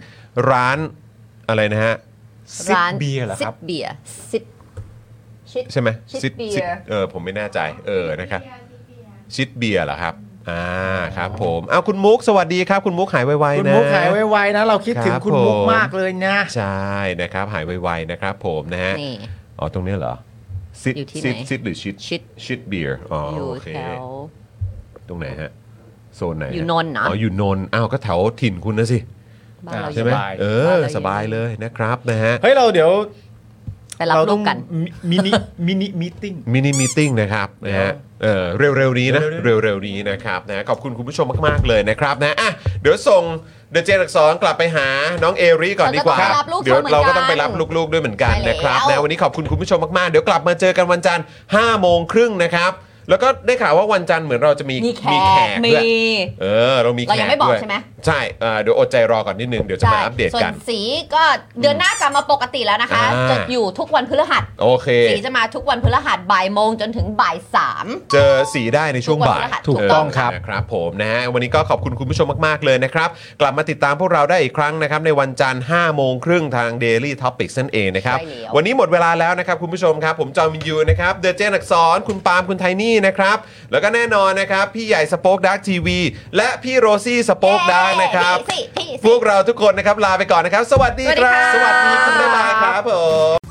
S1: ร้านอะไรนะฮะ
S3: ร้าน
S1: Beer หอ
S3: ซิปเบียร์ซิปชิด
S1: ใช่ไหม
S3: Shit
S1: Sit-
S3: Beer
S1: Sit- เออผมไม่แน่ใจเออนะครับชิดเบียร์เหรอครับอ่าครับผมอ้าวคุณมุกสวัสดีครับ คุณมุกหายไวๆนะ
S2: คุณมุกหายไวๆนะ เราคิดถึง
S1: ครับ
S2: คุณมุก
S1: ผม
S2: มากเลยนะ
S1: ใช่นะครับหายไวๆนะครับผมนะฮะ
S2: นี่
S1: อ๋อตรงเนี้ยเหรอซิด
S2: อยู่ที่ไหน
S1: ซิดซิดหรือชิดชิดชิดเบียร์อ๋อ
S3: อยู่
S1: โอเค
S3: แถว
S1: ตรงไหนฮะโซนไหนฮะ
S3: อยู่นนท์เหรอ
S1: อ๋ออยู่นนท์อ้าวก็แถวถิ่นคุณนะสิ
S3: บ้านเรา
S1: ใช่ไหม
S3: สบาย
S1: เออสบายเลยนะครับนะฮะ
S2: เฮ้ยเราเดี๋ยว
S3: ไปรับ
S2: เรา
S3: ลู
S2: ต้อก ง
S3: กัน
S2: มินิมินิมีติ้ง
S1: มินิมีติ้งนะครับนะฮะเออเร็วๆนี้นะเร็วๆนี้นะครับนะขอบคุณคุณผู้ชมมากๆเลยนะครับนะอ่ะเดี๋ยวส่งเดเจนักสอนกลับไปหาน้องเอริก่อนดีกว่า
S14: เราก็ต้องไปรับลูก
S1: เดี๋ยว
S14: เขาเหมือนกัน
S1: เราก็ต้องไปรับลูกๆด้วยเหมือนกันนะครับ
S14: ใช่แล้
S1: นะ
S14: ว
S1: วันนี้ขอบคุณคุณผู้ชมมากๆเดี๋ยวกลับมาเจอกันวันจันทร์5โมงครึ่งนะครับ แล้วก็ได้ข่าวว่าวันจันทร์เหมือนเราจะมี
S3: มีแขก
S1: มีด้วย
S3: มี
S1: เออเรามีแขก
S3: เรายังไม่บอก
S1: ด้วย
S3: ใช่ไหม
S1: ใช่เออเดี๋ยวอดใจรอก่อนนิดนึงเดี๋ยวจะมาอัปเดต
S3: ส่ว
S1: กัน น
S3: สีก็เดือนหน้ากลับมาปกติแล้วนะคะ
S1: อ่า
S3: จะอยู่ทุกวันพฤหัส
S1: โอเค
S3: สีจะมาทุกวันพฤหัสบ่ายโมงจนถึงบ่ายสาม
S1: เจอสีได้ในช่วงบ่าย
S3: ถูกต้องครับ
S1: เนะครับผมนะฮะวันนี้ก็ขอบคุณคุณผู้ชมมาก ๆ เลยนะครับ กลับมาติดตามพวกเราได้อีกครั้งนะครับ ในวันจันทร์5โมงครึ่งทาง Daily Topics นั่นเองนะครับ วันนี้หมดเวลาแล้วนะครับ คุณผู้ชมครับ ผมจอมินยูนะครับเดเจนอักษรคุณปาล์มคุณไทนี่นะครับ แล้วก็แน่นอนนะครับ พี่ใหญ่สป็อคดักทีวีและพี่โรซี่สป็อคดักนะครับพวกเราทุกคนนะครับลาไปก่อนนะครับ สวัสดีครับสวัสดีครับบ๊ายบายครับผม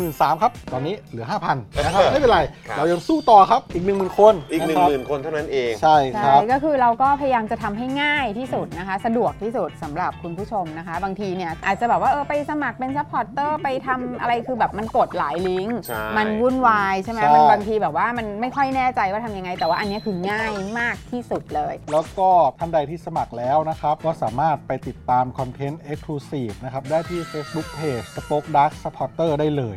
S15: มื่นสามครับ ตอนนี้เหลือ 5,000นะครับ ไม่เป็นไร
S1: ครับ
S15: เรายังสู้ต่อครับ อีก 1 0,000 คน
S1: อีก 1
S15: ะครับ
S1: 0,000 คนเท่านั้นเอง
S15: ใช่
S6: ใช่ก็คือเราก็พยายามจะทำให้ง่ายที่สุดนะคะ สะดวกที่สุดสำหรับคุณผู้ชมนะคะ บางทีเนี่ยอาจจะแบบว่าเออไปสมัครเป็นซัพพอร์ตเตอร์ไปทำอะไรคือแบบมันกดหลายลิงก์
S1: ใช่
S6: มันวุ่นวายใช่ไหม
S15: ใช่
S6: มันบางทีแบบว่ามันไม่ค่อยแน่ใจว่าทำยังไง แต่ว่าอันเนี้ยคือง่ายมากที่สุดเลย
S15: แล้วก็ท่านใดที่สมัครแล้วนะครับ ก็สามารถไปติดตามคอนเทนต์ Exclusive นะครับ ได้ที่ Facebook Page Spoke Dark Supporter ได้เลย